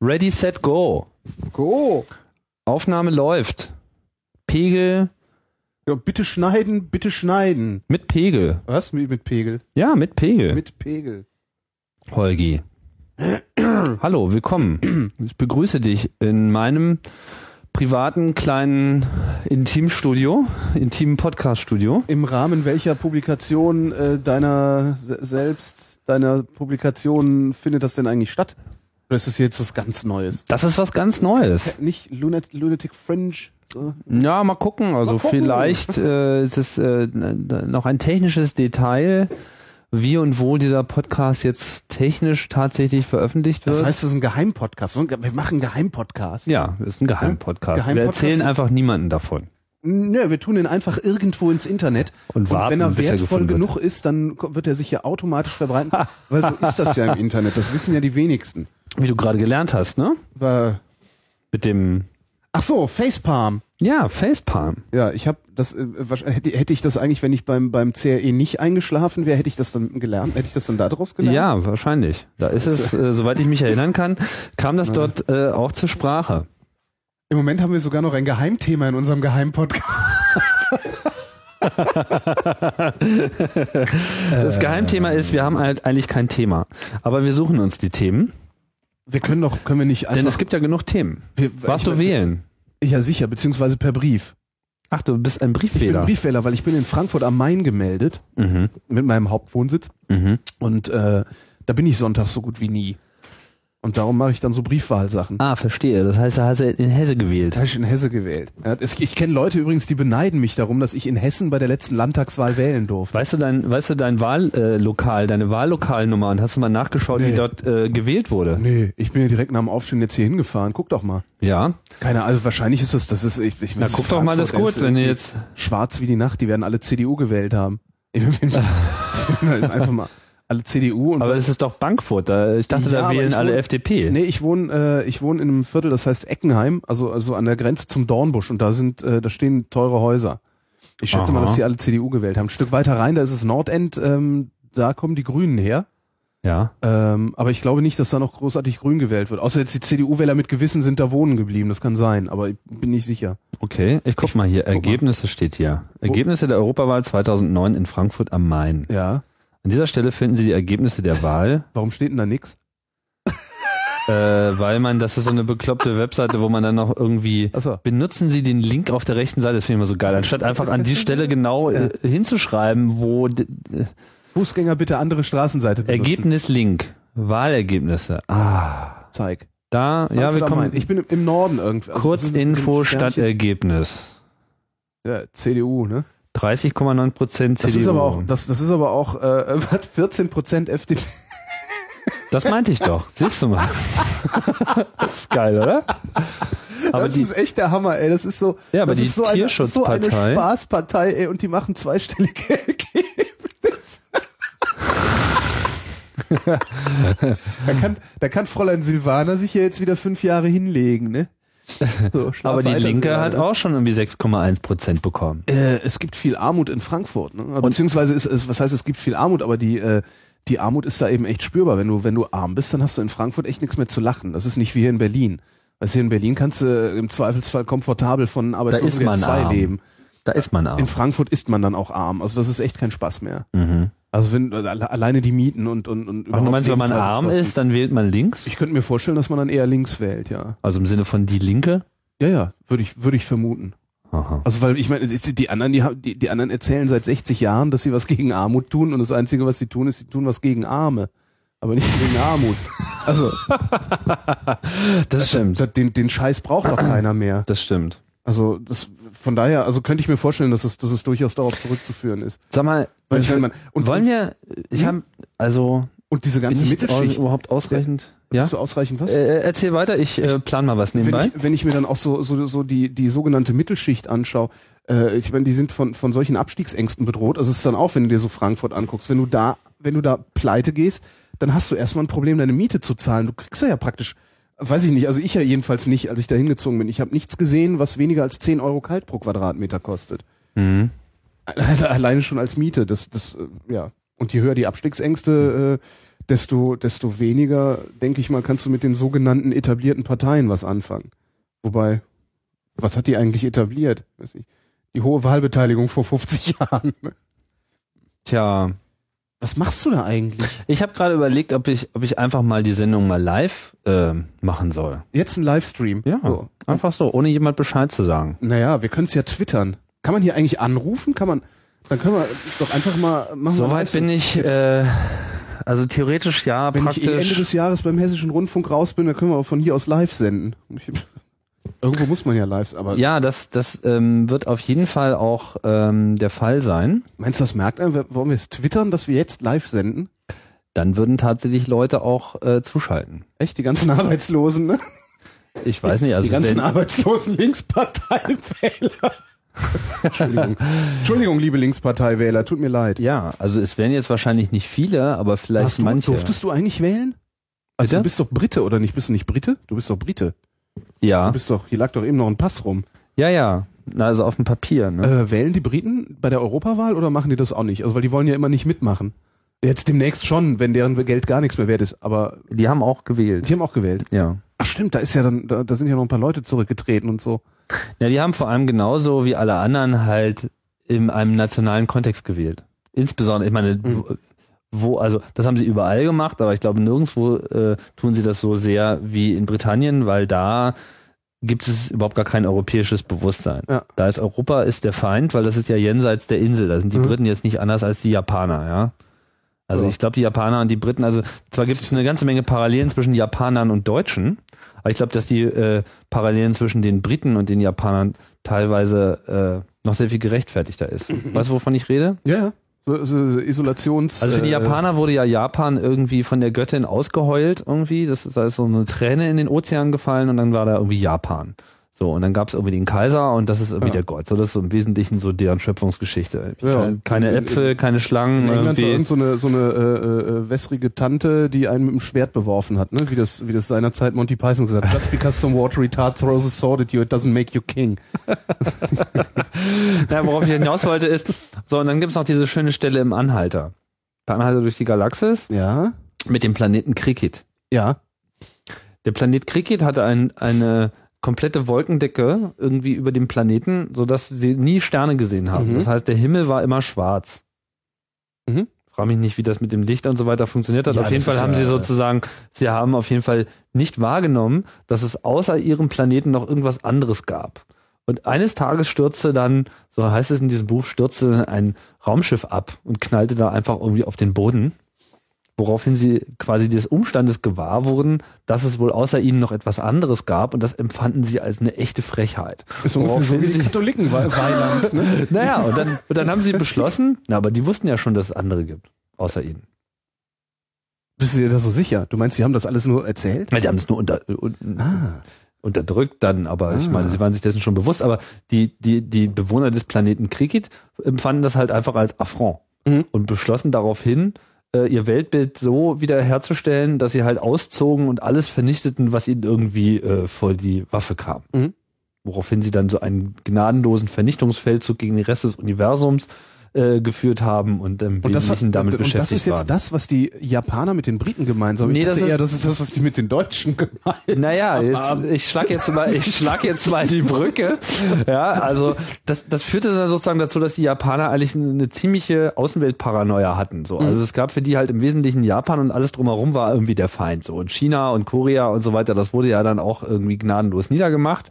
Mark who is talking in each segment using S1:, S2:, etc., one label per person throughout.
S1: Ready, set, go.
S2: Go.
S1: Aufnahme läuft. Pegel
S2: Ja, bitte schneiden, bitte schneiden.
S1: mit Pegel.
S2: Was? Wie Mit Pegel.
S1: Ja, mit Pegel.
S2: Mit Pegel.
S1: Holgi. Hallo, willkommen. Ich begrüße dich in meinem privaten kleinen Intimstudio, intimen Podcaststudio.
S2: Im Rahmen welcher Publikation äh, deiner se- selbst, deiner Publikation findet das denn eigentlich statt? Oder ist das jetzt was ganz Neues?
S1: Das ist was ganz Neues.
S2: Nicht Lunat Lunatic Fringe? äh,
S1: Ja, mal gucken. Also
S2: Mal gucken.
S1: vielleicht äh, ist es äh, noch ein technisches Detail, wie und wo dieser Podcast jetzt technisch tatsächlich veröffentlicht wird.
S2: Das heißt, das ist ein Geheimpodcast. Wir machen einen Geheimpodcast.
S1: ja, ist ein Geheimpodcast. Wir
S2: Geheimpodcast-
S1: erzählen einfach niemanden davon.
S2: Nö, wir tun ihn einfach irgendwo ins Internet.
S1: Und warten,
S2: wenn er
S1: bis er
S2: wertvoll
S1: gefunden wird.
S2: genug ist, dann ko- wird er sich ja automatisch verbreiten. weil so ist das ja im Internet. Das wissen ja die wenigsten.
S1: Wie du gerade gelernt hast, ne?
S2: Weil-
S1: Mit dem
S2: Ach so, Facepalm.
S1: ja, Facepalm.
S2: Ja, ich habe das äh, wahrsch- hätte, hätte ich das eigentlich, wenn ich beim beim CRE nicht eingeschlafen wäre, hätte ich das dann gelernt, hätte ich das dann daraus gelernt?
S1: Ja, wahrscheinlich. Da ist es,
S2: Also-
S1: äh, soweit ich mich erinnern kann, kam das dort äh, auch zur Sprache.
S2: Im Moment haben wir sogar noch ein Geheimthema in unserem Geheimpodcast. Äh.
S1: Das Geheimthema ist, wir haben halt eigentlich kein Thema. Aber wir suchen uns die Themen,
S2: Wir können doch können wir nicht einfach
S1: denn es gibt ja genug Themen.
S2: wir,
S1: Warst
S2: ich,
S1: du wählen?
S2: Ja, sicher, beziehungsweise per Brief.
S1: Ach, du bist ein
S2: Ich bin
S1: Briefwähler.
S2: Briefwähler, weil ich bin in Frankfurt am Main gemeldet
S1: mhm.
S2: mit meinem Hauptwohnsitz
S1: Mhm.
S2: und äh, da bin ich sonntags so gut wie nie. Und darum mache ich dann so Briefwahlsachen.
S1: Ah, verstehe. Das heißt, da hast du in Hesse gewählt.
S2: Da habe ich in Hesse gewählt. Ja, es- Ich kenne Leute übrigens, die beneiden mich darum, dass ich in Hessen bei der letzten Landtagswahl wählen durfte.
S1: Weißt du dein, weißt du dein Wahllokal, deine Wahllokalnummer und hast du mal nachgeschaut,
S2: Nee.
S1: wie dort äh, gewählt wurde?
S2: Nee, ich bin ja direkt nach dem Aufstehen jetzt hier hingefahren. Guck doch mal.
S1: Ja.
S2: Keine Ahnung, also wahrscheinlich ist das, das ist, ich, ich
S1: Na,
S2: das ist
S1: guck doch mal, das ist
S2: Frankfurt,
S1: gut, wenn du
S2: irgendwie
S1: jetzt.
S2: Schwarz wie die Nacht, die werden alle CDU gewählt haben. Ich bin, ich bin halt einfach mal alle CDU und.
S1: Aber das ist doch Bankfurt. Da, ich dachte,
S2: Ja,
S1: da
S2: aber
S1: wählen
S2: ich
S1: alle
S2: wohne-
S1: FDP.
S2: Nee, ich wohne, äh, ich wohne in einem Viertel, das heißt Eckenheim, also, also an der Grenze zum Dornbusch und da sind, äh, da stehen teure Häuser. Ich schätze mal,
S1: Aha.
S2: dass die alle CDU gewählt haben. Ein Stück weiter rein, da ist es Nordend, ähm, da kommen die Grünen her.
S1: Ja.
S2: Ähm, aber ich glaube nicht, dass da noch großartig grün gewählt wird. Außer jetzt die CDU-Wähler mit Gewissen sind da wohnen geblieben. Das kann sein, aber ich bin nicht sicher.
S1: Okay, ich guck mal hier. Ergebnisse steht hier. Ergebnisse der Europawahl 2009 in Frankfurt am Main.
S2: Ja.
S1: An dieser Stelle finden Sie die Ergebnisse der Wahl,
S2: Warum steht denn da nix?
S1: äh, weil man, das ist so eine bekloppte Webseite, wo man dann noch irgendwie
S2: Achso.
S1: benutzen Sie den Link auf der rechten Seite. Das finde ich immer so geil. Anstatt einfach an die Stelle genau äh, hinzuschreiben, wo d- äh,
S2: Fußgänger bitte andere Straßenseite benutzen.
S1: Ergebnislink, Wahlergebnisse. Ah,
S2: Zeig.
S1: da, ja, wir
S2: Frankfurt am
S1: kommen.
S2: Main. Ich bin im- im Norden irgendwie. Also wir sind
S1: Kurzinfo
S2: im Sternchen-
S1: Stadtergebnis.
S2: Ja, CDU, ne?
S1: 30,9 Prozent CDU.
S2: Das ist aber auch, das, das ist aber auch, äh, hat 14 Prozent FDP.
S1: Das meinte ich doch. Siehst du mal. das ist geil, oder? Aber
S2: das
S1: die,
S2: ist echt der Hammer, ey. Das ist so,
S1: Ja, aber
S2: das
S1: die
S2: ist so eine, so eine
S1: Tierschutzpartei-
S2: Spaßpartei, ey, und die machen zweistellige Ergebnisse. da, kann, da kann Fräulein Silvana sich ja jetzt wieder fünf Jahre hinlegen, ne? So, schlaf
S1: aber die
S2: weiter, ne?
S1: Linke
S2: Silvana.
S1: hat auch schon irgendwie 6,1 Prozent bekommen.
S2: Äh, es gibt viel Armut in Frankfurt, ne? Beziehungsweise ist, ist, was heißt, es gibt viel Armut, aber die, äh, die Armut ist da eben echt spürbar. Wenn du, wenn du arm bist, dann hast du in Frankfurt echt nichts mehr zu lachen. Das ist nicht wie hier in Berlin. Weißt du, hier in Berlin kannst du im Zweifelsfall komfortabel von Arbeitslosengeld
S1: man
S2: 2
S1: arm.
S2: leben.
S1: Da ist man
S2: In
S1: arm.
S2: Frankfurt ist man dann auch arm. Also das ist echt kein Spaß mehr.
S1: Mhm.
S2: Also wenn alle, alleine die Mieten und und und
S1: Ach, du meinst, wenn man arm
S2: Lebenshaltungskosten.
S1: ist, dann wählt man links?
S2: Ich könnte mir vorstellen, dass man dann eher links wählt, ja.
S1: Also im Sinne von die Linke?
S2: Ja, ja, würde ich würde ich vermuten.
S1: Aha.
S2: Also weil ich meine, die, die anderen, die, haben- die, die anderen erzählen seit 60 Jahren, dass sie was gegen Armut tun und das Einzige, was sie tun, ist, sie tun was gegen Arme, aber nicht gegen Armut. Also
S1: Das stimmt.
S2: das, den, den Scheiß braucht doch keiner mehr.
S1: Das stimmt.
S2: Also das von daher, also könnte ich mir vorstellen, dass es, dass es durchaus darauf zurückzuführen ist.
S1: Sag mal,
S2: Weil ich, wenn man, und,
S1: wollen wir, ich habe, also,
S2: und diese
S1: bin
S2: ganze
S1: ich
S2: Mittelschicht,
S1: überhaupt ausreichend? Ja?
S2: ist so ausreichend was?
S1: Äh, äh, erzähl weiter, ich äh, plan mal was
S2: wenn
S1: nebenbei.
S2: ich, wenn ich mir dann auch so, so, so die, die sogenannte Mittelschicht anschaue, äh, ich meine, die sind von, von solchen Abstiegsängsten bedroht. Also es ist dann auch, wenn du dir so Frankfurt anguckst, wenn du da, wenn du da pleite gehst, dann hast du erstmal ein Problem, deine Miete zu zahlen. Du kriegst ja, ja praktisch, weiß ich nicht, also ich ja jedenfalls nicht, als ich da hingezogen bin. Ich habe nichts gesehen, was weniger als 10 Euro kalt pro Quadratmeter kostet.
S1: Mhm.
S2: Alleine schon als Miete. Das, das, äh, ja. Und je höher die Abstiegsängste, äh, desto, desto weniger, denke ich mal, kannst du mit den sogenannten etablierten Parteien was anfangen. Wobei, was hat die eigentlich etabliert? Weiß ich. Die hohe Wahlbeteiligung vor 50 Jahren.
S1: Tja,
S2: Was machst du da eigentlich?
S1: ich habe gerade überlegt, ob ich, ob ich einfach mal die Sendung mal live äh, machen soll.
S2: Jetzt ein Livestream.
S1: Ja,
S2: So.
S1: einfach so, ohne jemand Bescheid zu sagen.
S2: Naja, wir können es ja twittern. Kann man hier eigentlich anrufen? Kann man, dann können wir doch einfach mal machen. wir
S1: Soweit
S2: Livestream.
S1: bin ich,
S2: Jetzt,
S1: äh, also theoretisch ja,
S2: wenn ich eh Ende
S1: praktisch.
S2: des Jahres beim Hessischen Rundfunk raus bin, dann können wir auch von hier aus live senden. Ich, irgendwo muss man ja live, aber
S1: ja, das, das ähm, wird auf jeden Fall auch ähm, der Fall sein.
S2: meinst du, das merkt einer? Wollen wir es twittern, dass wir jetzt live senden?
S1: Dann würden tatsächlich Leute auch äh, zuschalten.
S2: Echt, die ganzen Arbeitslosen, ne?
S1: Ich weiß nicht, also
S2: die ganzen
S1: wenn,
S2: arbeitslosen Linksparteiwähler. Entschuldigung. Entschuldigung, liebe Linksparteiwähler, tut mir leid.
S1: ja, also es wären jetzt wahrscheinlich nicht viele, aber vielleicht
S2: Hast du,
S1: manche.
S2: Durftest du eigentlich wählen? Also
S1: Bitte?
S2: du bist doch Brite, oder nicht? Bist du nicht Brite? Du bist doch Brite. Du
S1: ja,
S2: bist doch, hier lag doch eben noch ein Pass rum.
S1: ja, ja. Na, also auf dem Papier, ne?
S2: Äh, wählen die Briten bei der Europawahl oder machen die das auch nicht? Also weil die wollen ja immer nicht mitmachen. Jetzt demnächst schon, wenn deren Geld gar nichts mehr wert ist. Aber
S1: Die haben auch gewählt.
S2: die haben auch gewählt.
S1: Ja.
S2: Ach stimmt, da ist ja dann, da, da sind ja noch ein paar Leute zurückgetreten und so.
S1: Ja, die haben vor allem genauso wie alle anderen halt in einem nationalen Kontext gewählt. Insbesondere, ich
S2: Mhm.
S1: meine, wo- wo, also das haben sie überall gemacht, aber ich glaube, nirgendwo äh, tun sie das so sehr wie in Britannien, weil da gibt es überhaupt gar kein europäisches Bewusstsein.
S2: Ja.
S1: Da ist Europa ist der Feind, weil das ist ja jenseits der Insel. Da sind die
S2: Mhm.
S1: Briten jetzt nicht anders als die Japaner, ja. Also
S2: Ja.
S1: ich glaube, die Japaner und die Briten, also zwar gibt es eine ganze Menge Parallelen zwischen Japanern und Deutschen, aber ich glaube, dass die äh, Parallelen zwischen den Briten und den Japanern teilweise äh, noch sehr viel gerechtfertigter ist. Weißt du, wovon ich rede?
S2: Ja, ja. So, so Isolations.
S1: Also für die
S2: äh,
S1: Japaner wurde ja Japan irgendwie von der Göttin ausgeheult irgendwie. Das ist also so eine Träne in den Ozean gefallen und dann war da irgendwie Japan. So, und dann gab es irgendwie den Kaiser und das ist irgendwie
S2: Ja.
S1: der Gott. So, das ist so im Wesentlichen so deren Schöpfungsgeschichte.
S2: Ja.
S1: Keine, keine
S2: In- in-
S1: Äpfel, keine Schlangen.
S2: In England war
S1: irgendwie.
S2: irgend so eine, so eine äh, äh, wässrige Tante, die einen mit dem Schwert beworfen hat, ne? Wie das, wie das seinerzeit Monty Python gesagt hat. Just because some watery tart throws a sword at you, it doesn't make you king.
S1: Ja, worauf ich hinaus wollte ist, so, und dann gibt's noch diese schöne Stelle im Anhalter. Der Anhalter durch die Galaxis
S2: Ja,
S1: mit dem Planeten Krikit.
S2: ja.
S1: Der Planet Krikit hatte ein, eine komplette Wolkendecke irgendwie über dem Planeten, sodass sie nie Sterne gesehen haben.
S2: Mhm.
S1: Das heißt, der Himmel war immer schwarz.
S2: Mhm.
S1: Frag mich nicht, wie das mit dem Licht und so weiter funktioniert hat.
S2: Ja,
S1: auf jeden
S2: das
S1: Fall
S2: ist,
S1: haben sie
S2: äh,
S1: sozusagen, sie haben auf jeden Fall nicht wahrgenommen, dass es außer ihrem Planeten noch irgendwas anderes gab. Und eines Tages stürzte dann, so heißt es in diesem Buch, stürzte dann ein Raumschiff ab und knallte da einfach irgendwie auf den Boden woraufhin sie quasi des Umstandes gewahr wurden, dass es wohl außer ihnen noch etwas anderes gab und das empfanden sie als eine echte Frechheit.
S2: Ist ungefähr so wie
S1: Woraufhin
S2: die
S1: sie,
S2: Katholikenweiland, ne?
S1: naja, und dann, und dann haben sie beschlossen, na, aber die wussten ja schon, dass es andere gibt, außer ihnen.
S2: Bist du dir da so sicher? Du meinst, die haben das alles nur erzählt?
S1: Weil Die haben es nur unter, un,
S2: Ah.
S1: unterdrückt dann, aber ich
S2: Ah.
S1: meine, sie waren sich dessen schon bewusst, aber die, die, die Bewohner des Planeten Krikit empfanden das halt einfach als Affront
S2: Mhm.
S1: und beschlossen daraufhin, äh, ihr Weltbild so wieder herzustellen, dass sie halt auszogen und alles vernichteten, was ihnen irgendwie äh, vor die Waffe kam.
S2: Mhm.
S1: Woraufhin sie dann so einen gnadenlosen Vernichtungsfeldzug gegen den Rest des Universums äh, geführt haben und im
S2: Und das, hat,
S1: Wesentlichen damit
S2: und
S1: beschäftigt
S2: das ist jetzt
S1: waren.
S2: das, was die Japaner mit den Briten gemeinsam haben.
S1: Nee, das ist-
S2: das ist das, was die mit den Deutschen gemeint
S1: Naja, jetzt,
S2: haben.
S1: ich schlag jetzt mal, ich schlag jetzt mal die Brücke. Ja, also das, das führte dann sozusagen dazu, dass die Japaner eigentlich eine, eine ziemliche Außenweltparanoia hatten.
S2: Mhm.
S1: So, also es gab für die halt im Wesentlichen Japan und alles drumherum war irgendwie der Feind. So und China und Korea und so weiter, das wurde ja dann auch irgendwie gnadenlos niedergemacht.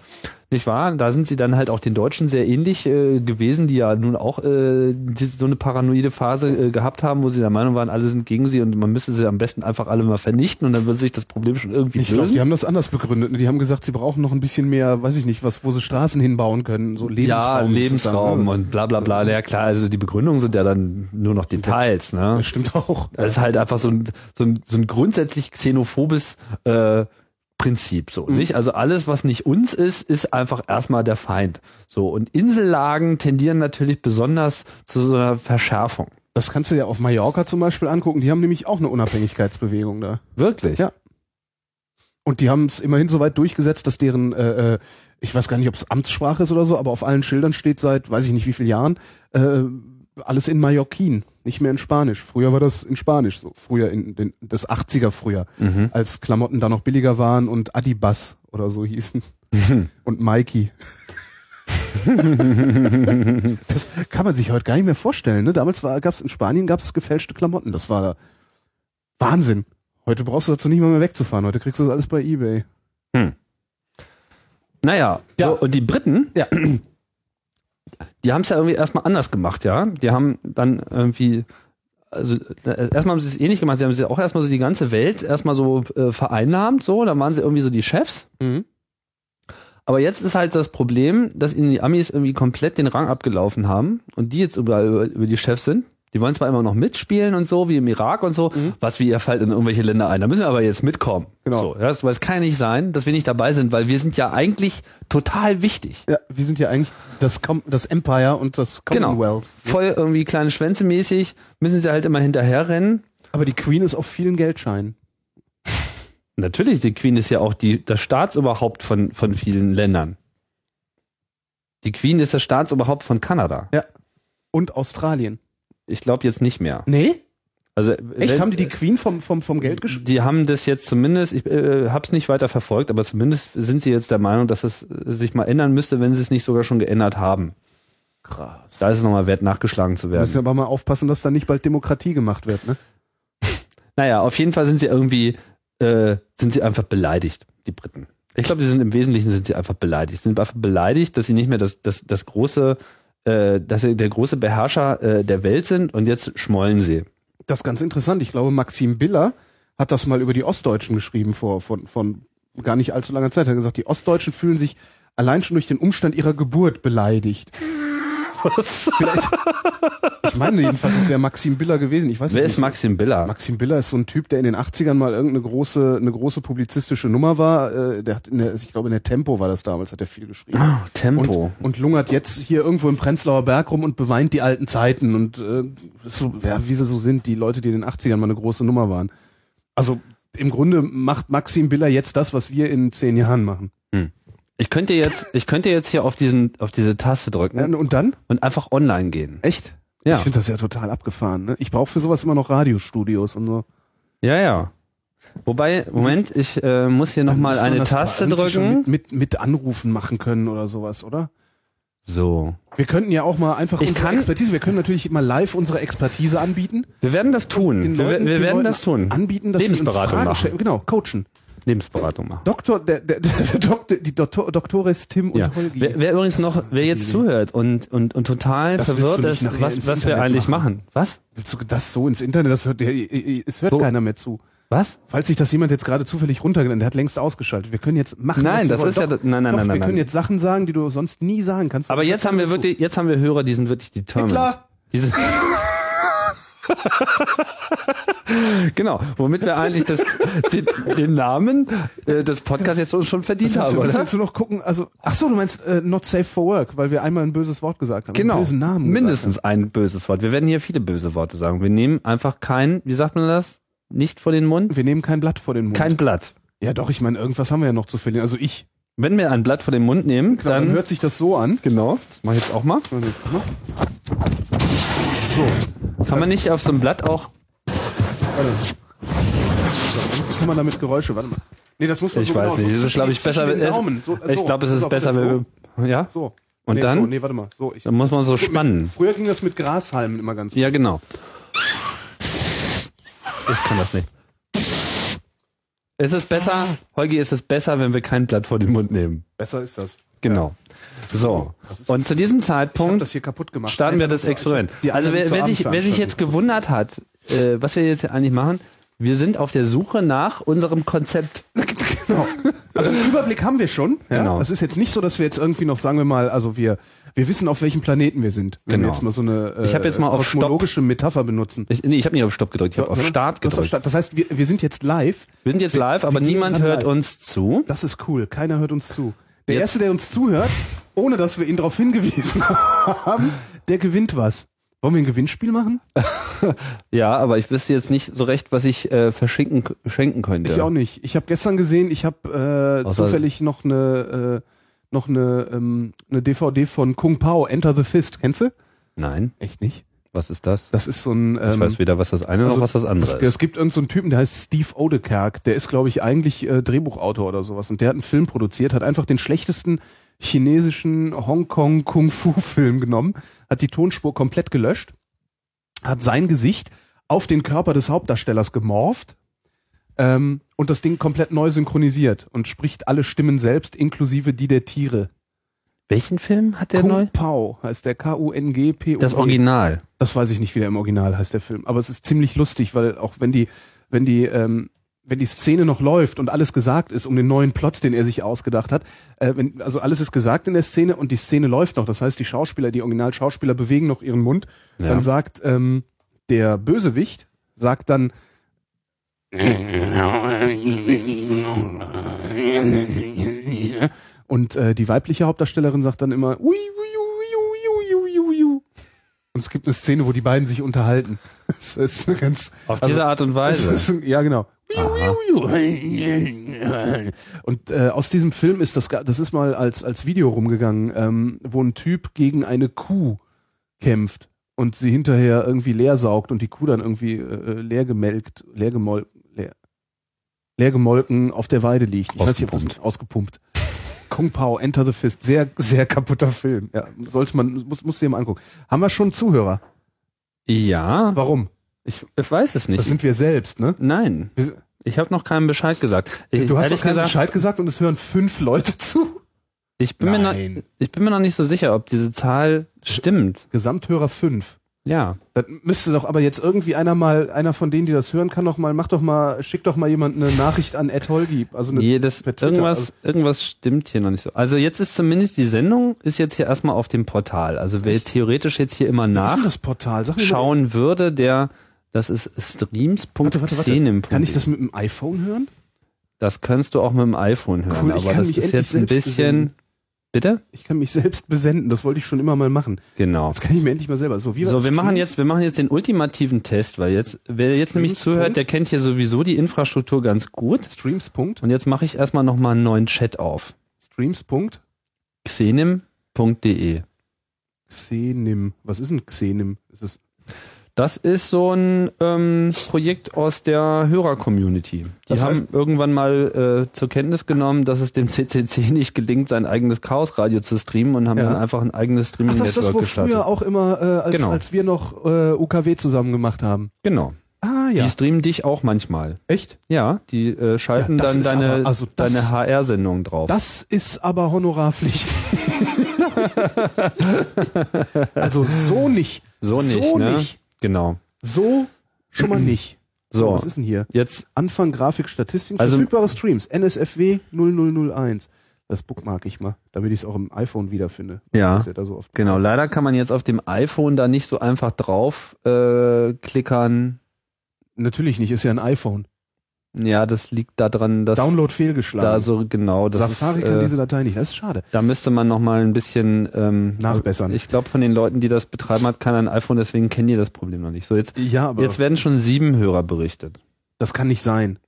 S1: Nicht wahr? Da sind sie dann halt auch den Deutschen sehr ähnlich äh, gewesen, die ja nun auch äh, die, so eine paranoide Phase äh, gehabt haben, wo sie der Meinung waren, alle sind gegen sie und man müsste sie am besten einfach alle mal vernichten und dann würde sich das Problem schon irgendwie
S2: Ich glaube,
S1: lösen.
S2: die haben das anders begründet. ne? Die haben gesagt, sie brauchen noch ein bisschen mehr, weiß ich nicht, was, wo sie Straßen hinbauen können,
S1: Ja,
S2: so Lebensraum. ist es dann,
S1: Lebensraum
S2: ne?
S1: und bla bla bla. Ja klar, also die Begründungen sind ja dann nur noch Details. Ne?
S2: Das stimmt auch.
S1: Das ist halt einfach so ein, so ein, so ein grundsätzlich xenophobes äh, Prinzip, so,
S2: Mhm.
S1: nicht? Also alles, was nicht uns ist, ist einfach erstmal der Feind. So, und Insellagen tendieren natürlich besonders zu so einer Verschärfung.
S2: Das kannst du dir auf Mallorca zum Beispiel angucken. Die haben nämlich auch eine Unabhängigkeitsbewegung da.
S1: Wirklich?
S2: Ja. Und die haben es immerhin so weit durchgesetzt, dass deren, äh, äh, ich weiß gar nicht, ob es Amtssprache ist oder so, aber auf allen Schildern steht seit, weiß ich nicht wie vielen Jahren, äh, alles in Mallorquin. nicht mehr in Spanisch. Früher war das in Spanisch so. Früher in den, das 80er früher, als Klamotten da noch billiger waren und Adibas oder so hießen. und Mikey. das kann man sich heute gar nicht mehr vorstellen. Ne? Damals gab es in Spanien gab's gefälschte Klamotten. Das war Wahnsinn. Heute brauchst du dazu nicht mal mehr wegzufahren. Heute kriegst du das alles bei Ebay.
S1: Naja,
S2: Ja.
S1: So, und die Briten,
S2: Ja.
S1: die haben es ja irgendwie erstmal anders gemacht, ja. Die haben dann irgendwie, also äh, erstmal haben sie es ähnlich gemacht, sie haben sie auch erstmal so die ganze Welt erstmal so äh, vereinnahmt, so, dann waren sie irgendwie so die Chefs.
S2: Mhm.
S1: Aber jetzt ist halt das Problem, dass ihnen die Amis irgendwie komplett den Rang abgelaufen haben und die jetzt überall über, über die Chefs sind. Die wollen zwar immer noch mitspielen und so, wie im Irak und so, was wie ihr fallt in irgendwelche Länder ein. Da müssen wir aber jetzt mitkommen.
S2: Genau.
S1: So, ja, weil es kann ja nicht sein, dass wir nicht dabei sind, weil wir sind ja eigentlich total wichtig.
S2: Ja, wir sind ja eigentlich das, Com das Empire und das
S1: Genau.
S2: Commonwealth.
S1: Voll irgendwie kleine Schwänze mäßig, müssen sie halt immer hinterherrennen.
S2: Aber die Queen ist auf vielen Geldscheinen.
S1: Natürlich, die Queen ist ja auch die, das Staatsoberhaupt von, von vielen Ländern. Die Queen ist das Staatsoberhaupt von Kanada.
S2: Und Australien.
S1: Ich glaube jetzt nicht mehr.
S2: Nee?
S1: Also
S2: Echt?
S1: wenn-
S2: Haben die die Queen vom, vom, vom Geld gesch
S1: Die haben das jetzt zumindest, ich äh, habe es nicht weiter verfolgt, aber zumindest sind sie jetzt der Meinung, dass es äh, sich mal ändern müsste, wenn sie es nicht sogar schon geändert haben.
S2: Krass. Da
S1: Da ist es nochmal wert, nachgeschlagen zu werden.
S2: müssen wir aber mal aufpassen, dass da nicht bald Demokratie gemacht wird, ne?
S1: Naja, auf jeden Fall sind sie irgendwie, äh, sind sie einfach beleidigt, die Briten. Ich glaube, die sind im Wesentlichen sind sie einfach beleidigt. Sie sind einfach beleidigt, dass sie nicht mehr das, das, das große, äh, dass sie der große Beherrscher äh, der Welt sind und jetzt schmollen sie.
S2: Das ist ganz interessant. Ich glaube, Maxim Biller hat das mal über die Ostdeutschen geschrieben vor von, von gar nicht allzu langer Zeit. Er hat gesagt, die Ostdeutschen fühlen sich allein schon durch den Umstand ihrer Geburt beleidigt.
S1: Was?
S2: Vielleicht, ich meine jedenfalls, es wäre Maxim Biller gewesen. Ich weiß
S1: Wer
S2: es
S1: ist
S2: nicht.
S1: Maxim Biller?
S2: Maxim Biller ist so ein Typ, der in den 80ern mal irgendeine große, eine große publizistische Nummer war. Äh, Der hat in der, ich glaube, in der Tempo war das damals, hat er viel geschrieben.
S1: Oh, Tempo.
S2: Und, und lungert jetzt hier irgendwo im Prenzlauer Berg rum und beweint die alten Zeiten und äh, so, ja, wie sie so sind, die Leute, die in den 80ern mal eine große Nummer waren. Also im Grunde macht Maxim Biller jetzt das, was wir in zehn Jahren machen.
S1: Ich könnte jetzt, ich könnte jetzt hier auf diesen, auf diese Taste drücken
S2: Ja, Und dann?
S1: und einfach online gehen.
S2: Echt?
S1: Ja.
S2: Ich finde das ja total abgefahren. Ne? Ich brauche für sowas immer noch Radiostudios und so.
S1: Ja, ja. Wobei, Moment, ich äh, muss hier nochmal
S2: Muss man
S1: eine
S2: das aber
S1: Taste
S2: irgendwie schon
S1: drücken.
S2: Mit, mit, mit Anrufen machen können oder sowas, oder?
S1: So.
S2: Wir könnten ja auch mal einfach
S1: Ich
S2: unsere
S1: kann-
S2: Expertise, wir können natürlich mal live unsere Expertise anbieten.
S1: Wir werden das tun.
S2: Den
S1: wir
S2: Leuten-
S1: wir
S2: den
S1: werden
S2: Leuten
S1: das tun.
S2: Anbieten, dass sie uns
S1: Lebensberatung
S2: Fragen
S1: machen.
S2: stellen. Genau, coachen.
S1: Lebensberatung machen.
S2: Doktor, der, der, der Doktor, die Doktor, Doktoris Tim und
S1: Ja.
S2: Holgi.
S1: Wer, wer übrigens noch, wer jetzt zuhört und, und, und total
S2: Das willst
S1: verwirrt
S2: du
S1: ist,
S2: nicht nachher
S1: was,
S2: ins
S1: was wir
S2: Internet
S1: eigentlich machen. Was?
S2: Willst du das so ins Internet? Das hört, der, es hört
S1: So.
S2: keiner mehr zu.
S1: Was?
S2: Falls sich das jemand jetzt gerade zufällig runtergeladen hat, der hat längst ausgeschaltet. Wir können jetzt machen.
S1: Nein,
S2: was wir
S1: das ist
S2: wollen.
S1: ja-
S2: Doch,
S1: nein, nein,
S2: doch,
S1: nein,
S2: Wir
S1: nein,
S2: können
S1: nein.
S2: jetzt Sachen sagen, die du sonst nie sagen kannst.
S1: Aber
S2: Das
S1: jetzt
S2: hört
S1: haben wir
S2: keiner zu.
S1: wirklich, jetzt haben wir Hörer, die sind wirklich determined.
S2: Hitler!
S1: Die sind genau, womit wir eigentlich das, den, den Namen äh, des Podcasts jetzt schon verdient
S2: Jetzt
S1: haben,
S2: müssen wir-
S1: oder?
S2: Jetzt nur noch gucken, also, ach so, du meinst äh, not safe for work, weil wir einmal ein böses Wort gesagt haben.
S1: Genau.
S2: Einen bösen Namen. gesagt
S1: Mindestens ein böses Wort. Wir werden hier viele böse Worte sagen. Wir nehmen einfach kein, wie sagt man das? Nicht vor den
S2: haben.
S1: Mund?
S2: Wir nehmen kein Blatt vor den Mund.
S1: Kein Blatt.
S2: ja doch, ich meine, irgendwas haben wir ja noch zu verlieren. Also ich.
S1: Wenn wir ein Blatt vor den Mund nehmen,
S2: Genau, Dann,
S1: dann.
S2: hört sich das so an.
S1: Genau. Das mach ich jetzt auch mal.
S2: So. Warte.
S1: Kann man nicht auf so einem Blatt auch.
S2: So, dann kann man damit Geräusche, warte mal. Nee, das muss man
S1: Ich
S2: so
S1: weiß
S2: genau,
S1: nicht.
S2: So
S1: Das ist, glaube ich,
S2: zwischen
S1: besser.
S2: den Daumen.
S1: Es,
S2: So,
S1: ich
S2: so.
S1: glaube, es
S2: Pass
S1: ist
S2: auf,
S1: besser, wenn
S2: So.
S1: wir. Ja?
S2: so.
S1: Und
S2: nee,
S1: dann?
S2: So, nee, warte mal. So, ich,
S1: Dann muss man so spannen.
S2: früher ging das mit Grashalmen immer ganz
S1: Ja, genau. Ich kann das nicht. Es ist besser, Holgi, es ist besser, wenn wir kein Blatt vor den Mund nehmen.
S2: Besser ist das.
S1: Genau. So.
S2: Das ist-
S1: Und zu diesem
S2: Ich hab
S1: Zeitpunkt
S2: das hier kaputt gemacht.
S1: starten wir das
S2: Die
S1: Experiment.
S2: anderen
S1: Also wer,
S2: zur
S1: wer, sich, wer sich jetzt gewundert hat, äh, was wir jetzt eigentlich machen, wir sind auf der Suche nach unserem Konzept.
S2: Genau. Also einen Überblick haben wir schon. Ja?
S1: Genau.
S2: Das ist jetzt nicht so, dass wir jetzt irgendwie noch, sagen wir mal, also wir, wir wissen, auf welchem Planeten wir sind. Wenn
S1: Genau.
S2: wir jetzt mal so eine äh,
S1: Ich hab jetzt mal auf Stopp-
S2: kosmologische Metapher benutzen.
S1: Ich, nee, ich habe nicht auf Stopp gedrückt, ich habe auf
S2: Sondern-
S1: Start
S2: du hast auf
S1: gedrückt.
S2: Start. Das heißt, wir, wir sind jetzt live.
S1: Wir sind jetzt live, aber
S2: wir gehen
S1: niemand
S2: gerade
S1: hört
S2: live.
S1: uns zu.
S2: Das ist cool. Keiner hört uns zu. Der
S1: Jetzt-
S2: Erste, der uns zuhört, ohne dass wir ihn darauf hingewiesen haben, der gewinnt was. Wollen wir ein Gewinnspiel machen?
S1: Ja, aber ich wüsste jetzt nicht so recht, was ich äh, verschenken schenken könnte.
S2: Ich auch nicht. Ich habe gestern gesehen, ich habe äh,
S1: Außer-
S2: zufällig noch eine äh, ne noch eine, ähm, eine DVD von Kung Pao, Enter the Fist. Kennst du?
S1: Nein,
S2: Echt nicht?
S1: Was ist das?
S2: Das ist so ein.
S1: Ich
S2: ähm,
S1: weiß weder, was das eine
S2: also
S1: noch was das andere
S2: Es,
S1: ist.
S2: es gibt irgendeinen so einen Typen, der heißt Steve Odekerk, der ist, glaube ich, eigentlich äh, Drehbuchautor oder sowas und der hat einen Film produziert, hat einfach den schlechtesten chinesischen Hongkong-Kung-Fu-Film genommen, hat die Tonspur komplett gelöscht, hat sein Gesicht auf den Körper des Hauptdarstellers gemorpht ähm, und das Ding komplett neu synchronisiert und spricht alle Stimmen selbst, inklusive die der Tiere.
S1: Welchen Film hat der
S2: Kung
S1: neu?
S2: Pao heißt der K-U-N-G-P-O.
S1: Das Original.
S2: Das weiß ich nicht, wie der im Original heißt, der Film. Aber es ist ziemlich lustig, weil auch wenn die, wenn die, ähm, wenn die Szene noch läuft und alles gesagt ist um den neuen Plot, den er sich ausgedacht hat, äh, wenn, also alles ist gesagt in der Szene und die Szene läuft noch. Das heißt, die Schauspieler, die Originalschauspieler bewegen noch ihren Mund.
S1: Ja.
S2: Dann sagt ähm, der Bösewicht, sagt dann, und äh, die weibliche Hauptdarstellerin sagt dann immer, ui, ui, ui, ui, ui, ui, ui. Und es gibt eine Szene, wo die beiden sich unterhalten. Das ist eine ganz
S1: Auf
S2: also-
S1: diese Art und
S2: das
S1: Weise.
S2: ist ein- ja, genau.
S1: Aha.
S2: Und äh, aus diesem Film ist das, ga- das ist mal als, als Video rumgegangen, ähm, wo ein Typ gegen eine Kuh kämpft und sie hinterher irgendwie leer saugt und die Kuh dann irgendwie äh, leer gemelkt, leer gemol, leer, leer gemolken auf der Weide liegt. Ich weiß nicht, ob das- ausgepumpt. Kung Pao, Enter the Fist, sehr, sehr kaputter Film. Ja, sollte man, muss, muss dir mal angucken. Haben wir schon Zuhörer?
S1: Ja,
S2: Warum?
S1: ich, ich weiß es
S2: Das
S1: nicht.
S2: sind wir selbst, ne?
S1: Nein,
S2: Wir-
S1: ich habe noch keinen Bescheid gesagt. Ich,
S2: Du hast doch
S1: ehrlich
S2: keinen
S1: gesagt,
S2: Bescheid gesagt und es hören fünf Leute zu.
S1: ich bin, mir noch, ich bin mir noch nicht so sicher, ob diese Zahl stimmt.
S2: Gesamthörer fünf.
S1: Ja.
S2: Das müsste doch aber jetzt irgendwie einer mal, einer von denen, die das hören kann, noch mal, mach doch mal, schick doch mal jemand eine Nachricht an Ed Holgieb. Also eine,
S1: Nee, das,
S2: per Twitter,
S1: irgendwas,
S2: also-
S1: irgendwas stimmt hier noch nicht so. Also jetzt ist zumindest die Sendung ist jetzt hier erstmal auf dem Portal. Also wer theoretisch jetzt hier immer
S2: was ist denn
S1: nachschauen
S2: das Portal? Sag mir mal,
S1: würde, der das ist
S2: warte, warte, warte.
S1: streams.xenim.
S2: Kann ich das mit dem iPhone hören?
S1: Das kannst du auch mit dem iPhone hören,
S2: Cool, ich
S1: aber
S2: kann
S1: das
S2: mich
S1: ist
S2: endlich
S1: jetzt ein
S2: selbst
S1: bisschen
S2: sehen.
S1: Bitte?
S2: Ich kann mich selbst besenden. Das wollte ich schon immer mal machen.
S1: Genau.
S2: Das kann ich mir endlich mal selber. So, wie war
S1: So,
S2: das?
S1: wir machen
S2: Streams?
S1: jetzt, wir machen jetzt den ultimativen Test, weil jetzt, wer jetzt nämlich
S2: Streams,
S1: zuhört,
S2: Punkt.
S1: der kennt hier sowieso die Infrastruktur ganz gut.
S2: Streams. Punkt.
S1: Und jetzt mache ich erstmal nochmal einen neuen Chat auf.
S2: Streams. Punkt.
S1: xenim.de.
S2: Xenim. Was ist ein Xenim? Ist es
S1: Das ist so ein ähm, Projekt aus der Hörer-Community. Die
S2: Das
S1: haben
S2: heißt-
S1: irgendwann mal äh, zur Kenntnis genommen, dass es dem CCC nicht gelingt, sein eigenes Chaosradio zu streamen und haben
S2: Ja.
S1: dann einfach ein eigenes
S2: Ach, das ist das,
S1: Streaming-Network
S2: wo
S1: gestartet.
S2: früher auch immer, äh, als,
S1: Genau.
S2: als wir noch äh, UKW zusammen gemacht haben.
S1: Genau.
S2: Ah ja.
S1: Die streamen dich auch manchmal.
S2: Echt?
S1: Ja, die äh, schalten
S2: Ja, das
S1: dann
S2: ist
S1: deine,
S2: aber- also das-
S1: deine HR-Sendung drauf.
S2: Das ist aber Honorarpflicht. also so nicht.
S1: so nicht,
S2: So
S1: ne?
S2: nicht.
S1: Genau.
S2: So schon mal nicht.
S1: So.
S2: Was ist denn hier?
S1: Jetzt,
S2: Anfang Grafik, Statistik,
S1: Also-
S2: verfügbare Streams, NSFW 0001. Das bookmark ich mal, damit ich es auch im iPhone wiederfinde.
S1: ja.
S2: Das ist ja da so oft.
S1: Genau, leider kann man jetzt auf dem iPhone da nicht so einfach drauf äh, klickern.
S2: Natürlich nicht, ist ja ein iPhone.
S1: Ja, das liegt daran, dass
S2: Download fehlgeschlagen.
S1: da so genau das
S2: Safari
S1: ist,
S2: kann
S1: äh,
S2: diese Datei nicht, das ist schade.
S1: Da müsste man nochmal ein bisschen ähm,
S2: Nachbessern.
S1: Ich glaube, von den Leuten, die das betreiben, hat keiner ein iPhone, deswegen kennen die das Problem noch nicht. So, jetzt,
S2: Ja, aber
S1: jetzt werden schon sieben Hörer berichtet.
S2: das kann nicht sein.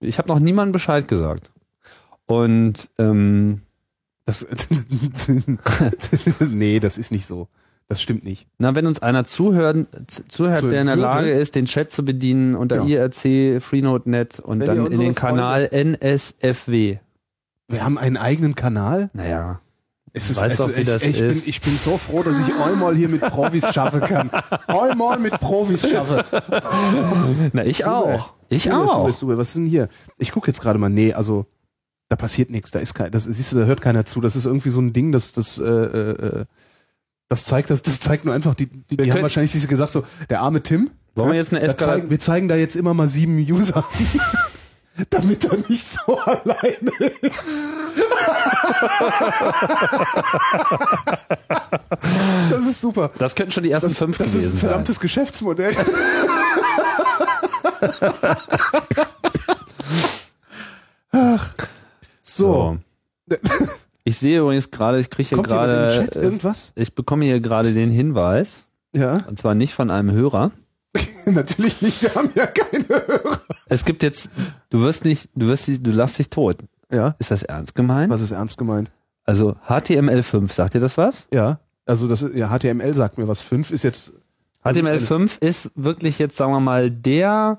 S1: Ich habe noch niemandem Bescheid gesagt. Und ähm,
S2: Das, nee, das ist nicht so. Das stimmt nicht.
S1: na, wenn uns einer zuhören, zu, zuhört,
S2: Zu-
S1: der in der
S2: würde.
S1: Lage ist, den Chat zu bedienen unter IRC, Freenode.net und
S2: Wenn ihr
S1: dann in
S2: unsere
S1: den Kanal NSFW.
S2: Wir haben einen eigenen Kanal.
S1: Naja,
S2: Es
S1: Weiß
S2: es
S1: doch, wie das
S2: ich, ich,
S1: ist.
S2: Bin, ich bin so froh, dass ich einmal hier mit Profis schaffe kann. Einmal mit Profis schaffe.
S1: na ich
S2: Super.
S1: auch. Ich
S2: Super,
S1: auch.
S2: super, super. Was ist denn hier? Ich gucke jetzt gerade mal. Nee, also da passiert nichts. Da ist kein, das siehst du, da hört keiner zu. Das ist irgendwie so ein Ding, das das äh, äh, äh, das zeigt das, das zeigt nur einfach die die, die haben
S1: können-
S2: wahrscheinlich sich gesagt so der arme Tim.
S1: Wollen wir jetzt eine
S2: Da
S1: Eskalation?
S2: zeigen, wir zeigen da jetzt immer mal sieben User. Damit er nicht so alleine ist. Das ist super.
S1: Das könnten schon die ersten fünf
S2: das
S1: gewesen
S2: ist ein
S1: sein.
S2: verdammtes Geschäftsmodell. Ach. So.
S1: So. Ich sehe übrigens gerade, ich kriege hier
S2: Kommt gerade über den
S1: gerade,
S2: Chat
S1: äh,
S2: irgendwas?
S1: ich bekomme hier gerade den Hinweis,
S2: Ja,
S1: und zwar nicht von einem Hörer.
S2: natürlich nicht. Wir haben ja keine Hörer.
S1: Es gibt jetzt, du wirst nicht, du wirst, dich- du lass dich tot.
S2: Ja.
S1: Ist das ernst gemeint?
S2: Was ist ernst gemeint?
S1: Also HTML5, sagt dir das was?
S2: Ja. Also das ist, ja, HTML sagt mir was. Fünf ist jetzt
S1: HTML5 ist wirklich jetzt, sagen wir mal, der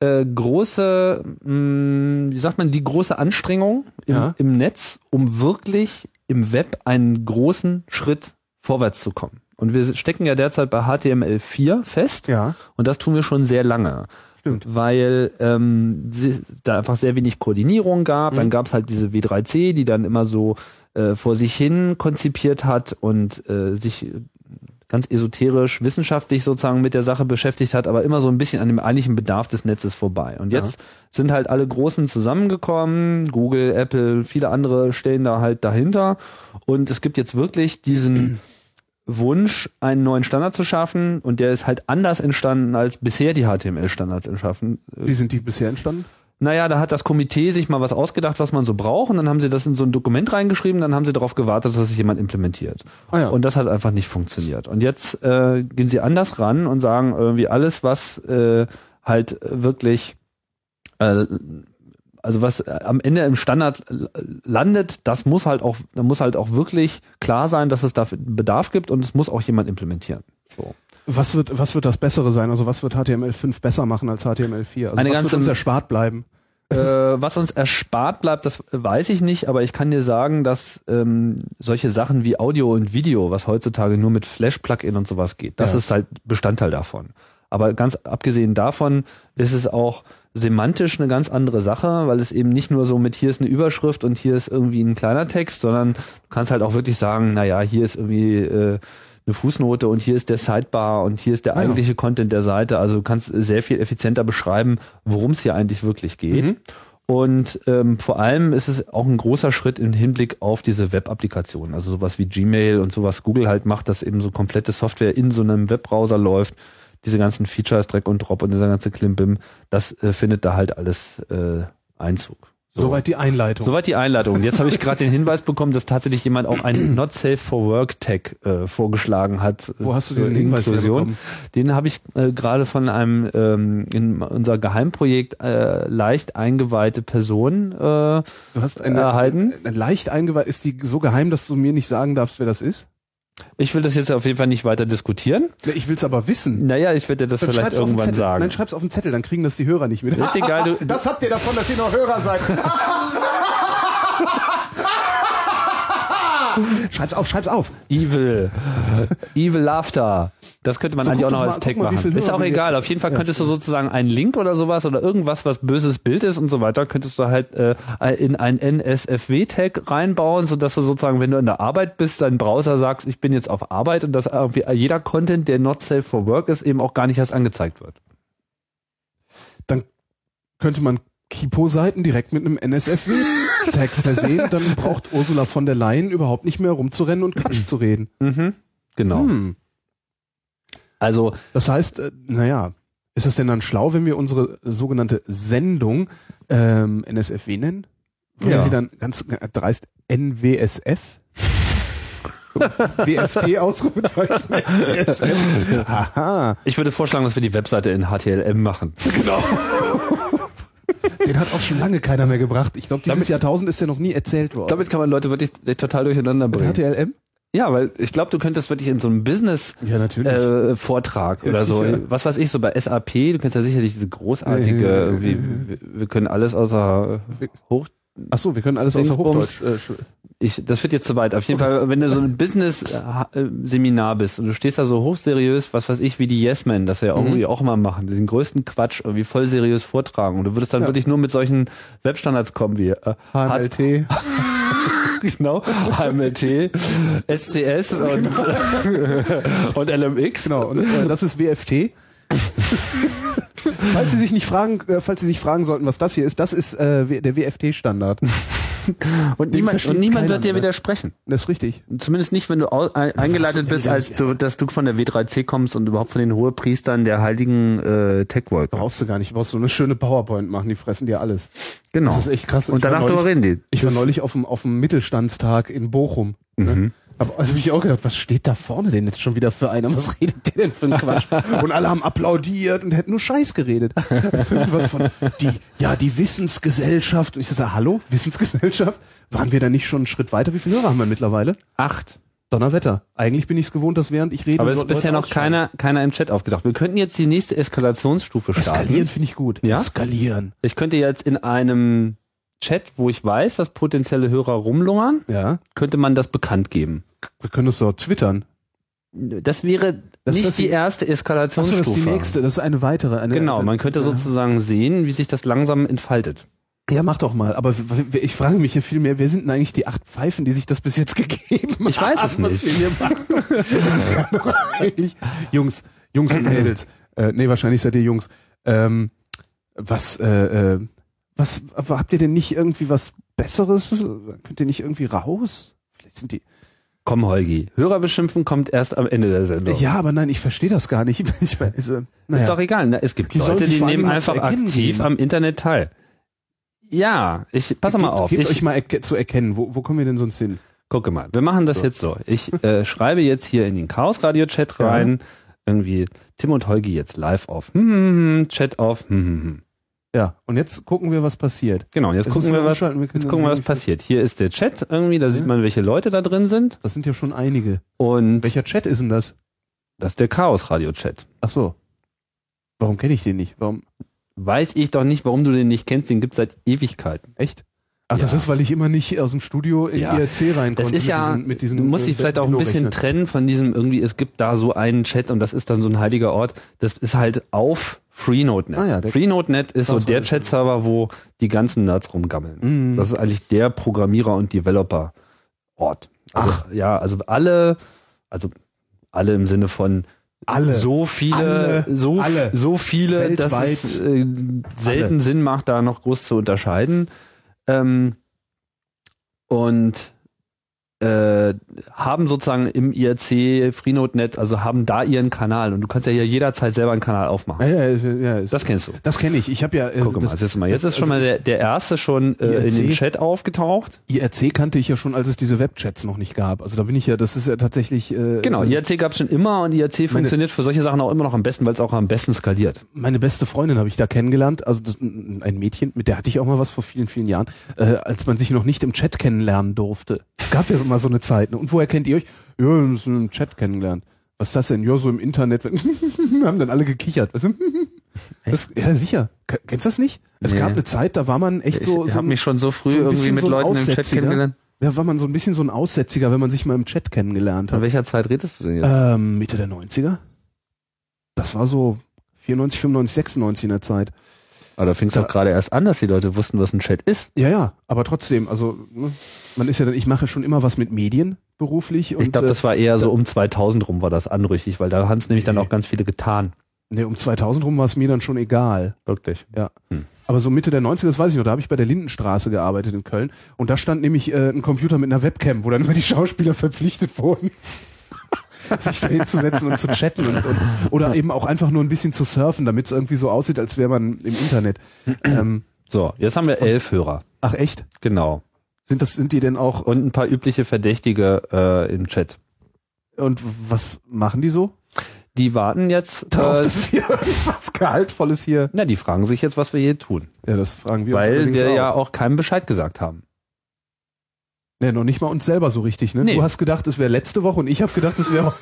S1: äh, große, mh, wie sagt man, die große Anstrengung im,
S2: Ja.
S1: im Netz, um wirklich im Web einen großen Schritt vorwärts zu kommen. Und wir stecken ja derzeit bei HTML4 fest.
S2: Ja.
S1: Und das tun wir schon sehr lange.
S2: Stimmt.
S1: Weil ähm, sie, da einfach sehr wenig Koordinierung gab. Dann gab es halt diese W3C, die dann immer so äh, vor sich hin konzipiert hat und äh, sich ganz esoterisch, wissenschaftlich sozusagen mit der Sache beschäftigt hat, aber immer so ein bisschen an dem eigentlichen Bedarf des Netzes vorbei. Und jetzt sind halt alle Großen zusammengekommen, Google, Apple, viele andere stehen da halt dahinter. Und es gibt jetzt wirklich diesen Wunsch, einen neuen Standard zu schaffen und der ist halt anders entstanden, als bisher die HTML-Standards entschaffen. Äh,
S2: Wie sind die bisher entstanden?
S1: Naja, da hat das Komitee sich mal was ausgedacht, was man so braucht und dann haben sie das in so ein Dokument reingeschrieben, dann haben sie darauf gewartet, dass es jemand implementiert.
S2: Ah ja.
S1: Und das hat einfach nicht funktioniert. Und jetzt äh, gehen sie anders ran und sagen irgendwie alles, was äh, halt wirklich, äh, also was äh, am Ende im Standard l- landet, das muss halt auch, da muss halt auch wirklich klar sein, dass es dafür Bedarf gibt und es muss auch jemand implementieren. So.
S2: Was wird, was wird das Bessere sein? Also was wird HTML5 besser machen als HTML4?
S1: Eine
S2: Also was wird
S1: ganze-
S2: uns erspart bleiben?
S1: äh, was uns erspart bleibt, das weiß ich nicht, aber ich kann dir sagen, dass ähm, solche Sachen wie Audio und Video, was heutzutage nur mit Flash-Plugin und sowas geht, das
S2: Ja.
S1: ist halt Bestandteil davon. Aber ganz abgesehen davon ist es auch semantisch eine ganz andere Sache, weil es eben nicht nur so mit hier ist eine Überschrift und hier ist irgendwie ein kleiner Text, sondern du kannst halt auch wirklich sagen, naja, hier ist irgendwie äh, eine Fußnote und hier ist der Sidebar und hier ist der
S2: Ah ja.
S1: eigentliche Content der Seite. Also du kannst sehr viel effizienter beschreiben, worum es hier eigentlich wirklich geht.
S2: Mhm.
S1: Und ähm, vor allem ist es auch ein großer Schritt im Hinblick auf diese Web-Applikationen. Also sowas wie Gmail und sowas Google halt macht, dass eben so komplette Software in so einem Webbrowser läuft. Diese ganzen Features, Drag und Drop und dieser ganze Klimbim, das äh, findet da halt alles äh, Einzug.
S2: Soweit die Einleitung.
S1: Soweit die Einladung. Jetzt habe ich gerade den Hinweis bekommen, dass tatsächlich jemand auch einen Not Safe for Work Tag äh, vorgeschlagen hat. äh,
S2: Wo hast du
S1: Zur
S2: diesen Hinweis her bekommen?
S1: Den habe ich äh, gerade von einem ähm, in unser Geheimprojekt äh, leicht eingeweihte Person. Äh,
S2: Du hast eine,
S1: Erhalten?
S2: eine leicht eingeweiht. Ist die so geheim, dass du mir nicht sagen darfst, wer das ist?
S1: ich will das jetzt auf jeden Fall nicht weiter diskutieren.
S2: Ne, Ich will's aber wissen.
S1: Naja, ich werde dir das vielleicht
S2: schreib's auf den
S1: irgendwann
S2: Zettel. Ah,
S1: sagen.
S2: Nein, schreib's auf den Zettel, dann kriegen das die Hörer nicht mit.
S1: ist egal, du,
S2: Das habt ihr davon, dass ihr noch Hörer seid. schreib's auf, schreib's auf.
S1: Evil. Evil Laughter. Das könnte man
S2: So,
S1: eigentlich
S2: guck
S1: auch noch
S2: doch
S1: als
S2: mal-
S1: Tag
S2: guck mal, wie
S1: machen.
S2: viel
S1: Ist
S2: Hörer
S1: auch
S2: wir
S1: egal.
S2: jetzt-
S1: Auf jeden Fall könntest du sozusagen einen Link oder sowas oder irgendwas, was böses Bild ist und so weiter, könntest du halt äh, in ein NSFW-Tag reinbauen, sodass du sozusagen, wenn du in der Arbeit bist, deinen Browser sagst, ich bin jetzt auf Arbeit und dass irgendwie jeder Content, der not safe for work ist, eben auch gar nicht erst angezeigt wird.
S2: Könnte man Kipo-Seiten direkt mit einem NSFW-Tag versehen, dann braucht Ursula von der Leyen überhaupt nicht mehr rumzurennen und Quatsch zu reden.
S1: Mhm. Genau.
S2: Hm.
S1: Also
S2: Das heißt, äh, naja, ist das denn dann schlau, wenn wir unsere sogenannte Sendung ähm, NSFW nennen? Wenn
S1: Ja.
S2: sie dann ganz äh, dreist NWSF? WFT Ausrufezeichen. NSF. Haha.
S1: ich würde vorschlagen, dass wir die Webseite in HTLM machen.
S2: Den hat auch schon lange keiner mehr gebracht. Ich glaube, dieses Jahrtausend ist ja noch nie erzählt worden.
S1: Damit kann man Leute wirklich total durcheinander bringen.
S2: HTLM?
S1: Ja, weil ich glaube, du könntest wirklich in so einem Business
S2: Ja, natürlich.
S1: äh, Vortrag oder so.
S2: sicher.
S1: Was weiß ich, so bei SAP, du kennst ja sicherlich diese
S2: Ja, ja, ja,
S1: großartige,
S2: ja,
S1: wie,
S2: ja.
S1: wir- wir können alles außer Hoch.
S2: Ach so, wir können alles außer
S1: Dingsbums.
S2: Hochdeutsch. Äh, sch-
S1: Ich, das wird jetzt zu weit. Auf jeden Fall, wenn du so ein Business-Seminar bist und du stehst da so hochseriös, was weiß ich, wie die Yes Men, das ja
S2: Mhm.
S1: irgendwie auch immer machen, den größten Quatsch irgendwie voll seriös vortragen. Und du würdest dann wirklich nur mit solchen Webstandards kommen wie äh, hat-
S2: HMLT.
S1: genau, HMLT, SCS und, und LMX.
S2: Genau, und äh, das ist WFT. falls Sie sich nicht fragen, äh, falls Sie sich fragen sollten, was das hier ist, das ist äh, W- der WFT-Standard.
S1: Und
S2: Den
S1: niemand,
S2: versteht
S1: und niemand
S2: keiner
S1: wird dir
S2: mehr.
S1: widersprechen.
S2: Das ist richtig.
S1: Zumindest nicht, wenn du au- ein- eingeleitet bist, als du, dass du von der W3C kommst und überhaupt von den Hohepriestern der heiligen äh, Techworker.
S2: Brauchst du gar nicht. Du brauchst so eine schöne PowerPoint machen, die fressen dir alles.
S1: Genau.
S2: Das ist echt krass.
S1: und
S2: Ich war
S1: danach
S2: neulich-
S1: drüber reden die.
S2: Ich war neulich auf dem, auf dem Mittelstandstag in Bochum. Ne? Aber also hab ich auch gedacht, was steht da vorne denn jetzt schon wieder für einer? Was redet der denn für einen Quatsch? Und alle haben applaudiert und hätten nur Scheiß geredet. Irgendwas von, die, ja, die Wissensgesellschaft. Und ich sage, hallo, Wissensgesellschaft? Waren wir da nicht schon einen Schritt weiter? Wie viele Hörer haben wir mittlerweile?
S1: Acht.
S2: Donnerwetter. Eigentlich bin ich es gewohnt, dass während ich rede.
S1: Aber es ist
S2: Leute
S1: bisher noch
S2: aufschreien.
S1: keiner, keiner im Chat aufgedacht. Wir könnten jetzt die nächste Eskalationsstufe starten.
S2: Skalieren finde ich gut.
S1: Ja?
S2: Skalieren.
S1: Ich könnte jetzt in einem Chat, wo ich weiß, dass potenzielle Hörer rumlungern,
S2: Ja.
S1: könnte man das bekannt geben.
S2: Wir können es so twittern.
S1: Das wäre
S2: Das
S1: nicht
S2: ist
S1: die,
S2: die-
S1: erste
S2: Ach so,
S1: Eskalationsstufe.
S2: das ist die nächste. Das ist eine weitere. Eine,
S1: Genau, man könnte
S2: Ja.
S1: sozusagen sehen, wie sich das langsam entfaltet.
S2: Ja, mach doch mal. Aber w- w- ich frage mich ja viel mehr, wer sind denn eigentlich die acht Pfeifen, die sich das bis jetzt gegeben haben?
S1: Ich weiß es
S2: Was
S1: nicht.
S2: wir hier machen? Das kann doch eigentlich- Jungs, Jungs und Mädels. Äh, nee, wahrscheinlich seid ihr Jungs. Ähm, was, äh, äh, was, aber habt ihr denn nicht irgendwie was Besseres? Könnt ihr nicht irgendwie raus? Vielleicht sind die.
S1: Komm, Holgi. Hörer beschimpfen kommt erst am Ende der Sendung.
S2: Ja, aber nein, ich verstehe das gar nicht. Ich meine, ist, äh, naja.
S1: Ist doch egal. ne? Es gibt
S2: Die sollen
S1: Leute,
S2: sich
S1: die
S2: vor allen
S1: nehmen
S2: Dingen mal zu
S1: einfach
S2: erkennen
S1: aktiv
S2: geben.
S1: am Internet teil. Ja, ich pass mal
S2: Gebt-
S1: auf.
S2: Gebt
S1: Ich
S2: euch mal erke- zu erkennen. Wo, wo kommen wir denn sonst hin?
S1: gucke mal. Wir machen das jetzt so. Ich äh, schreibe jetzt hier in den Chaos Radio Chat
S2: Ja.
S1: rein. Irgendwie Tim und Holgi jetzt live auf. Hm, hm, hm, Chat auf. Hm, hm, hm.
S2: Ja, und jetzt gucken wir, was passiert.
S1: Genau. und Jetzt
S2: Jetzt
S1: gucken
S2: müssen wir
S1: wir was.
S2: umschalten, wir können
S1: jetzt gucken wir, was
S2: dann sehen, wie
S1: passiert. Hier ist der Chat irgendwie. Da sieht man, welche Leute da drin sind.
S2: Das sind ja schon einige.
S1: Und
S2: Welcher Chat ist denn das?
S1: das ist der Chaos Radio Chat.
S2: Ach so. Warum kenne ich den nicht? Warum?
S1: Weiß ich doch nicht, warum du den nicht kennst. Den gibt's seit Ewigkeiten.
S2: Echt? Ach, das
S1: Ja.
S2: ist, weil ich immer nicht aus dem Studio in
S1: Ja.
S2: IRC rein
S1: Das
S2: konnte.
S1: ist ja,
S2: mit diesen,
S1: du musst
S2: äh,
S1: dich vielleicht auch ein bisschen
S2: Window-Rechnern.
S1: trennen von diesem irgendwie, es gibt da so einen Chat und das ist dann so ein heiliger Ort. Das ist halt auf FreeNote.net.
S2: Ah ja, der-
S1: FreeNote.net ist so
S2: Das
S1: der
S2: weiß ich nicht.
S1: Chat-Server, wo die ganzen Nerds rumgammeln.
S2: Mhm.
S1: Das ist eigentlich der Programmierer- und Developer-Ort. Also, ja, also alle, also alle im Sinne von
S2: Alle.
S1: so viele,
S2: Alle.
S1: so,
S2: Alle.
S1: so viele, dass
S2: Weltweit.
S1: es äh, selten Sinn macht, da noch groß zu unterscheiden. Ähm, und äh, haben sozusagen im IRC Freenode.net, also haben da ihren Kanal und du kannst ja hier jederzeit selber einen Kanal
S2: Ja,
S1: aufmachen.
S2: ja, ja, ja. Das,
S1: Das kennst du.
S2: das kenne ich. Ich habe ja. Äh,
S1: Guck mal,
S2: das, also
S1: siehst du mal, jetzt ist schon mal der, der erste schon äh, in
S2: IRC?
S1: dem Chat aufgetaucht.
S2: IRC kannte ich ja schon, als es diese Webchats noch nicht gab. Also da bin ich ja, das ist ja tatsächlich. Äh,
S1: Genau,
S2: das-
S1: IRC gab es schon immer und IRC funktioniert für solche Sachen auch immer noch am besten, weil es auch am besten skaliert.
S2: meine beste Freundin habe ich da kennengelernt, also das, n- ein Mädchen, mit der hatte ich auch mal was vor vielen, vielen Jahren, äh, als man sich noch nicht im Chat kennenlernen durfte. Es gab ja so mal so eine Zeit. Ne? Und woher kennt ihr euch? Ja, wir haben uns im Chat kennengelernt. Was ist das denn? Ja, so im Internet. Wir haben dann alle gekichert. Weißt du? das, ja, sicher. Ke- Kennst du das nicht? Es
S1: Nee.
S2: gab eine Zeit, da war man echt
S1: Ich
S2: so, so
S1: habe mich schon so früh
S2: so ein
S1: irgendwie
S2: bisschen
S1: mit
S2: so ein
S1: Leuten im Chat
S2: Aussätziger.
S1: kennengelernt.
S2: da war man so ein bisschen so ein Aussätziger, wenn man sich mal im Chat kennengelernt
S1: Von
S2: hat.
S1: welcher Zeit redest du denn jetzt?
S2: Ähm, Mitte der 90er? Das war so 94, 95, 96 in der Zeit.
S1: Aber da fing es
S2: da-
S1: doch gerade erst an, dass die Leute wussten, was ein Chat ist.
S2: Ja, ja, aber trotzdem, also ne, man ist ja dann, ich mache schon immer was mit Medien beruflich und
S1: Ich glaube,
S2: äh,
S1: das war eher so um 2000 rum war das anrüchig, weil da haben es nämlich dann auch ganz viele getan.
S2: nee, um 2000 rum war es mir dann schon egal.
S1: Wirklich.
S2: Aber so Mitte der 90er, das weiß ich noch, da habe ich bei der Lindenstraße gearbeitet in Köln und da stand nämlich äh, ein Computer mit einer Webcam, wo dann immer die Schauspieler verpflichtet wurden, sich da hinzusetzen und zu chatten und, und oder eben auch einfach nur ein bisschen zu surfen, damit es irgendwie so aussieht, als wäre man im Internet. Ähm,
S1: So, jetzt haben wir elf Hörer.
S2: ach echt?
S1: Genau.
S2: Sind das sind die denn auch
S1: Und ein paar übliche Verdächtige äh, im Chat.
S2: und was machen die so?
S1: Die warten jetzt.
S2: Darauf,
S1: Äh,
S2: dass wir irgendwas Gehaltvolles hier
S1: na, die fragen sich jetzt, was wir hier tun.
S2: Ja, das fragen wir uns
S1: weil
S2: allerdings
S1: wir
S2: auch.
S1: ja auch keinem Bescheid gesagt haben.
S2: Nee, noch nicht mal uns selber so richtig, ne?
S1: Nee.
S2: Du hast gedacht, es wäre letzte Woche und ich habe gedacht, es wäre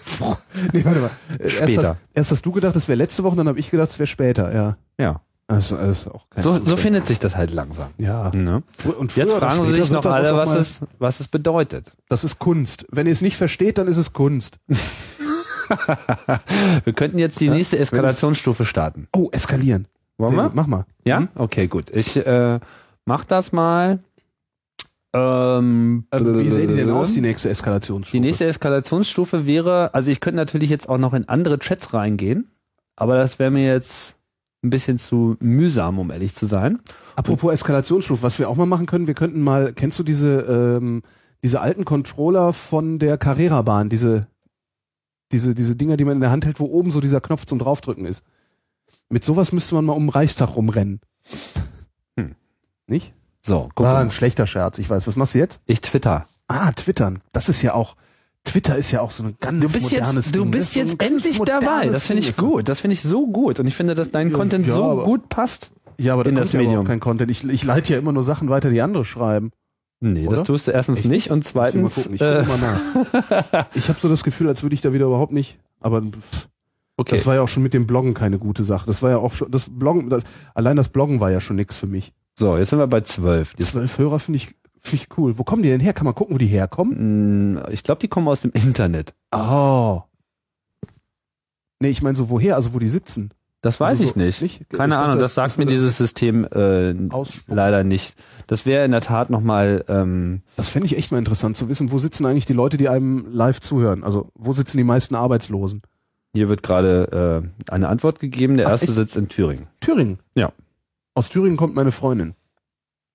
S2: Nee, warte mal. Äh, Erst,
S1: Später.
S2: hast, erst hast du gedacht, es wäre letzte Woche, dann habe ich gedacht, es wäre später, ja.
S1: Ja.
S2: Das, das ist auch kein
S1: So, so
S2: Zufall.
S1: findet sich das halt langsam.
S2: Ja.
S1: Ne?
S2: Fr- Und früher
S1: Jetzt
S2: oder
S1: fragen sie
S2: später
S1: sich
S2: wird
S1: noch
S2: daraus
S1: alle,
S2: auch
S1: was
S2: mal-
S1: es, was es bedeutet.
S2: Das ist Kunst. Wenn ihr es nicht versteht, dann ist es Kunst.
S1: Wir könnten jetzt die nächste Eskalationsstufe starten.
S2: Oh, eskalieren.
S1: Wollen
S2: Sehr
S1: wir?
S2: gut, Mach mal.
S1: Ja? Okay, gut. Ich äh, mach das mal. Ähm,
S2: Äh, Wie sehen die denn aus, die nächste Eskalationsstufe?
S1: Die nächste Eskalationsstufe wäre, also ich könnte natürlich jetzt auch noch in andere Chats reingehen, aber das wäre mir jetzt ein bisschen zu mühsam, um ehrlich zu sein. Hm.
S2: Apropos Eskalationsstufe, was wir auch mal machen können, wir könnten mal, kennst du diese, ähm, diese alten Controller von der Carrera-Bahn, diese, diese, diese Dinger, die man in der Hand hält, wo oben so dieser Knopf zum Draufdrücken ist. Mit sowas müsste man mal um den Reichstag rumrennen.
S1: Hm.
S2: Nicht?
S1: So, guck
S2: War
S1: mal.
S2: ein schlechter Scherz, ich weiß. Was machst du jetzt?
S1: Ich twitter.
S2: Ah, twittern. Das ist ja auch, Twitter ist ja auch so ein ganz
S1: Du bist
S2: modernes
S1: jetzt, du
S2: Ding. Das
S1: bist
S2: ist so ein
S1: jetzt
S2: ganz
S1: endlich
S2: modernes
S1: dabei. Das finde
S2: Ding.
S1: ich gut. Das finde ich so gut. Und ich finde, dass dein
S2: Ja,
S1: Content
S2: ja,
S1: so
S2: aber-
S1: gut passt.
S2: Ja, aber da
S1: In
S2: kommt
S1: das
S2: ja aber auch
S1: Medium.
S2: kein Content. Ich, ich leite ja immer nur Sachen weiter, die andere schreiben.
S1: Nee, das
S2: Oder?
S1: tust du erstens nicht und
S2: Ich muss
S1: zweitens,
S2: mal gucken, ich
S1: äh,
S2: guck mal nach. ich habe so das Gefühl, als würde ich da wieder überhaupt nicht. Aber pff,
S1: okay.
S2: das war ja auch schon mit dem Bloggen keine gute Sache. Das war ja auch schon das Bloggen. Das, allein das Bloggen war ja schon nix für mich.
S1: So, jetzt sind wir bei zwölf. Jetzt-
S2: Zwölf Hörer finde ich, find ich cool. Wo kommen die denn her? Kann man gucken, wo die herkommen?
S1: Mm, Ich glaube, die kommen aus dem Internet. Ah.
S2: Oh. Nee, ich meine so woher, also wo die sitzen.
S1: Das weiß
S2: Also so-
S1: ich nicht. Keine
S2: Ich dachte,
S1: Ahnung, das sagt mir
S2: würde
S1: dieses System äh,
S2: ausspucken.
S1: leider nicht. Das wäre in der Tat nochmal, ähm,
S2: Das fände ich echt mal interessant zu wissen, wo sitzen eigentlich die Leute, die einem live zuhören? Also, wo sitzen die meisten Arbeitslosen?
S1: hier wird gerade äh, eine Antwort gegeben. Der
S2: Ach,
S1: erste
S2: echt?
S1: sitzt in Thüringen.
S2: Thüringen.
S1: Ja.
S2: Aus Thüringen kommt meine Freundin.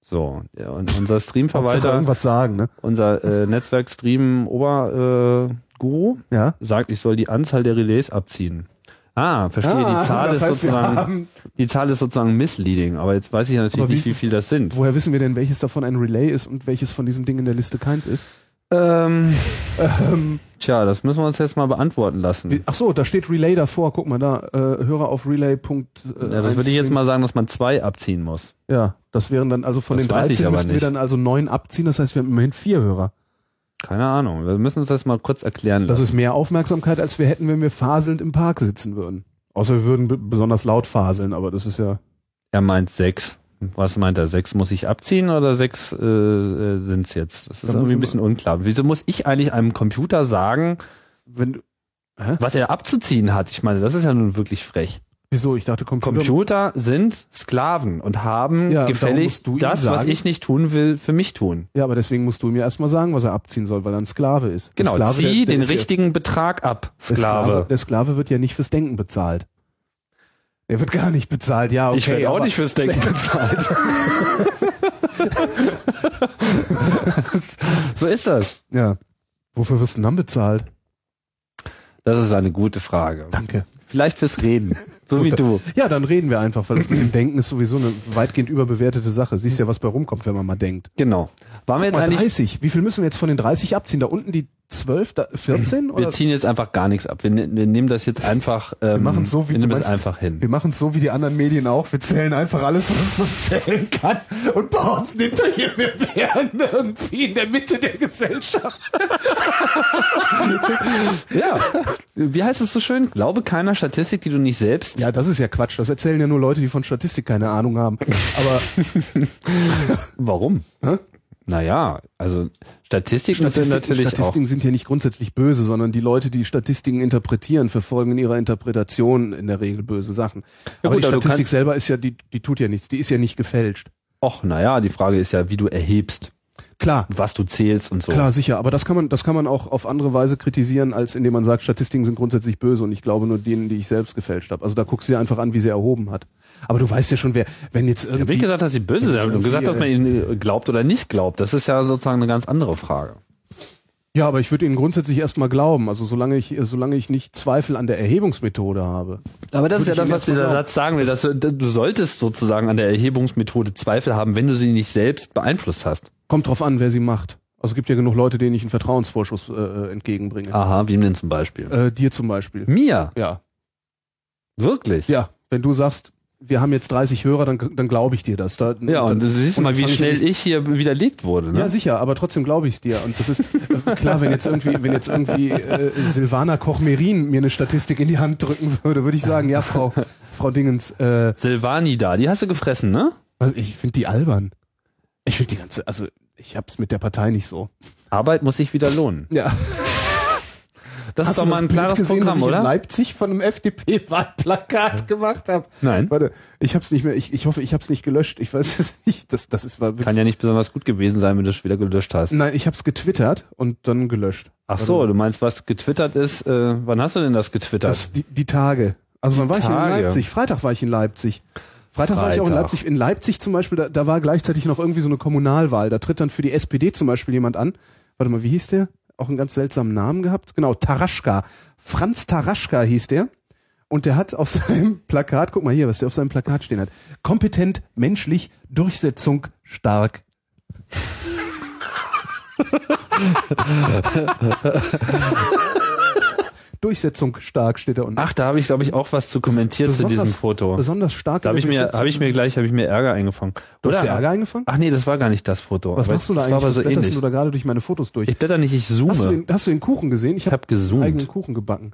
S1: So, ja, und unser
S2: Hauptsache
S1: Streamverwalter,
S2: irgendwas sagen, ne?
S1: unser äh, Netzwerk-Stream-Oberguru äh, Guru
S2: Ja.
S1: sagt, ich soll die Anzahl der Relais abziehen. Ah, verstehe.
S2: Ah,
S1: die Zahl
S2: das
S1: ist
S2: heißt, Wir
S1: sozusagen,
S2: haben,
S1: die Zahl ist sozusagen misleading. Aber jetzt weiß ich ja natürlich
S2: Aber wie-
S1: nicht, wie viel das sind.
S2: woher wissen wir denn, welches davon ein Relay ist und welches von diesem Ding in der Liste keins ist?
S1: Ähm,
S2: Ähm,
S1: tja, das müssen wir uns jetzt mal beantworten lassen.
S2: Wie- äh, Ach so, da steht Relay davor. Guck mal da, äh, Hörer auf Relay. Punkt, äh,
S1: ja, das würde ich jetzt mal sagen, dass man zwei abziehen muss.
S2: Ja, das wären dann also von
S1: Das
S2: den
S1: weiß ich
S2: 13
S1: aber
S2: müssten wir
S1: nicht.
S2: dann also neun abziehen. Das heißt, wir haben immerhin vier Hörer.
S1: Keine Ahnung. Wir müssen uns das mal kurz erklären
S2: Das
S1: lassen.
S2: ist mehr Aufmerksamkeit, als wir hätten, wenn wir faselnd im Park sitzen würden. Außer wir würden b- besonders laut faseln, aber das ist ja.
S1: er meint sechs. Was meint er? Sechs muss ich abziehen oder sechs äh, äh, sind's jetzt? Das ist
S2: Dann
S1: irgendwie ein
S2: müssen
S1: bisschen unklar. Wieso muss ich eigentlich einem Computer sagen,
S2: Wenn,
S1: was er abzuziehen hat? Ich meine, das ist ja nun wirklich frech.
S2: wieso? Ich dachte, Computer.
S1: Computer sind Sklaven und haben
S2: Ja, darum
S1: gefälligst
S2: musst du ihm
S1: das, was
S2: sagen-
S1: ich nicht tun will, für mich tun.
S2: Ja, aber deswegen musst du mir erstmal sagen, was er abziehen soll, weil er ein Sklave ist.
S1: Genau,
S2: Sklave,
S1: zieh
S2: der- der
S1: den
S2: ist ja-
S1: richtigen Betrag ab,
S2: Der Sklave.
S1: Sklave.
S2: Der Sklave wird ja nicht fürs Denken bezahlt. Er wird gar nicht bezahlt, ja, okay.
S1: ich werde auch
S2: aber-
S1: nicht fürs Denken bezahlt. so ist das.
S2: Ja. Wofür wirst du denn dann bezahlt?
S1: Das ist eine gute Frage.
S2: Danke.
S1: Vielleicht fürs Reden. So wie du.
S2: Ja, dann reden wir einfach, weil das mit dem Denken ist sowieso eine weitgehend überbewertete Sache. Siehst ja, was bei rumkommt, wenn man mal denkt.
S1: Genau. Waren wir jetzt
S2: Mal
S1: eigentlich.
S2: 30. Wie viel müssen wir jetzt von den 30 abziehen? Da unten die 12, da 14?
S1: Wir
S2: Oder?
S1: ziehen jetzt einfach gar nichts ab. Wir, ne- wir nehmen das jetzt einfach. Ähm, wir
S2: machen's so, wie
S1: wir
S2: du
S1: nehmen es
S2: meinst.
S1: einfach hin.
S2: Wir machen es so wie die anderen Medien auch. Wir zählen einfach alles, was man zählen kann und behaupten hinterher, wir wären irgendwie in der Mitte der Gesellschaft.
S1: Ja. Wie heißt es so schön? Glaube keiner Statistik, die du nicht selbst.
S2: Ja, das ist ja Quatsch. Das erzählen ja nur Leute, die von Statistik keine Ahnung haben. Aber
S1: Warum?
S2: Hä?
S1: Naja, also Statistiken sind
S2: Statistiken,
S1: natürlich
S2: Statistiken sind ja nicht grundsätzlich böse, sondern die Leute, die Statistiken interpretieren, verfolgen in ihrer Interpretation in der Regel böse Sachen. aber
S1: gut,
S2: die
S1: aber du
S2: Statistik
S1: kannst-
S2: selber ist ja, die, die tut ja nichts. Die ist ja nicht gefälscht.
S1: auch. Och, naja, die Frage ist ja, wie du erhebst,
S2: Klar.
S1: was du zählst und so.
S2: Klar, sicher, aber das kann man, das kann man auch auf andere Weise kritisieren, als indem man sagt, Statistiken sind grundsätzlich böse und ich glaube nur denen, die ich selbst gefälscht habe. Also da guckst du dir einfach an, wie sie erhoben hat. Aber du weißt ja schon, wer, wenn jetzt
S1: Ich habe
S2: irgendwie,
S1: nicht gesagt, dass sie böse
S2: Jetzt
S1: sind, und gesagt, dass
S2: irgendwie,
S1: man ihnen glaubt oder nicht glaubt. Das ist ja sozusagen eine ganz andere Frage.
S2: ja, aber ich würde ihnen grundsätzlich erstmal glauben, also solange ich, solange ich nicht Zweifel an der Erhebungsmethode habe.
S1: Aber das ist ja
S2: Würde ich genau-
S1: das,
S2: Ihnen
S1: was dieser
S2: erstmal glauben.
S1: Satz sagen will, dass du, du solltest sozusagen an der Erhebungsmethode Zweifel haben, wenn du sie nicht selbst beeinflusst hast.
S2: Kommt drauf an, wer sie macht. Also es gibt ja genug Leute, denen ich einen Vertrauensvorschuss äh, entgegenbringe.
S1: Aha, wem denn zum Beispiel?
S2: Äh, dir zum Beispiel.
S1: Mir?
S2: Ja.
S1: Wirklich?
S2: Ja, wenn du sagst, wir haben jetzt 30 Hörer, dann, dann glaube ich dir das. Da,
S1: Ja, und du siehst
S2: und
S1: mal, wie
S2: fang ich
S1: schnell
S2: an-
S1: ich hier widerlegt wurde. Ne?
S2: Ja, sicher, aber trotzdem glaube ich dir. Und das ist äh, klar, wenn jetzt irgendwie, wenn jetzt irgendwie äh, Silvana Koch-Merin mir eine Statistik in die Hand drücken würde, würde ich sagen, ja, Frau, Frau Dingens, äh,
S1: Silvani da, die hast du gefressen, ne?
S2: was, ich finde die albern. Ich finde die ganze, also ich hab's mit der Partei nicht so.
S1: Arbeit muss sich wieder lohnen.
S2: Ja.
S1: Das ist
S2: Hast
S1: doch
S2: du
S1: mal
S2: das
S1: ein
S2: Bild
S1: klares
S2: gesehen,
S1: Programm,
S2: was ich in
S1: oder?
S2: Leipzig von einem FDP-Wahlplakat gemacht habe.
S1: Nein.
S2: Warte, ich hab's nicht mehr, ich, ich hoffe, ich hab's nicht gelöscht. Ich weiß es nicht. Das, das ist war wirklich.
S1: Kann ja nicht besonders gut gewesen sein, wenn du es wieder gelöscht hast.
S2: Nein, ich hab's getwittert und dann gelöscht. Also,
S1: Ach so, du meinst, was getwittert ist. Äh, wann hast du denn das getwittert?
S2: Das, die, die Tage. Also wann war ich
S1: Tage.
S2: in Leipzig? Freitag war ich in Leipzig. Freitag, war ich auch in
S1: Freitag.
S2: Leipzig. In Leipzig zum Beispiel, da, da war gleichzeitig noch irgendwie so eine Kommunalwahl. Da tritt dann für die SPD zum Beispiel jemand an. Warte mal, wie hieß der? Auch einen ganz seltsamen Namen gehabt. Genau, Taraschka. Franz Taraschka hieß der. Und der hat auf seinem Plakat, guck mal hier, was der auf seinem Plakat stehen hat. Kompetent, menschlich, Durchsetzung, stark. Durchsetzung stark steht da unten.
S1: Ach, da habe ich, glaube ich, auch was zu kommentiert zu
S2: Besonders-
S1: diesem Foto.
S2: Besonders stark.
S1: Da habe ich mir, habe ich mir gleich, habe ich mir Ärger eingefangen.
S2: Du hast dir
S1: Oder?
S2: Ärger eingefangen?
S1: Ach nee, das war gar nicht das Foto.
S2: Was
S1: Aber
S2: machst du da
S1: das
S2: eigentlich?
S1: War aber so
S2: Was blätterst
S1: ähnlich.
S2: du da gerade durch meine Fotos durch?
S1: Ich blätter nicht, ich
S2: Hast du,
S1: zoome.
S2: den, hast du den Kuchen gesehen? Ich
S1: Ich
S2: habe
S1: habe gezoomt.
S2: eigenen Kuchen gebacken.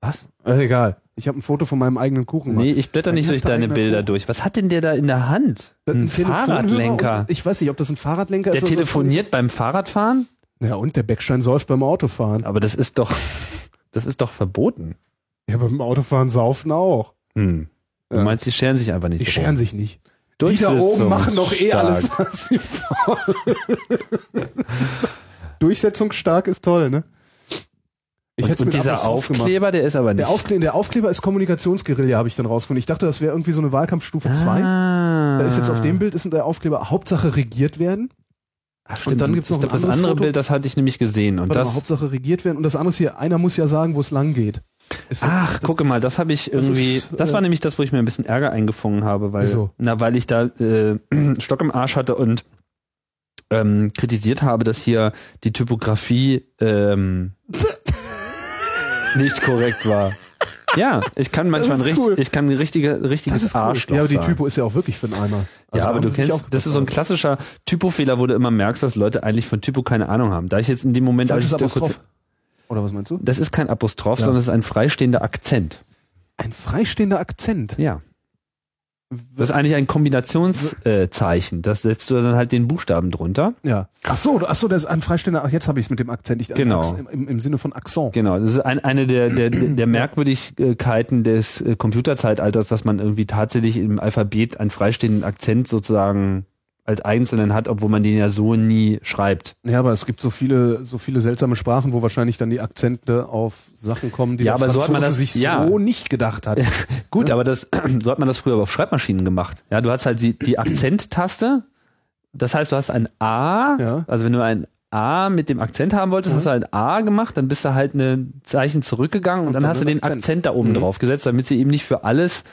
S1: Was?
S2: Äh, egal. Ich habe ein Foto von meinem eigenen Kuchen gemacht.
S1: Nee, ich blätter nicht
S2: Ein
S1: durch
S2: erster
S1: deine
S2: eigener
S1: Bilder
S2: Kuchen.
S1: durch. Was hat denn der da in der Hand?
S2: Da-
S1: Ein
S2: Telefonhörer
S1: Fahrradlenker.
S2: und- Ich weiß nicht, ob das ein Fahrradlenker
S1: Der
S2: ist. oder was
S1: telefoniert beim Fahrradfahren?
S2: von- Ja, und der Beckstein säuft beim Autofahren.
S1: Aber das ist doch, das ist doch verboten.
S2: Ja, beim Autofahren saufen auch.
S1: Hm. Du
S2: Ja.
S1: meinst, die scheren sich einfach nicht.
S2: Die
S1: drum.
S2: scheren sich nicht. Die da
S1: Durchsetzung
S2: oben machen doch eh
S1: stark.
S2: alles, was sie wollen. Durchsetzungsstark ist toll, ne? Ich
S1: Und,
S2: hätt's
S1: und
S2: mit
S1: dieser
S2: Ablass drauf gemacht.
S1: Aufkleber, der ist aber nicht.
S2: Der Aufkleber, der Aufkleber ist Kommunikationsguerilla, habe ich dann rausgefunden. Ich dachte, das wäre irgendwie so eine Wahlkampfstufe 2.
S1: Ah.
S2: Da ist jetzt auf dem Bild ist der Aufkleber Hauptsache regiert werden.
S1: Ach, Ah, stimmt.
S2: dann gibt's noch
S1: Ich glaub,
S2: ein
S1: das
S2: anderes
S1: andere
S2: Foto.
S1: Bild, das hatte ich nämlich gesehen. Und
S2: Warte mal,
S1: das.
S2: Hauptsache regiert werden. Und das andere ist hier, einer muss ja sagen, wo es lang geht. Ist das-
S1: Ach,
S2: das-
S1: gucke mal, das habe ich
S2: das
S1: irgendwie. Das,
S2: ist, äh,
S1: war nämlich das, wo ich mir ein bisschen Ärger eingefangen habe, weil
S2: Wieso?
S1: na, weil ich da äh, Stock im Arsch hatte und ähm, kritisiert habe, dass hier die Typografie ähm, nicht korrekt war. Ja, ich kann manchmal ein
S2: ist
S1: richt,
S2: cool.
S1: ich kann ein richtige, richtiges
S2: Das ist
S1: Arsch.
S2: cool. Ja, aber die Typo ist ja auch wirklich für den Eimer.
S1: ja, aber
S2: Also haben
S1: du
S2: sie sich
S1: kennst,
S2: auch
S1: das ist so ein klassischer Typofehler, wo du immer merkst, dass Leute eigentlich von Typo keine Ahnung haben. Da ich jetzt in dem Moment, als ich
S2: falsches
S1: da kurz,
S2: Apostroph. Oder was meinst du?
S1: das ist kein Apostroph,
S2: Ja.
S1: sondern es ist ein freistehender Akzent.
S2: Ein freistehender Akzent.
S1: Ja. Das ist eigentlich ein Kombinationszeichen. das setzt du dann halt den Buchstaben drunter.
S2: Ja. Ach so, ach so, das ist ein freistehender. Ach, jetzt habe ich es mit dem Akzent. Ich,
S1: Genau.
S2: Ax- im, Im Sinne von Akzent.
S1: Genau. Das ist ein, eine der, der, der Merkwürdigkeiten des äh, Computerzeitalters, dass man irgendwie tatsächlich im Alphabet einen freistehenden Akzent sozusagen als einzelnen hat, obwohl man den ja so nie schreibt.
S2: Ja, aber es gibt so viele, so viele seltsame Sprachen, wo wahrscheinlich dann die Akzente auf Sachen kommen, die
S1: Ja,
S2: der
S1: aber so hat man
S2: Franzose
S1: das-
S2: sich
S1: ja.
S2: so nicht gedacht hat.
S1: Gut, aber das, so hat man das früher auf Schreibmaschinen gemacht. Ja, du hast halt die, die Akzenttaste. Das heißt, du hast ein A.
S2: Ja.
S1: Also wenn du ein A mit dem Akzent haben wolltest, hast du ein A gemacht, dann bist du halt ein Zeichen zurückgegangen und, dann,
S2: dann
S1: hast du
S2: den
S1: den Akzent,
S2: Akzent.
S1: da oben drauf gesetzt, damit sie eben nicht für alles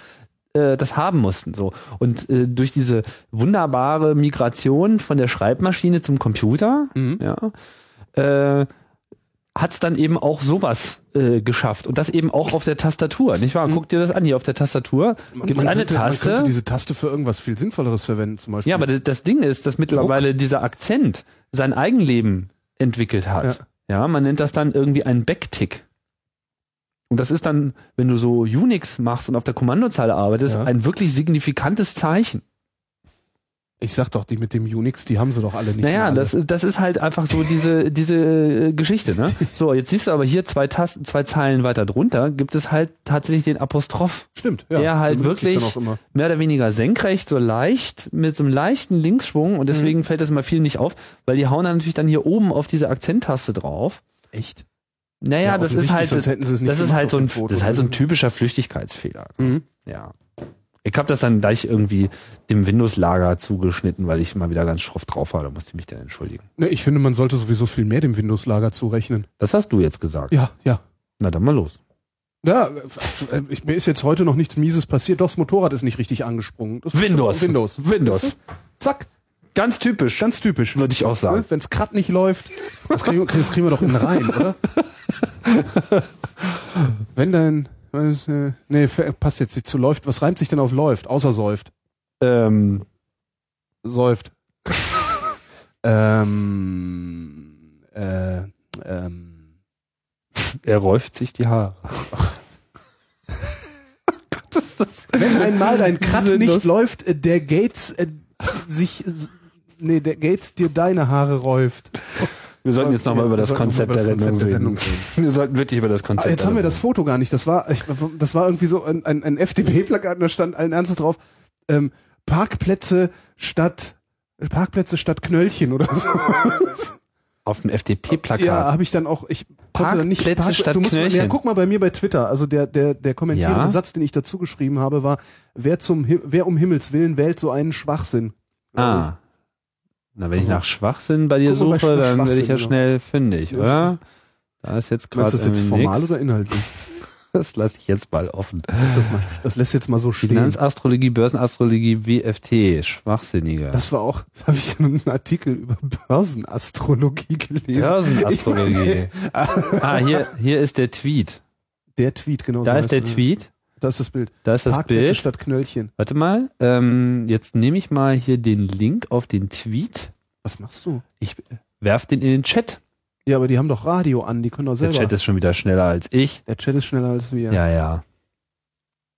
S1: äh, das haben mussten. So. Und äh, durch diese wunderbare Migration von der Schreibmaschine zum Computer, ja, äh, hat es dann eben auch sowas äh, geschafft. Und das eben auch auf der Tastatur, nicht wahr? Guck dir das an, hier auf der Tastatur gibt es
S2: Hm. Man
S1: eine
S2: könnte, Man
S1: Taste.
S2: könnte diese Taste für irgendwas viel Sinnvolleres verwenden, zum Beispiel.
S1: Ja, aber das, das Ding ist, dass mittlerweile dieser Akzent sein Eigenleben entwickelt hat. Ja. man nennt das dann irgendwie einen Backtick. Und das ist dann, wenn du so Unix machst und auf der Kommandozeile arbeitest,
S2: Ja.
S1: ein wirklich signifikantes Zeichen.
S2: ich sag doch, die mit dem Unix, die haben sie doch alle nicht. mehr
S1: naja,
S2: alle.
S1: das, das ist halt einfach so diese, diese äh, Geschichte. Ne? So, jetzt siehst du aber hier zwei, Tasten, zwei Zeilen weiter drunter, gibt es halt tatsächlich den Apostroph.
S2: stimmt. Ja,
S1: der halt
S2: benutzt sich
S1: wirklich-
S2: dann auch immer.
S1: mehr oder weniger senkrecht, so leicht, mit so einem leichten Linksschwung
S2: Mhm.
S1: und deswegen fällt das immer viel nicht auf, weil die hauen dann natürlich dann hier oben auf diese Akzenttaste drauf.
S2: Echt?
S1: Naja,
S2: Ja,
S1: das ist halt,
S2: sonst
S1: das
S2: hätten sie es nicht
S1: ist
S2: gemacht
S1: halt so
S2: auf
S1: ein,
S2: dem Foto. ne?
S1: das ist halt so ein typischer Flüchtigkeitsfehler.
S2: Mhm.
S1: Ja. Ich habe das dann gleich irgendwie dem Windows-Lager zugeschnitten, weil ich mal wieder ganz schroff drauf war, da musste ich mich dann entschuldigen.
S2: Ne, ich finde, man sollte sowieso viel mehr dem Windows-Lager zurechnen.
S1: Das hast du jetzt gesagt.
S2: Ja, ja.
S1: Na dann mal los.
S2: Ja, äh, ich, mir ist jetzt heute noch nichts Mieses passiert. Doch, das Motorrad ist nicht richtig angesprungen. Das
S1: Windows.
S2: Windows.
S1: Windows.
S2: Zack,
S1: Ganz typisch,
S2: ganz typisch.
S1: würde ich auch sagen.
S2: Wenn es gerade nicht läuft, das kriegen, wir- das kriegen wir doch in rein, oder? Wenn dein, was, äh, nee, f- passt jetzt nicht zu läuft. Was reimt sich denn auf läuft? Außer säuft.
S1: Ähm,
S2: Säuft. ähm, äh, ähm.
S1: er räuft sich die Haare. Gott, ist das
S2: Wenn einmal dein Krat
S1: Sinnlos.
S2: nicht läuft, äh, der Gates äh, sich, s- nee, der Gates dir deine Haare räuft.
S1: Wir sollten jetzt nochmal
S2: Ja,
S1: über
S2: wir
S1: das
S2: sollten noch mal
S1: Konzept
S2: über
S1: der
S2: das
S1: Sendung
S2: Konzept der
S1: reden.
S2: Sendung reden.
S1: Wir sollten wirklich über das Konzept.
S2: Ah, jetzt
S1: der
S2: haben wir das
S1: Sendung
S2: Foto gar nicht. Das war, ich, das war irgendwie so ein, ein, ein FDP-Plakat, da stand allen Ernstes drauf, ähm, Parkplätze statt Parkplätze statt Knöllchen oder so.
S1: reden. Auf dem FDP-Plakat.
S2: Ja, habe ich dann auch. Ich konnte dann nicht.
S1: Parkplätze statt
S2: du musst, mal-
S1: Knöllchen.
S2: Ja, guck mal bei mir bei Twitter. Also der der der kommentierende
S1: Ja?
S2: Satz, den ich dazu geschrieben habe, war: Wer zum Him- wer um Himmels willen wählt so einen Schwachsinn.
S1: ah. Na, wenn ich
S2: Also-
S1: nach Schwachsinn bei dir
S2: Guck mal bei
S1: suche,
S2: Schwach-
S1: dann werde ich ja
S2: Schwachsinn, genau.
S1: schnell fündig,
S2: Ja,
S1: oder? Da ist jetzt gerade
S2: Meinst du das jetzt
S1: irgendwie
S2: formal
S1: nix.
S2: oder inhaltlich?
S1: Das lasse ich jetzt mal offen.
S2: Lass das, mal, das lässt jetzt mal so stehen.
S1: Finanzastrologie, Börsenastrologie, WFT, Schwachsinniger.
S2: Das war auch, habe ich dann einen Artikel über Börsenastrologie gelesen.
S1: Börsenastrologie. ah, hier, hier ist der Tweet.
S2: der Tweet, genau.
S1: Da
S2: so
S1: ist der
S2: heißt er.
S1: Tweet.
S2: Da ist das Bild.
S1: Da ist das
S2: Parkplätze
S1: Bild.
S2: statt Knöllchen.
S1: Warte mal. Ähm, jetzt nehme ich mal hier den Link auf den Tweet.
S2: Was machst du?
S1: Ich werf den in den Chat.
S2: Ja, aber die haben doch Radio an, die können doch
S1: Der
S2: selber.
S1: Chat ist schon wieder schneller als ich.
S2: der Chat ist schneller als wir.
S1: Ja, ja.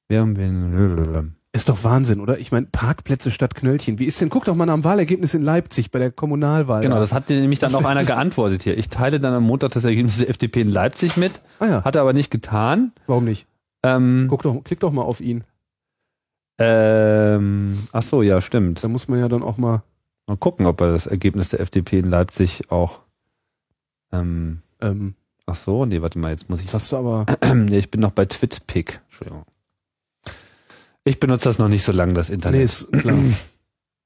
S1: Wir haben den.
S2: Ist doch Wahnsinn, oder? Ich meine, Parkplätze statt Knöllchen. Wie ist denn? Guck doch mal nach dem Wahlergebnis in Leipzig bei der Kommunalwahl.
S1: Genau, das hat dir nämlich dann auch einer geantwortet hier. Ich teile dann am Montag das Ergebnis der FDP in Leipzig mit,
S2: ah ja,
S1: hat er aber nicht getan.
S2: warum nicht?
S1: Ähm,
S2: Guck doch, klick doch mal auf ihn.
S1: ähm, ach so, ja, stimmt.
S2: Da muss man ja dann auch mal.
S1: Mal gucken, ob er das Ergebnis der FDP in Leipzig auch. Ähm,
S2: Ähm,
S1: ach so, nee, warte mal, jetzt muss ich.
S2: jetzt hast du aber.
S1: Nee, ich bin noch bei TwitPic. Entschuldigung. Ich benutze das noch nicht so lange, das Internet.
S2: Nee, ist klar.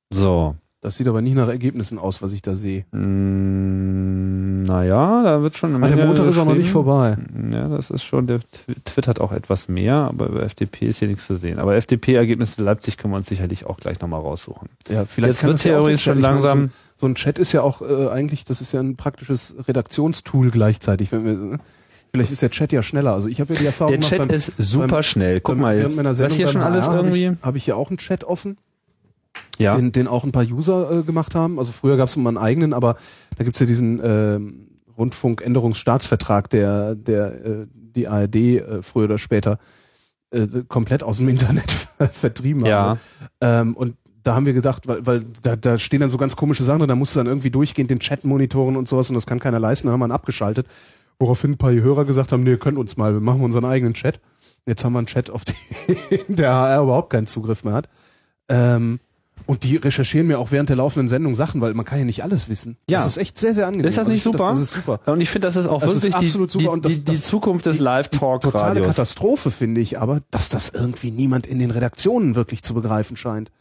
S1: So.
S2: Das sieht aber nicht nach Ergebnissen aus, was ich da sehe.
S1: Mm, naja, da wird schon. eine
S2: Aber Ah, der
S1: Menge
S2: Montag ist auch noch nicht
S1: geschrieben.
S2: vorbei.
S1: Ja, das ist schon, der Tw- twittert auch etwas mehr, aber über FDP ist hier nichts zu sehen. Aber FDP-Ergebnisse Leipzig können wir uns sicherlich auch gleich nochmal raussuchen.
S2: Ja, vielleicht
S1: Jetzt
S2: kann
S1: wird
S2: das
S1: es ja
S2: auch
S1: übrigens
S2: der Chat.
S1: schon
S2: Ich meine,
S1: langsam.
S2: So, so ein Chat ist ja auch äh, eigentlich, das ist ja ein praktisches Redaktionstool gleichzeitig. Wenn wir, ne? vielleicht ist der Chat ja schneller. Also ich habe ja die Erfahrung
S1: Der
S2: gemacht
S1: Chat
S2: beim,
S1: ist super schnell. Guck
S2: beim-
S1: mal,
S2: während
S1: jetzt,
S2: meiner
S1: was
S2: Sendung
S1: hier
S2: beim
S1: schon alles
S2: HR
S1: irgendwie.
S2: Habe ich, hab ich hier auch einen Chat offen.
S1: Ja.
S2: den, den auch ein paar User äh, gemacht haben. Also früher gab es immer einen eigenen, aber da gibt's ja diesen ähm, Rundfunkänderungsstaatsvertrag, der, der äh, die ARD äh, früher oder später äh, komplett aus dem Internet vertrieben hat.
S1: Ja.
S2: Ähm, und da haben wir gedacht, weil, weil da, da stehen dann so ganz komische Sachen drin, da musst du dann irgendwie durchgehend den Chat monitoren und sowas und das kann keiner leisten, dann haben wir ihn abgeschaltet. Woraufhin ein paar Hörer gesagt haben, nee, ihr könnt uns mal, wir machen unseren eigenen Chat. Jetzt haben wir einen Chat, auf den der HR überhaupt keinen Zugriff mehr hat. Ähm, und die recherchieren mir auch während der laufenden Sendung Sachen, weil man kann ja nicht alles wissen.
S1: Ja.
S2: Das ist echt sehr, sehr angenehm.
S1: Ist das
S2: Also
S1: nicht
S2: ich-
S1: super?
S2: Das, das ist super.
S1: Und ich finde, das ist auch
S2: Das ist
S1: wirklich die,
S2: absolut super
S1: die,
S2: und das-
S1: die, die
S2: das-
S1: Zukunft des
S2: Totale
S1: Live-Talk-Radios.
S2: Katastrophe, finde ich, aber dass das irgendwie niemand in den Redaktionen wirklich zu begreifen scheint.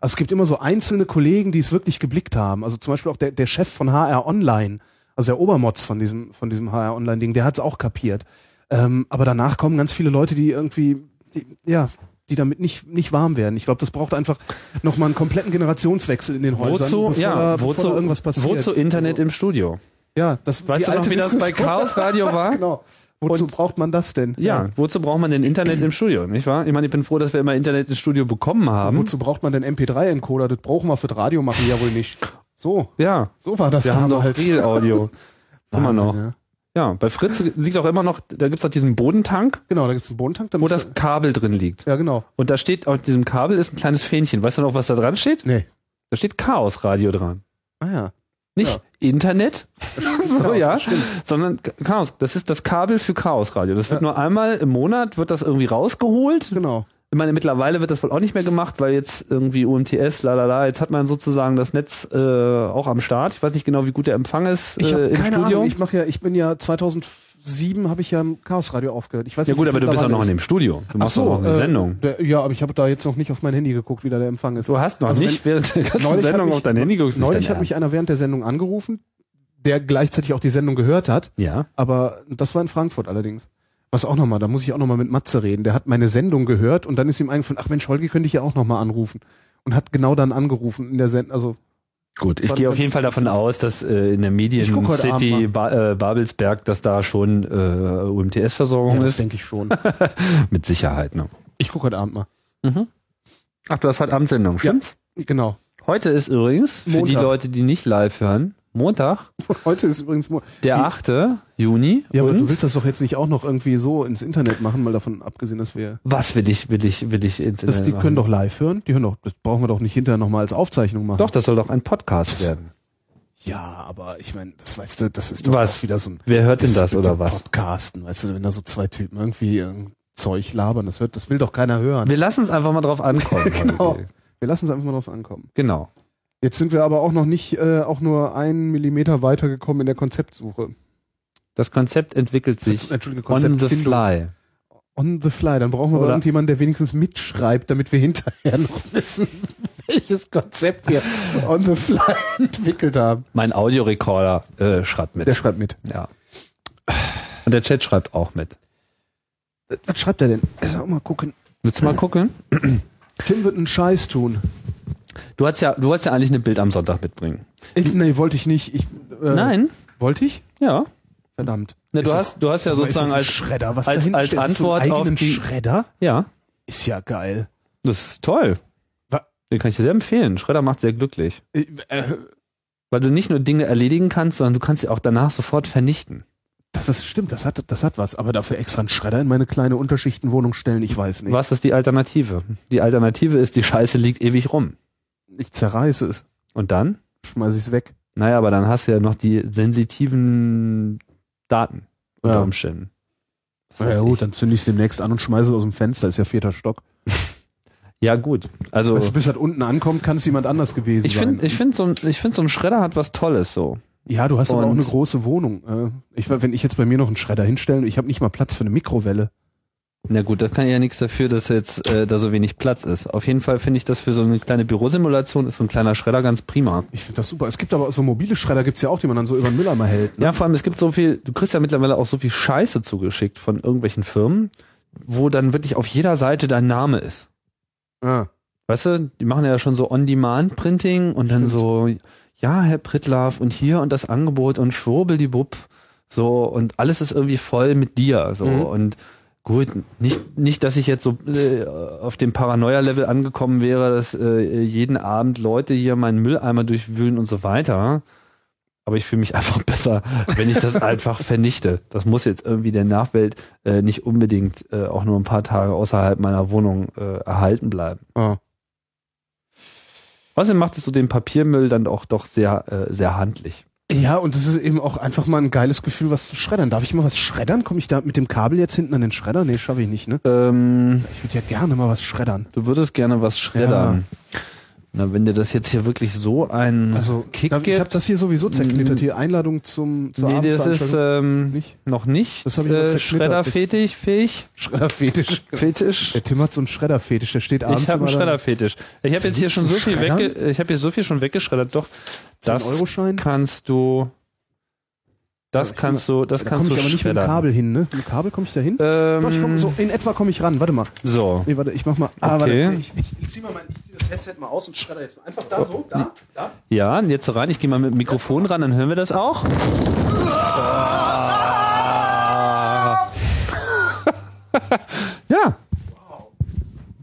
S2: Also es gibt immer so einzelne Kollegen, die es wirklich geblickt haben. Also zum Beispiel auch der, der Chef von HR Online, also der Obermotz von diesem, von diesem HR Online-Ding, der hat es auch kapiert. Ähm, aber danach kommen ganz viele Leute, die irgendwie, die, ja, die damit nicht, nicht warm werden. Ich glaube, das braucht einfach nochmal einen kompletten Generationswechsel in den Häusern,
S1: Wozu,
S2: bevor,
S1: ja,
S2: da, bevor
S1: wozu,
S2: da irgendwas passiert. Also
S1: wozu Internet im Studio?
S2: Ja, das
S1: Weißt
S2: die
S1: du noch,
S2: alte
S1: wie das bei
S2: Diskussion.
S1: Chaos Radio war?
S2: genau. Wozu
S1: Und-
S2: braucht man das denn?
S1: Ja, wozu braucht man denn Internet im Studio, nicht wahr? Ich meine, ich bin froh, dass wir immer Internet im Studio bekommen haben.
S2: Hm? Wozu braucht man denn MP3-Encoder? Das brauchen wir für das Radio machen, ja wohl nicht. So,
S1: Ja,
S2: so war das
S1: wir haben doch
S2: damals.
S1: Real Audio. immer
S2: halt- Wahnsinn,
S1: noch.
S2: Ja.
S1: Ja, bei Fritz liegt auch immer noch, da gibt's auch diesen Bodentank,
S2: Genau, da gibt's einen Bodentank. Da
S1: wo
S2: musst
S1: das Kabel drin liegt.
S2: du, ja, genau.
S1: Und da steht, auf diesem Kabel ist ein kleines Fähnchen. Weißt du noch, was da dran steht?
S2: Nee.
S1: Da steht Chaos-Radio dran.
S2: Ah ja.
S1: Nicht Internet, so,
S2: Chaos,
S1: ja,
S2: stimmt.
S1: sondern Chaos. Das ist das Kabel für Chaos-Radio. Das wird nur einmal im Monat, wird das irgendwie rausgeholt.
S2: Genau.
S1: Ich meine, mittlerweile wird das wohl auch nicht mehr gemacht, weil jetzt irgendwie UMTS, lalala, jetzt hat man sozusagen das Netz äh, auch am Start. Ich weiß nicht genau, wie gut der Empfang ist
S2: Ich
S1: äh,
S2: habe
S1: im
S2: keine
S1: Studio.
S2: Ahnung. Ich mache ja, ich bin ja 2007 habe ich ja im Chaos Radio aufgehört. Ich weiß
S1: ja
S2: nicht,
S1: gut,
S2: wie's
S1: aber du bist ja
S2: mittlerweile
S1: noch in dem
S2: ist.
S1: Studio. Du
S2: Ach
S1: machst
S2: so,
S1: auch noch eine
S2: äh,
S1: Sendung.
S2: Der, ja, aber ich habe da jetzt noch nicht auf mein Handy geguckt, wie da der Empfang ist.
S1: Du hast noch
S2: Also
S1: nicht während der ganzen
S2: Neulich hat
S1: Sendung
S2: mich-
S1: auf dein Handy geguckt. Ist
S2: Neulich
S1: dein
S2: hat mich
S1: Ernst?
S2: einer während der Sendung angerufen, der gleichzeitig auch die Sendung gehört hat.
S1: Ja.
S2: Aber das war in Frankfurt allerdings. Was auch nochmal, da muss ich auch nochmal mit Matze reden. Der hat meine Sendung gehört und dann ist ihm eingefallen, ach Mensch, Holgi könnte ich ja auch nochmal anrufen. Und hat genau dann angerufen in der Sendung. Also,
S1: Gut, ich
S2: Dann
S1: gehe auf
S2: kannst
S1: jeden
S2: du-
S1: Fall davon aus, dass äh, in der
S2: Ich guck heute Abend
S1: Medien-City
S2: mal.
S1: ba äh, Babelsberg, dass da schon äh, UMTS-Versorgung ist.
S2: denke ich schon.
S1: Mit Sicherheit, ne?
S2: Ich gucke heute Abend mal.
S1: Mhm. Ach, du hast heute Abend Sendung, stimmt's?
S2: Genau.
S1: Heute ist übrigens, für die
S2: Montag.
S1: Leute, die nicht live hören, Montag,
S2: Heute ist übrigens Mo
S1: der
S2: Wie-
S1: 8. Juni.
S2: Ja, aber
S1: und
S2: du willst das doch jetzt nicht auch noch irgendwie so ins Internet machen, mal davon abgesehen, dass wir.
S1: was will ich, will ich, will ich ins
S2: Das,
S1: Internet
S2: die
S1: machen?
S2: können doch live hören. Die hören doch, das brauchen wir doch nicht hinterher nochmal als Aufzeichnung machen.
S1: Doch, das soll doch ein Podcast werden.
S2: Ja, aber ich meine, das weißt du, das ist
S1: Was?
S2: auch wieder so ein
S1: Wer hört denn
S2: ist
S1: das
S2: mit
S1: oder
S2: dem
S1: was?
S2: Podcasten, weißt du, wenn da so zwei Typen irgendwie irgendein Zeug labern, das, wird, das will doch keiner hören.
S1: Wir lassen es einfach mal drauf ankommen.
S2: Genau.
S1: Holger.
S2: Wir lassen es einfach mal drauf ankommen.
S1: genau.
S2: Jetzt sind wir aber auch noch nicht, äh, auch nur einen Millimeter weitergekommen in der Konzeptsuche.
S1: Das Konzept entwickelt sich
S2: Entschuldige,
S1: on the
S2: Konzeptfindung.
S1: fly.
S2: On the fly. Dann brauchen wir aber
S1: Oder-
S2: irgendjemanden, der wenigstens mitschreibt, damit wir hinterher noch wissen, welches Konzept wir on the fly entwickelt haben.
S1: Mein Audiorekorder äh, schreibt mit.
S2: Der schreibt mit.
S1: ja. Und der Chat schreibt auch mit.
S2: Was schreibt er denn? Sag mal gucken.
S1: Willst du mal gucken?
S2: Tim wird einen Scheiß tun.
S1: Du hast ja, du wolltest ja eigentlich ein Bild am Sonntag mitbringen.
S2: Ich, nee, wollte ich nicht. Ich, äh,
S1: Nein?
S2: Wollte ich?
S1: Ja.
S2: Verdammt.
S1: Na, du
S2: Ist
S1: hast, du hast ja
S2: Sag mal, ist
S1: sozusagen
S2: das ein
S1: als,
S2: Schredder, was
S1: als-
S2: dahinter
S1: als
S2: steht? Hast du
S1: Antwort
S2: einen
S1: auf
S2: eigenen
S1: die-
S2: Schredder
S1: ja,
S2: ist ja geil.
S1: das ist toll.
S2: Wa-
S1: Den kann ich dir sehr empfehlen. Schredder macht sehr glücklich.
S2: Äh, äh,
S1: Weil du nicht nur Dinge erledigen kannst, sondern du kannst sie auch danach sofort vernichten.
S2: Das ist stimmt, das hat das hat was, aber dafür extra einen Schredder in meine kleine Unterschichtenwohnung stellen, ich weiß nicht.
S1: Was ist die Alternative? Die Alternative ist, die Scheiße liegt ewig rum.
S2: Ich zerreiße es,
S1: Und dann?
S2: schmeiße ich es weg.
S1: Naja, aber dann hast du ja noch die sensitiven Daten unter
S2: Ja.
S1: Umständen. Was
S2: Na
S1: weiß
S2: ja
S1: ich.
S2: gut, dann zünde ich es demnächst an und schmeiße es aus dem Fenster, ist ja vierter Stock.
S1: ja, gut. Also,
S2: Weißt du, bis das unten ankommt, kann es jemand anders gewesen
S1: ich
S2: sein.
S1: finde, ich finde so, ein- ich find so ein Schredder hat was Tolles so.
S2: ja, du hast aber auch
S1: Und-
S2: eine große Wohnung. Äh, Ich, wenn ich jetzt bei mir noch einen Schredder hinstellen, ich habe nicht mal Platz für eine Mikrowelle.
S1: Na gut, da kann ich ja nichts dafür, dass jetzt äh, da so wenig Platz ist. Auf jeden Fall finde ich das für so eine kleine Bürosimulation ist so ein kleiner Schredder ganz prima.
S2: Ich finde das super. Es gibt aber auch so mobile Schredder, gibt's ja auch, die man dann so über den Mülleimer hält. Ne?
S1: Ja, vor allem, es gibt so viel, du kriegst ja mittlerweile auch so viel Scheiße zugeschickt von irgendwelchen Firmen, wo dann wirklich auf jeder Seite dein Name ist.
S2: Ja.
S1: Weißt du, die machen ja schon so On-Demand-Printing und dann
S2: Stimmt.
S1: so, ja, Herr Prittlaff und hier und das Angebot und schwurbel die Bub. So, und alles ist irgendwie voll mit dir. So,
S2: Mhm.
S1: und gut, nicht, nicht, dass ich jetzt so äh, auf dem Paranoia-Level angekommen wäre, dass äh, jeden Abend Leute hier meinen Mülleimer durchwühlen und so weiter. Aber ich fühle mich einfach besser, wenn ich das einfach vernichte. Das muss jetzt irgendwie der Nachwelt äh, nicht unbedingt äh, auch nur ein paar Tage außerhalb meiner Wohnung äh, erhalten bleiben.
S2: Ah.
S1: Außerdem macht es so den Papiermüll dann auch doch sehr, äh, sehr handlich.
S2: Ja, und es ist eben auch einfach mal ein geiles Gefühl, was zu schreddern. Darf ich mal was schreddern? Komme ich da mit dem Kabel jetzt hinten an den Schredder? Nee, schaffe ich nicht, ne?
S1: Ähm,
S2: Ich würde ja gerne mal was schreddern.
S1: du würdest gerne was schreddern. Na, wenn dir das jetzt hier wirklich so ein
S2: Also,
S1: Mhm. Kick
S2: darf- ich
S1: gibt-
S2: habe das hier sowieso zerknittert. Hier Einladung zum zur
S1: nee, das ist
S2: Abendveranstaltung.
S1: ähm,
S2: nicht.
S1: noch nicht äh,
S2: Das hab ich mal zerknittert.
S1: Schredderfetisch, fähig,
S2: Schredderfetisch.
S1: Fetisch.
S2: Der Tim hat so einen Schredderfetisch, der steht abends
S1: Ich habe einen
S2: immer da-
S1: Schredderfetisch. Ich habe jetzt hier schon so viel
S2: Schreddern?
S1: wegge ich habe hier so viel schon weggeschreddert. Doch,
S2: 10
S1: das
S2: Euroschein.
S1: kannst du, das
S2: Ich
S1: kannst du, das
S2: Da
S1: kannst
S2: komm
S1: du
S2: ich aber nicht mit dem
S1: schreddern.
S2: Kabel hin, ne? Mit dem Kabel komme ich da hin? Doch, ich komm,
S1: Ähm,
S2: so in etwa komme ich ran. Warte mal.
S1: so.
S2: Nee, warte, ich mach mal. Ah,
S1: Okay.
S2: warte. Ich, ich, ich zieh mal mein, ich zieh das Headset mal aus und schredder jetzt mal. Einfach da so, da, da.
S1: Ja, und jetzt so rein. Ich gehe mal mit dem Mikrofon ran, dann hören wir das auch. Ah. ja.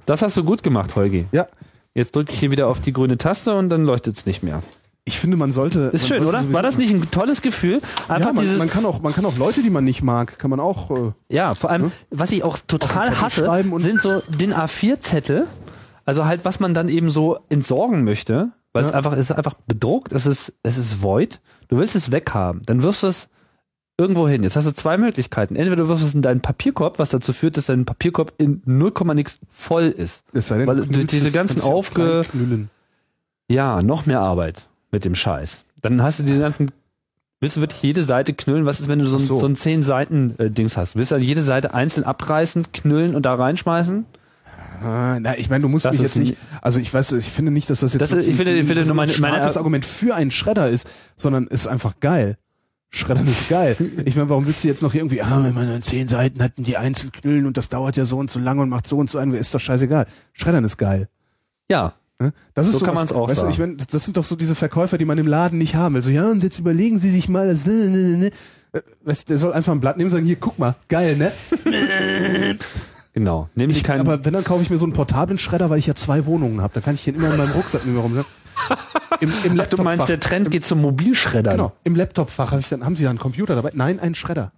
S1: Das hast du gut gemacht, Holgi.
S2: Ja.
S1: Jetzt drücke ich hier wieder auf die grüne Taste und dann leuchtet es nicht mehr.
S2: Ich finde, man sollte.
S1: Ist schön,
S2: man sollte
S1: oder?
S2: sowieso-
S1: War das nicht ein tolles Gefühl? Einfach
S2: ja, man,
S1: dieses.
S2: man, kann auch, man kann auch Leute, die man nicht mag, kann man auch. Äh,
S1: ja, vor allem, was ich auch total
S2: Zettel
S1: hasse,
S2: schreiben und-
S1: sind so DIN A4-Zettel. Also halt, was man dann eben so entsorgen möchte, weil es
S2: Ja.
S1: einfach, es ist einfach bedruckt, es ist, es ist void. Du willst es weghaben, dann wirfst du es irgendwo hin. Jetzt hast du zwei Möglichkeiten. Entweder du wirfst es in deinen Papierkorb, was dazu führt, dass dein Papierkorb in 0, nix voll ist.
S2: es sei denn,
S1: Weil
S2: du
S1: die-
S2: knüllst
S1: diese
S2: das,
S1: ganzen
S2: kannst du auch
S1: aufge-
S2: klein knüllen.
S1: Ja, noch mehr Arbeit mit dem Scheiß. Dann hast du den ganzen. Willst du wirklich jede Seite knüllen? Was ist, wenn du so ein,
S2: Ach so.
S1: so. ein 10 Seiten äh, Dings hast? Willst du dann jede Seite einzeln abreißen, knüllen und da reinschmeißen?
S2: Ah, na, ich meine, du musst
S1: Das
S2: mich
S1: ist
S2: jetzt nicht. Also ich weiß, ich finde nicht, dass das jetzt
S1: Das ist-
S2: wirklich
S1: ich finde- ich finde
S2: ein
S1: nur meine- meine-
S2: starkes Argument für einen Schredder ist, sondern ist einfach geil. Schreddern ist geil. Ich meine, warum willst du jetzt noch irgendwie, ah, wenn man zehn Seiten hatten, die einzeln knüllen und das dauert ja so und so lange und macht so und so ein, ist doch scheißegal. Schreddern ist geil.
S1: Ja.
S2: Ne? Das ist
S1: So kann
S2: was-
S1: man's auch
S2: weißt Du,
S1: sagen.
S2: ich mein, das sind doch so diese Verkäufer, die man im Laden nicht haben will. So, ja, und jetzt überlegen Sie sich mal. Das, ne, ne, ne. Äh, Weißt, du, der soll einfach ein Blatt nehmen und sagen, hier, guck mal, geil, ne?
S1: Genau. Nehmen die
S2: Ich,
S1: keinen.
S2: aber wenn, dann kaufe ich mir so einen portablen Schredder, weil ich ja zwei Wohnungen habe. Dann kann ich den immer in meinem Rucksack mit mir rumschleppen. Im, im
S1: Ach, du meinst,
S2: Laptopfach.
S1: der Trend geht zum Mobilschreddern.
S2: Genau, im Laptopfach habe ich dann, haben Sie da einen Computer dabei? Nein, einen Schredder.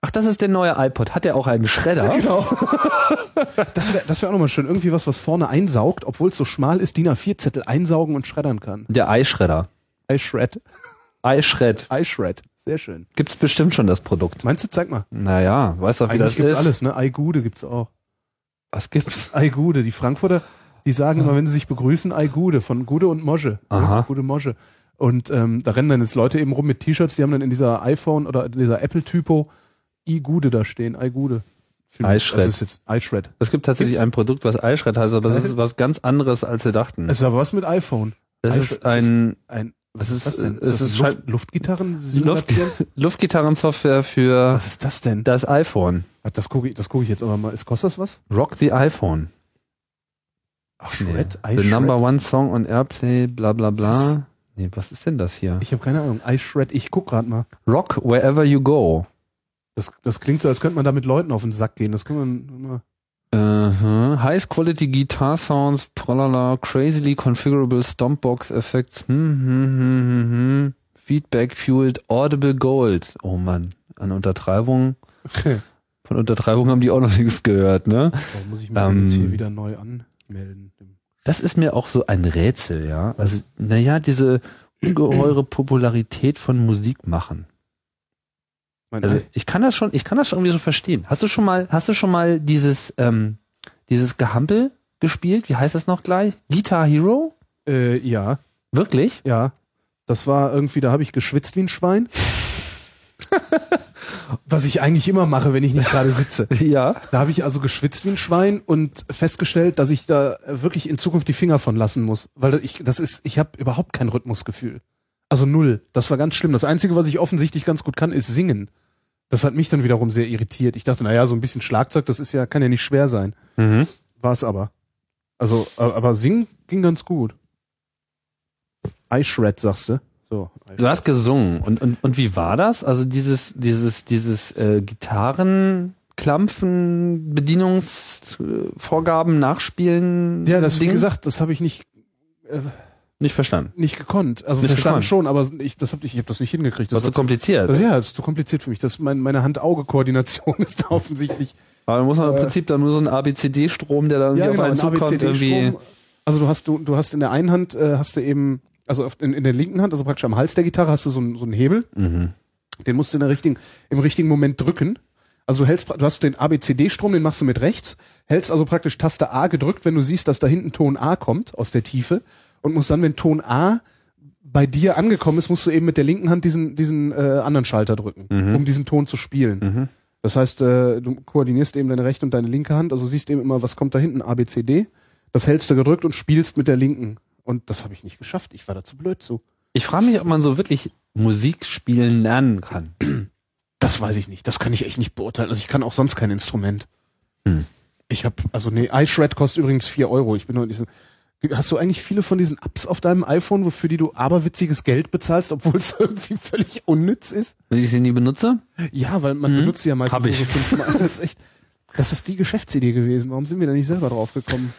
S1: Ach, das ist der neue iPod. Hat der auch einen Schredder?
S2: Genau. das wäre das wär auch nochmal schön. Irgendwie was, was vorne einsaugt, obwohl es so schmal ist, DIN A4-Zettel einsaugen und schreddern kann.
S1: Der Eischredder.
S2: iShred.
S1: Eischredd.
S2: iShred. Sehr schön.
S1: Gibt's bestimmt schon das Produkt.
S2: Meinst du, zeig mal.
S1: Naja, weißt doch, wie
S2: Eigentlich
S1: das
S2: gibt's
S1: ist.
S2: alles, ne? Ei Gude gibt's auch.
S1: Was gibt's?
S2: Ei Gude, die Frankfurter, die sagen immer, wenn sie sich begrüßen, Ei Gude von Gude und Mosche.
S1: Aha.
S2: Gude Mosche. Und ähm, da rennen dann jetzt Leute eben rum mit T-Shirts, die haben dann in dieser iPhone oder in dieser Apple-Typo I Gude da stehen, Ei Gude. Finde ich,
S1: Eischred.
S2: Das ist jetzt Eischred.
S1: Es gibt tatsächlich
S2: Gibt's?
S1: ein Produkt, was Eischredd heißt, aber es ist was ganz anderes, als wir dachten.
S2: Es ist aber was mit iPhone.
S1: Das ist ein
S2: ein
S1: Das
S2: was
S1: ist-
S2: ist das denn?
S1: es
S2: das
S1: ist
S2: Luft, Luftgitarren
S1: Luft, Luftgitarrensoftware für
S2: Was ist das denn?
S1: das iPhone.
S2: Ach, Das gucke ich, das gucke ich jetzt aber mal. Ist kostet das was?
S1: Rock the iPhone.
S2: Ach,
S1: The number one song on Airplay, bla bla bla.
S2: Was?
S1: Nee, was ist denn das hier?
S2: Ich habe keine Ahnung. iShred, ich guck gerade mal.
S1: Rock wherever you go.
S2: Das, das klingt so, als könnte man da mit Leuten auf den Sack gehen. Das kann man immer.
S1: Mhm. Highest Quality Guitar Sounds, pralala, crazily configurable Stompbox Effects, hm, hm, hm, hm, hm. Feedback fueled audible gold. Oh Mann, an Untertreibung. Von Untertreibung haben die auch noch nichts gehört, ne?
S2: Warum Oh, muss ich mich
S1: mich Ähm.
S2: jetzt
S1: jetzt
S2: hier
S1: hier
S2: wieder neu anmelden?
S1: Das ist mir auch so ein Rätsel, ja. Also, naja, diese ungeheure Popularität von Musik machen.
S2: Mein
S1: Also ich kann das schon, ich kann das schon irgendwie so verstehen. Hast du schon mal, hast du schon mal dieses, ähm, dieses Gehampel gespielt? Wie heißt das noch gleich? Guitar Hero?
S2: äh, ja.
S1: Wirklich?
S2: Ja, das war irgendwie, da habe ich geschwitzt wie ein Schwein. Was ich eigentlich immer mache, wenn ich nicht gerade sitze.
S1: Ja.
S2: Da habe ich also geschwitzt wie ein Schwein und festgestellt, dass ich da wirklich in Zukunft die Finger von lassen muss, weil ich das ist, ich habe überhaupt kein Rhythmusgefühl. Also null. Das war ganz schlimm. Das einzige, was ich offensichtlich ganz gut kann, ist singen. Das hat mich dann wiederum sehr irritiert. Ich dachte, naja, so ein bisschen Schlagzeug, das ist ja kann ja nicht schwer sein.
S1: Mhm.
S2: War es aber. Also, äh, aber singen ging ganz gut. Eischred, sagst du? So.
S1: Du hast gesungen und, und, und wie war das? Also dieses, dieses, dieses äh, Gitarren. Klampfen, Bedienungsvorgaben, Nachspielen.
S2: Ja, das, wie
S1: Ding?
S2: gesagt, das habe ich nicht,
S1: Nicht verstanden.
S2: nicht gekonnt. Also,
S1: Nicht
S2: verstanden
S1: gekonnt.
S2: schon, aber ich, das hab, ich habe das nicht hingekriegt.
S1: War
S2: Das
S1: zu kompliziert.
S2: also, ja, das ist zu kompliziert für mich. Das, mein, meine Hand-Auge-Koordination ist da offensichtlich.
S1: Aber da muss man im
S2: Äh, genau,
S1: Prinzip dann nur so einen ABCD-Strom, der dann irgendwie auf einen
S2: ein
S1: zukommt,
S2: ABCD-Strom.
S1: irgendwie.
S2: Also, du hast, du, du hast in der einen Hand, äh, hast du eben, also auf, in, in der linken Hand, also praktisch am Hals der Gitarre, hast du so einen, so einen Hebel.
S1: Mhm.
S2: Den musst du in der richtigen, im richtigen Moment drücken. Also du hältst, du hast den ABCD-Strom, den machst du mit rechts, hältst also praktisch Taste A gedrückt, wenn du siehst, dass da hinten Ton A kommt aus der Tiefe und musst dann, wenn Ton A bei dir angekommen ist, musst du eben mit der linken Hand diesen, diesen äh, anderen Schalter drücken, um diesen Ton zu spielen. Das heißt, äh, du koordinierst eben deine rechte und deine linke Hand, also siehst eben immer, was kommt da hinten, ABCD. Das hältst du gedrückt und spielst mit der linken. Und das habe ich nicht geschafft, ich war da zu blöd zu.
S1: Ich frage mich, ob man so wirklich Musik spielen lernen kann.
S2: Das weiß ich nicht. Das kann ich echt nicht beurteilen. Also ich kann auch sonst kein Instrument.
S1: Hm.
S2: Ich habe also nee, iShred kostet übrigens 4 Euro. Ich bin noch nicht so. Hast du eigentlich viele von diesen Apps auf deinem iPhone, wofür die du aberwitziges Geld bezahlst, obwohl es irgendwie völlig unnütz ist?
S1: Wenn ich sie nie benutze?
S2: Ja, weil man benutzt sie ja meistens
S1: Hm. Hab ich.
S2: nur so fünfmal. Das ist echt, das ist die Geschäftsidee gewesen. Warum sind wir da nicht selber drauf gekommen?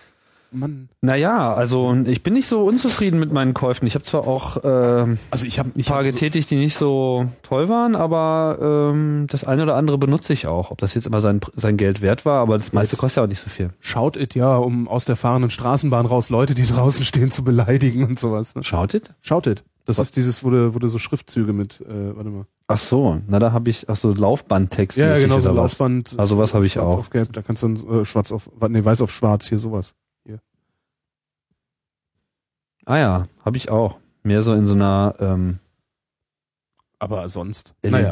S2: Mann.
S1: Naja, also ich bin nicht so unzufrieden mit meinen Käufen. Ich habe zwar auch ähm,
S2: Also ich habe
S1: ein paar getätigt, die nicht so toll waren, aber ähm, das eine oder andere benutze ich auch. Ob das jetzt immer sein, sein Geld wert war, aber das meiste
S2: Jetzt-
S1: kostet ja auch nicht so viel.
S2: Shout it ja, um aus der fahrenden Straßenbahn raus Leute, die draußen stehen, zu beleidigen und sowas. Ne?
S1: Schautet?
S2: Shout it. Das
S1: Was?
S2: ist dieses, wo du, wo du so Schriftzüge mit, äh, warte mal.
S1: Ach so, na da habe ich, ach so, Laufbandtext
S2: Ja, ja, genau, so
S1: oder was.
S2: Laufband.
S1: Also was habe ich
S2: schwarz
S1: auch.
S2: auf gelb, da kannst du dann, äh, schwarz auf, wa- nee, weiß auf schwarz, hier sowas.
S1: Ah ja, habe ich auch. Mehr so in so einer ähm, E
S2: Aber sonst. Naja.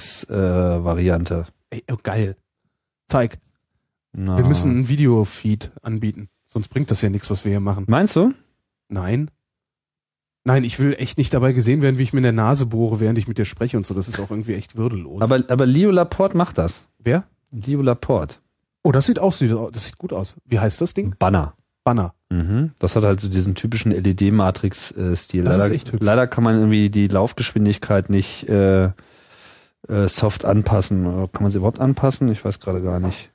S1: äh, LED-Matrix-Variante.
S2: Ey, oh, geil. Zeig.
S1: Na.
S2: Wir müssen einen Videofeed anbieten. Sonst bringt das ja nichts, was wir hier machen.
S1: Meinst du?
S2: Nein. Nein, ich will echt nicht dabei gesehen werden, wie ich mir in der Nase bohre, während ich mit dir spreche und so. Das ist auch irgendwie echt würdelos.
S1: Aber, aber Leo Laporte macht das.
S2: wer?
S1: Leo Laporte.
S2: Oh, das sieht auch, so- das sieht gut aus. Wie heißt das Ding?
S1: Banner.
S2: Banner.
S1: Mhm. Das hat halt so diesen typischen LED-Matrix-Stil.
S2: Das ist
S1: Leider,
S2: echt hübsch.
S1: leider kann man irgendwie die Laufgeschwindigkeit nicht äh, äh, soft anpassen. Oder Kann man sie überhaupt anpassen? Ich weiß gerade gar nicht.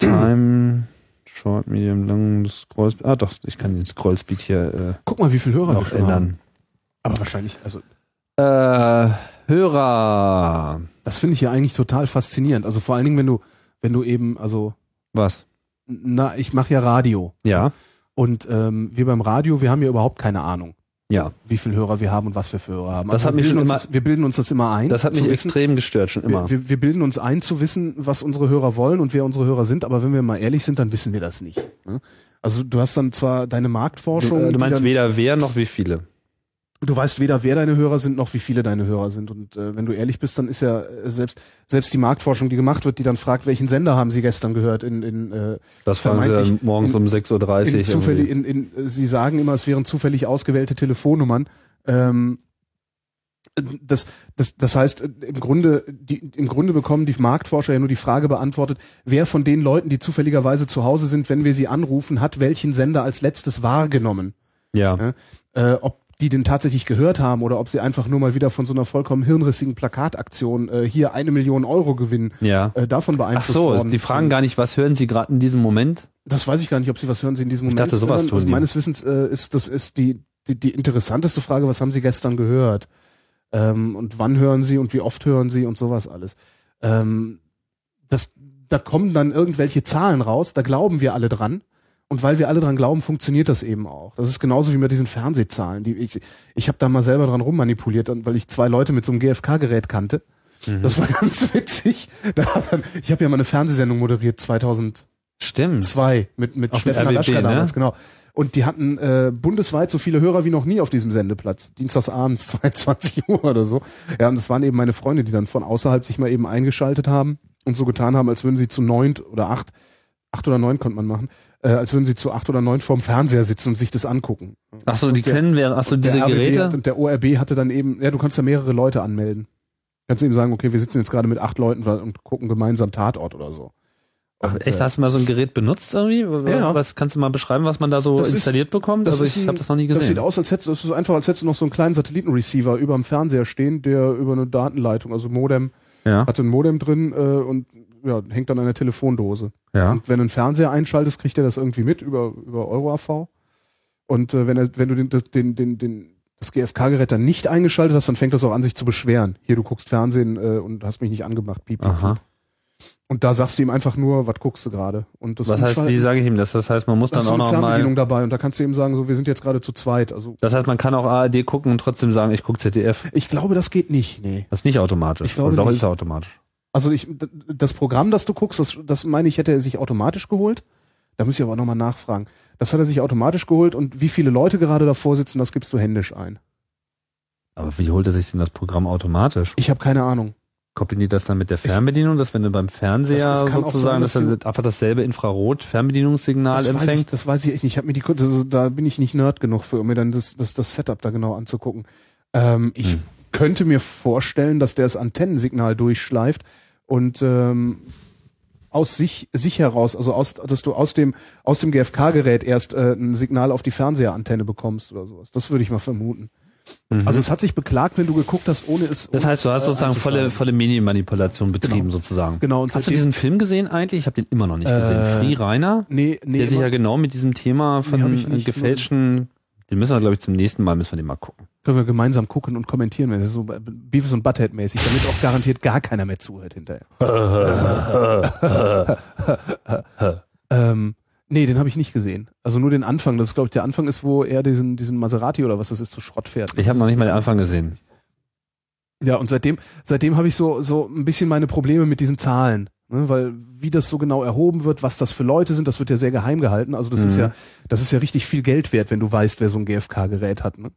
S1: Time, Short, Medium, Long, Scroll Speed. Ah doch, ich kann den Scroll Speed hier
S2: Guck mal, wie viel
S1: äh,
S2: Hörer wir
S1: noch
S2: schon haben.
S1: ändern.
S2: Aber wahrscheinlich, also
S1: Äh, Hörer.
S2: Das finde ich ja eigentlich total faszinierend. Also vor allen Dingen, wenn du, wenn du eben, also,
S1: Was?
S2: na, ich mache ja Radio.
S1: Ja,
S2: Und ähm, wir beim Radio, wir haben ja überhaupt keine Ahnung,
S1: ja.
S2: wie viele Hörer wir haben und was wir für Hörer haben.
S1: Das
S2: Also
S1: hat
S2: wir
S1: mich
S2: bilden
S1: schon
S2: uns
S1: immer-
S2: das, wir bilden uns das immer ein.
S1: Das hat
S2: zu
S1: mich
S2: wissen.
S1: extrem gestört, schon immer.
S2: Wir, wir, wir bilden uns ein zu wissen, was unsere Hörer wollen und wer unsere Hörer sind, aber wenn wir mal ehrlich sind, dann wissen wir das nicht. ne? Also du hast dann zwar deine Marktforschung,
S1: Du, äh,
S2: die
S1: du meinst
S2: dann,
S1: weder wer noch wie viele.
S2: du weißt weder, wer deine Hörer sind, noch wie viele deine Hörer sind. Und äh, wenn du ehrlich bist, dann ist ja äh, selbst, selbst die Marktforschung, die gemacht wird, die dann fragt, welchen Sender haben sie gestern gehört in, in äh,
S1: Das fragen sie
S2: vermeintlich
S1: dann morgens
S2: in-
S1: um 6.30 Uhr.
S2: in zufällig, in, in, äh, Sie sagen immer, es wären zufällig ausgewählte Telefonnummern. Ähm, das, das, das heißt, äh, im Grunde, die, im Grunde bekommen die Marktforscher ja nur die Frage beantwortet, wer von den Leuten, die zufälligerweise zu Hause sind, wenn wir sie anrufen, hat welchen Sender als letztes wahrgenommen.
S1: ja.
S2: Äh, ob die den tatsächlich gehört haben oder ob sie einfach nur mal wieder von so einer vollkommen hirnrissigen Plakataktion äh, hier eine Million Euro gewinnen,
S1: Ja.
S2: äh, davon
S1: Ach
S2: beeinflusst
S1: so,
S2: worden.
S1: die fragen gar nicht, was hören Sie gerade in diesem Moment?
S2: Das weiß ich gar nicht, ob Sie was hören Sie in diesem Moment.
S1: dachte, sowas
S2: hören.
S1: tun
S2: also
S1: die.
S2: meines Wissens äh, ist das ist die, die die interessanteste Frage, was haben Sie gestern gehört? Ähm, und wann hören Sie und wie oft hören Sie und sowas alles. Ähm, das, da kommen dann irgendwelche Zahlen raus, da glauben wir alle dran. Und weil wir alle dran glauben, funktioniert das eben auch. Das ist genauso wie mit diesen Fernsehzahlen. Die ich ich habe da mal selber dran rummanipuliert, und- weil ich zwei Leute mit so einem GFK-Gerät kannte.
S1: Mhm.
S2: Das war ganz witzig. Da, ich habe ja mal eine Fernsehsendung moderiert, 2000,
S1: Stimmt.
S2: zwei mit, mit
S1: Auf dem
S2: Stefan
S1: RBB,
S2: Alaschka
S1: ne?
S2: damals, genau. Und die hatten äh, bundesweit so viele Hörer wie noch nie auf diesem Sendeplatz. Dienstags abends, 22 Uhr oder so. Ja, und das waren eben meine Freunde, die dann von außerhalb sich mal eben eingeschaltet haben und so getan haben, als würden sie zu neunt oder acht, acht oder neun konnte man machen, äh, als würden sie zu acht oder neun vorm Fernseher sitzen und sich das angucken.
S1: Ach so, die
S2: der-
S1: kennen wir, ach so, diese
S2: Der RBB Hat,
S1: Geräte.
S2: und der ORB hatte dann eben, ja, du kannst da mehrere Leute anmelden. Kannst eben sagen, okay, wir sitzen jetzt gerade mit acht Leuten und gucken gemeinsam Tatort oder so.
S1: Ach,
S2: Und,
S1: echt,
S2: äh,
S1: hast du mal so ein Gerät benutzt irgendwie? Was,
S2: Ja.
S1: was kannst du mal beschreiben, was man da so
S2: Das ist-
S1: installiert bekommt? Also
S2: ist
S1: ich
S2: ein-
S1: habe das noch nie
S2: Das sieht
S1: gesehen.
S2: aus, als hättest du, das ist einfach, als hättest du noch so einen kleinen Satellitenreceiver über dem Fernseher stehen, der über eine Datenleitung, also Modem,
S1: Ja,
S2: hatte ein Modem drin äh, und ja, hängt dann an der Telefondose.
S1: ja.
S2: Und wenn du einen Fernseher einschaltest, kriegt er das irgendwie mit über, über EuroAV. Und äh, wenn, er, wenn du den, das, den, den, den, das GFK-Gerät dann nicht eingeschaltet hast, dann fängt das auch an, sich zu beschweren. Hier, du guckst Fernsehen äh, und hast mich nicht angemacht, piep, piep,
S1: Aha.
S2: piep. Und da sagst du ihm einfach nur, was guckst du gerade? Und das
S1: Was heißt, wie
S2: Umschalten-
S1: sage ich ihm das? Das heißt, man muss
S2: da
S1: dann
S2: ist so
S1: auch
S2: eine
S1: noch mal.
S2: Fernbedienung dabei und da kannst du ihm sagen, so, wir sind jetzt gerade zu zweit. Also
S1: Das heißt, man kann auch ARD gucken und trotzdem sagen, ich gucke ZDF.
S2: Ich glaube, das geht nicht. Nee.
S1: Das ist nicht automatisch.
S2: Ich glaube
S1: Oder doch
S2: nicht.
S1: ist es automatisch.
S2: Also ich, d- das Programm, das du guckst, das, das meine ich, hätte er sich automatisch geholt. Da muss ich aber auch nochmal nachfragen. Das hat er sich automatisch geholt und wie viele Leute gerade davor sitzen, das gibst du händisch ein.
S1: Aber wie holt er sich denn das Programm automatisch?
S2: Ich habe keine Ahnung.
S1: Koppeln die das dann mit der Fernbedienung, dass wenn du beim Fernseher
S2: Das- das kann auch
S1: sozusagen,
S2: sein,
S1: dass
S2: dass
S1: er einfach dasselbe Infrarot-Fernbedienungssignal
S2: Das weiß, ich,
S1: empfängt?
S2: das weiß ich echt nicht. Ich hab mir die, Kun- also, da bin ich nicht Nerd genug für, um mir dann das, das, das Setup da genau anzugucken. Ähm, ich
S1: Hm.
S2: könnte mir vorstellen, dass der das Antennensignal durchschleift und ähm, aus sich, sich heraus, also aus, dass du aus dem, aus dem GFK-Gerät erst äh, ein Signal auf die Fernseherantenne bekommst oder sowas. Das würde ich mal vermuten.
S1: Mhm.
S2: Also es hat sich beklagt, wenn du geguckt hast, ohne es.
S1: Das heißt, du hast
S2: äh,
S1: sozusagen volle,
S2: anzuschlagen.
S1: volle Medienmanipulation betrieben sozusagen.
S2: Genau, und
S1: Hast du
S2: seitdem-
S1: diesen Film gesehen eigentlich? Ich habe den immer noch nicht
S2: Äh,
S1: gesehen. Free Rainer,
S2: Nee, nee,
S1: der sich
S2: immer-
S1: ja genau mit diesem Thema
S2: Nee,
S1: von äh,
S2: hab ich nicht.
S1: gefälschten, den müssen wir glaube ich zum nächsten Mal müssen wir den mal gucken.
S2: können wir gemeinsam gucken und kommentieren, wenn es so Beavis und Butthead mäßig, damit auch garantiert gar keiner mehr zuhört hinterher. ähm, nee, den habe ich nicht gesehen. Also nur den Anfang. Das ist, glaube ich, der Anfang ist, wo er diesen, diesen Maserati oder was das ist, zu Schrott fährt.
S1: Ich habe noch nicht mal den Anfang gesehen.
S2: Ja, und seitdem, seitdem habe ich so, so ein bisschen meine Probleme mit diesen Zahlen. Ne? Weil wie das so genau erhoben wird, was das für Leute sind, das wird ja sehr geheim gehalten. Also das ist
S1: Mhm.
S2: ja, das ist ja richtig viel Geld wert, wenn du weißt, wer so ein GFK-Gerät hat. Ne?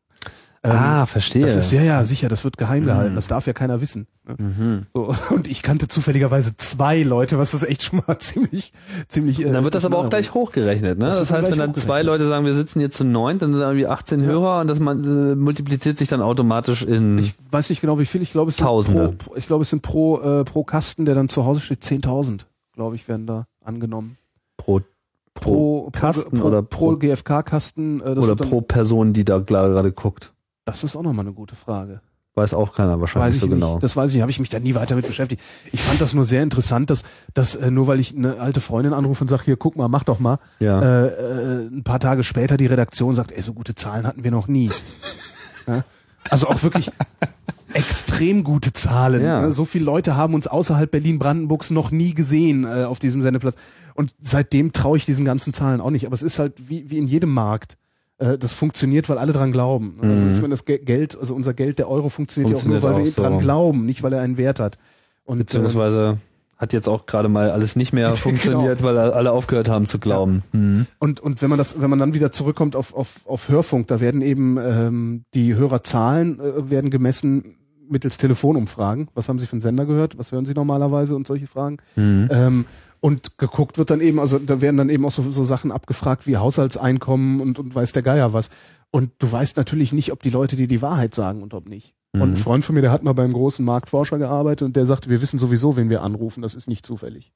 S2: Ähm,
S1: ah, verstehe.
S2: das ist ja, ja, sicher, das wird geheim gehalten.
S1: Mhm.
S2: Das darf ja keiner wissen. Ne?
S1: mhm.
S2: So, und ich kannte zufälligerweise zwei Leute, was das echt schon mal ziemlich, ziemlich. äh,
S1: Dann wird das aber auch gleich hochgerechnet, ne?
S2: Das
S1: Das,
S2: wird dann
S1: heißt,
S2: gleich
S1: wenn dann zwei
S2: hochgerechnet.
S1: Leute sagen, wir sitzen hier zu neunt, dann sind irgendwie 18 Hörer und das man, äh, multipliziert sich dann automatisch in.
S2: Ich weiß nicht genau, wie viel. Ich glaube, es sind
S1: Tausende.
S2: pro, ich glaube, es sind pro, äh, pro Kasten, der dann zu Hause steht, 10.000, glaube ich, werden da angenommen.
S1: pro,
S2: Pro,
S1: Kasten
S2: pro,
S1: oder
S2: pro,
S1: pro-
S2: GFK-Kasten. Äh, das
S1: oder
S2: wird dann-
S1: pro Person, die da gerade guckt.
S2: Das ist auch nochmal eine gute Frage.
S1: Weiß auch keiner wahrscheinlich
S2: weiß ich
S1: so genau.
S2: nicht. Das weiß ich nicht. Habe ich mich da nie weiter mit beschäftigt. Ich fand das nur sehr interessant, dass, dass äh, nur weil ich eine alte Freundin anrufe und sage, hier, guck mal, mach doch mal,
S1: ja.
S2: äh, äh, ein paar Tage später die Redaktion sagt, ey, so gute Zahlen hatten wir noch nie. ja? Also auch wirklich extrem gute Zahlen.
S1: Ja.
S2: Ne? So viele Leute haben uns außerhalb Berlin-Brandenburgs noch nie gesehen äh, auf diesem Sendeplatz. Und seitdem traue ich diesen ganzen Zahlen auch nicht. Aber es ist halt wie, wie in jedem Markt. Äh, Das funktioniert, weil alle dran glauben. ne? Also
S1: Mhm.
S2: ich meine, das Ge- Geld, also unser Geld, der Euro funktioniert, ja auch nur, weil
S1: Funktioniert
S2: wir eh
S1: auch
S2: dran
S1: so.
S2: glauben, nicht weil er einen Wert hat. Und, äh,
S1: Beziehungsweise hat jetzt auch gerade mal alles nicht mehr
S2: Genau.
S1: funktioniert, weil alle aufgehört haben zu glauben. Mhm.
S2: Und, und wenn man das, wenn man dann wieder zurückkommt auf, auf, auf Hörfunk, da werden eben ähm, die Hörerzahlen äh, werden gemessen mittels Telefonumfragen. Was haben Sie von Sender gehört? Was hören Sie normalerweise und solche Fragen?
S1: Hm. Mhm.
S2: Ähm, und geguckt wird dann eben, also da werden dann eben auch so, so Sachen abgefragt wie Haushaltseinkommen und, und weiß der Geier was. Und du weißt natürlich nicht, ob die Leute dir die Wahrheit sagen und ob nicht. Und ein
S1: Mhm.
S2: Freund von mir, der hat mal beim großen Marktforscher gearbeitet und der sagte, wir wissen sowieso, wen wir anrufen, das ist nicht zufällig.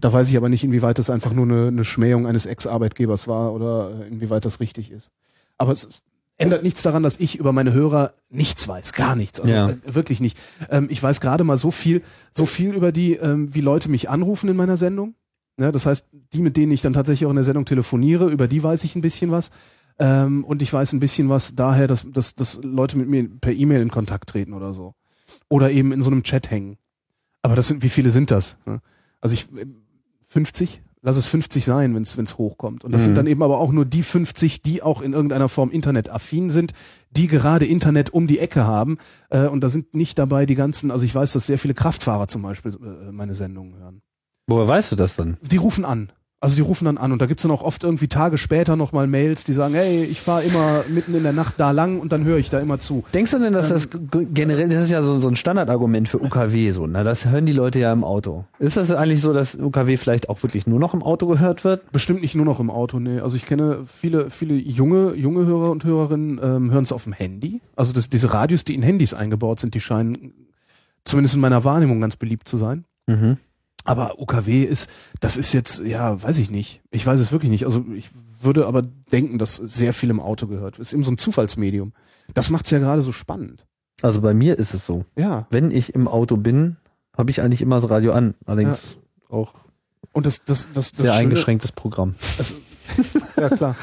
S2: Da weiß ich aber nicht, inwieweit das einfach nur eine, eine Schmähung eines Ex-Arbeitgebers war oder äh, inwieweit das richtig ist. Aber es, ändert nichts daran, dass ich über meine Hörer nichts weiß, gar nichts, also
S1: Ja.
S2: äh, wirklich nicht. Ähm, ich weiß gerade mal so viel, so viel über die, ähm, wie Leute mich anrufen in meiner Sendung. Ne, das heißt, die, mit denen ich dann tatsächlich auch in der Sendung telefoniere, über die weiß ich ein bisschen was. Ähm, und ich weiß ein bisschen was daher, dass, dass, dass Leute mit mir per E-Mail in Kontakt treten oder so. Oder eben in so einem Chat hängen. Aber das sind, wie viele sind das? Ne? Also ich, 50? Lass es 50 sein, wenn es hochkommt. Und das sind dann eben aber auch nur die 50, die auch in irgendeiner Form internetaffin sind, die gerade Internet um die Ecke haben. Äh, und da sind nicht dabei die ganzen, also ich weiß, dass sehr viele Kraftfahrer zum Beispiel äh, meine Sendungen hören.
S1: Woher weißt du das dann?
S2: Die rufen an. Also die rufen dann an und da gibt's dann auch oft irgendwie Tage später nochmal Mails, die sagen, hey, ich fahre immer mitten in der Nacht da lang und dann höre ich da immer zu.
S1: Denkst du denn, dass
S2: Ähm.
S1: das g- g- generell, das ist ja so, so ein Standardargument für UKW, so, ne? Das hören die Leute ja im Auto. Ist das eigentlich so, dass UKW vielleicht auch wirklich nur noch im Auto gehört wird?
S2: Bestimmt nicht nur noch im Auto, nee. Also ich kenne viele, viele junge, junge Hörer und Hörerinnen ähm, hören es auf dem Handy. Also das, diese Radios, die in Handys eingebaut sind, die scheinen zumindest in meiner Wahrnehmung ganz beliebt zu sein.
S1: Mhm.
S2: Aber UKW ist, das ist jetzt, ja, weiß ich nicht. Ich weiß es wirklich nicht. Also ich würde aber denken, dass sehr viel im Auto gehört. Ist eben so ein Zufallsmedium. Das macht's ja gerade so spannend.
S1: Also bei mir ist es so.
S2: Ja.
S1: Wenn ich im Auto bin, habe ich eigentlich immer das Radio an. Allerdings auch
S2: Und das, das, das, das
S1: sehr
S2: Schöne-
S1: eingeschränktes Programm.
S2: Es, ja, klar.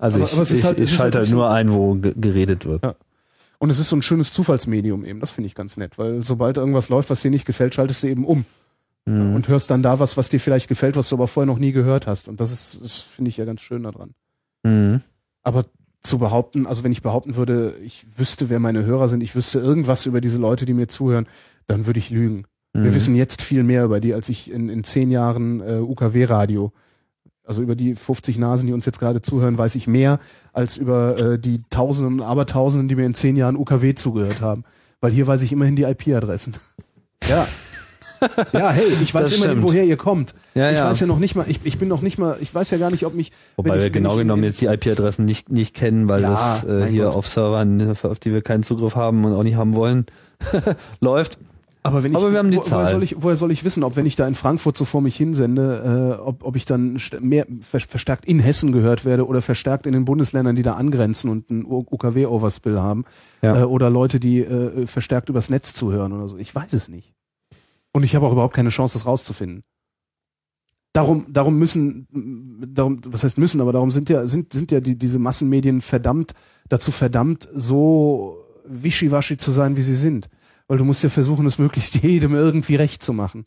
S1: Also
S2: Aber-
S1: ich,
S2: aber es ist
S1: ich,
S2: halt- es
S1: ich
S2: ist
S1: schalte
S2: halt
S1: halt nur ein, wo ge- geredet wird.
S2: Und es ist so ein schönes Zufallsmedium eben. Das finde ich ganz nett, weil sobald irgendwas läuft, was dir nicht gefällt, schaltest du eben um
S1: Mhm.
S2: und hörst dann da was, was dir vielleicht gefällt, was du aber vorher noch nie gehört hast. Und das ist, das finde ich ja ganz schön daran.
S1: Mhm.
S2: Aber zu behaupten, also wenn ich behaupten würde, ich wüsste, wer meine Hörer sind, ich wüsste irgendwas über diese Leute, die mir zuhören, dann würde ich lügen. Wir
S1: Mhm.
S2: wissen jetzt viel mehr über die, als ich in, in zehn Jahren äh, UKW-Radio. Also über die 50 Nasen, die uns jetzt gerade zuhören, weiß ich mehr als über äh, die Tausenden und Abertausenden, die mir in zehn Jahren UKW zugehört haben. Weil hier weiß ich immerhin die IP-Adressen. Ja. Ja, hey, ich weiß
S1: Das
S2: immerhin,
S1: stimmt.
S2: woher ihr kommt.
S1: Ja,
S2: ich
S1: ja.
S2: weiß ja noch nicht mal, ich, ich bin noch nicht mal, ich weiß ja gar nicht, ob mich. wenn
S1: Wobei
S2: ich-
S1: wir
S2: wenn
S1: genau
S2: ich in-
S1: genommen jetzt die IP-Adressen nicht, nicht kennen, weil
S2: Ja,
S1: das äh,
S2: mein
S1: hier
S2: Gott.
S1: auf Servern, ne, auf die wir keinen Zugriff haben und auch nicht haben wollen, läuft.
S2: Aber wenn ich,
S1: Aber wir haben die
S2: wo, Woher
S1: Zahl.
S2: soll, ich, woher soll ich wissen, ob wenn ich da in Frankfurt so vor mich hinsende, äh, ob, ob ich dann st- mehr ver verstärkt in Hessen gehört werde oder verstärkt in den Bundesländern, die da angrenzen und einen UKW-Overspill haben
S1: Ja.
S2: äh, oder Leute, die äh, verstärkt übers Netz zuhören oder so. Ich weiß es nicht. Und ich habe auch überhaupt keine Chance, das rauszufinden. Darum, darum müssen, darum, was heißt müssen, aber darum sind ja, sind, sind ja die, diese Massenmedien verdammt, dazu verdammt, so wischiwaschi zu sein, wie sie sind. Weil du musst ja versuchen, es möglichst jedem irgendwie recht zu machen.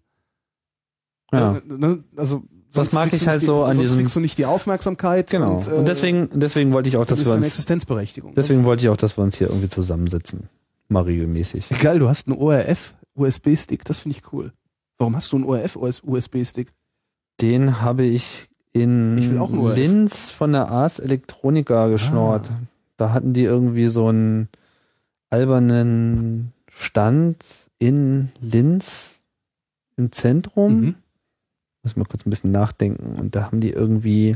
S1: Ja.
S2: Ne, ne, Also, sonst
S1: mag
S2: kriegst
S1: ich
S2: du
S1: halt
S2: nicht die,
S1: so an
S2: sonst
S1: diesem-
S2: kriegst du nicht die Aufmerksamkeit.
S1: Genau.
S2: Und,
S1: Und,
S2: äh,
S1: deswegen, deswegen wollte ich auch, dass
S2: verlierst
S1: wir
S2: deine
S1: uns,
S2: Existenzberechtigung.
S1: deswegen wollte ich auch, dass wir uns hier irgendwie zusammensetzen. Mal regelmäßig.
S2: Geil, du hast einen ORF-USB-Stick, das finde ich cool. Warum hast du einen ORF-USB-Stick?
S1: Den habe ich in
S2: Ich will auch nur-
S1: Linz von der Ars Electronica geschnort. Da hatten die irgendwie so einen albernen Stand in Linz im Zentrum. Muss mal kurz ein bisschen nachdenken. Und da haben die irgendwie,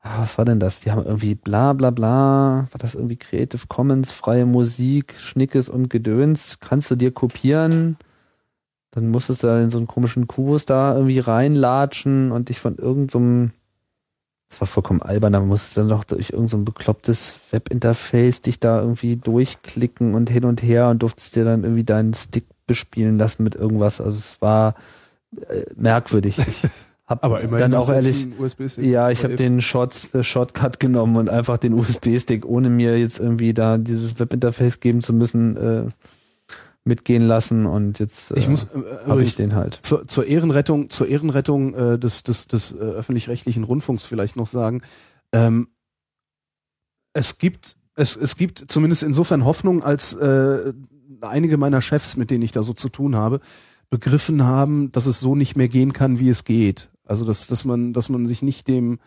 S1: ah, was war denn das? Die haben irgendwie bla bla bla, war das irgendwie Creative Commons, freie Musik, Schnickes und Gedöns, kannst du dir kopieren? Dann musstest du da in so einen komischen Kubus da irgendwie reinlatschen und dich von irgendeinem, das war vollkommen albern, da musstest du dann noch durch irgendein so ein beklopptes Webinterface dich da irgendwie durchklicken und hin und her und durftest dir dann irgendwie deinen Stick bespielen lassen mit irgendwas. Also es war äh, merkwürdig. Ich hab
S2: Aber immerhin
S1: dann
S2: hast
S1: auch
S2: du jetzt
S1: ehrlich,
S2: einen USB-Stick.
S1: ja, ich habe
S2: ORF.
S1: den Shorts, äh, Shortcut genommen und einfach den USB-Stick, ohne mir jetzt irgendwie da dieses Webinterface geben zu müssen, äh, mitgehen lassen und jetzt äh,
S2: Ich muss, äh,
S1: habe ich
S2: übrigens,
S1: den halt.
S2: zur, zur Ehrenrettung, zur Ehrenrettung äh, des, des, des äh, öffentlich-rechtlichen Rundfunks vielleicht noch sagen. Ähm, es gibt, es, es gibt zumindest insofern Hoffnung, als äh, einige meiner Chefs, mit denen ich da so zu tun habe, begriffen haben, dass es so nicht mehr gehen kann, wie es geht. Also dass, dass man, dass man sich nicht dem,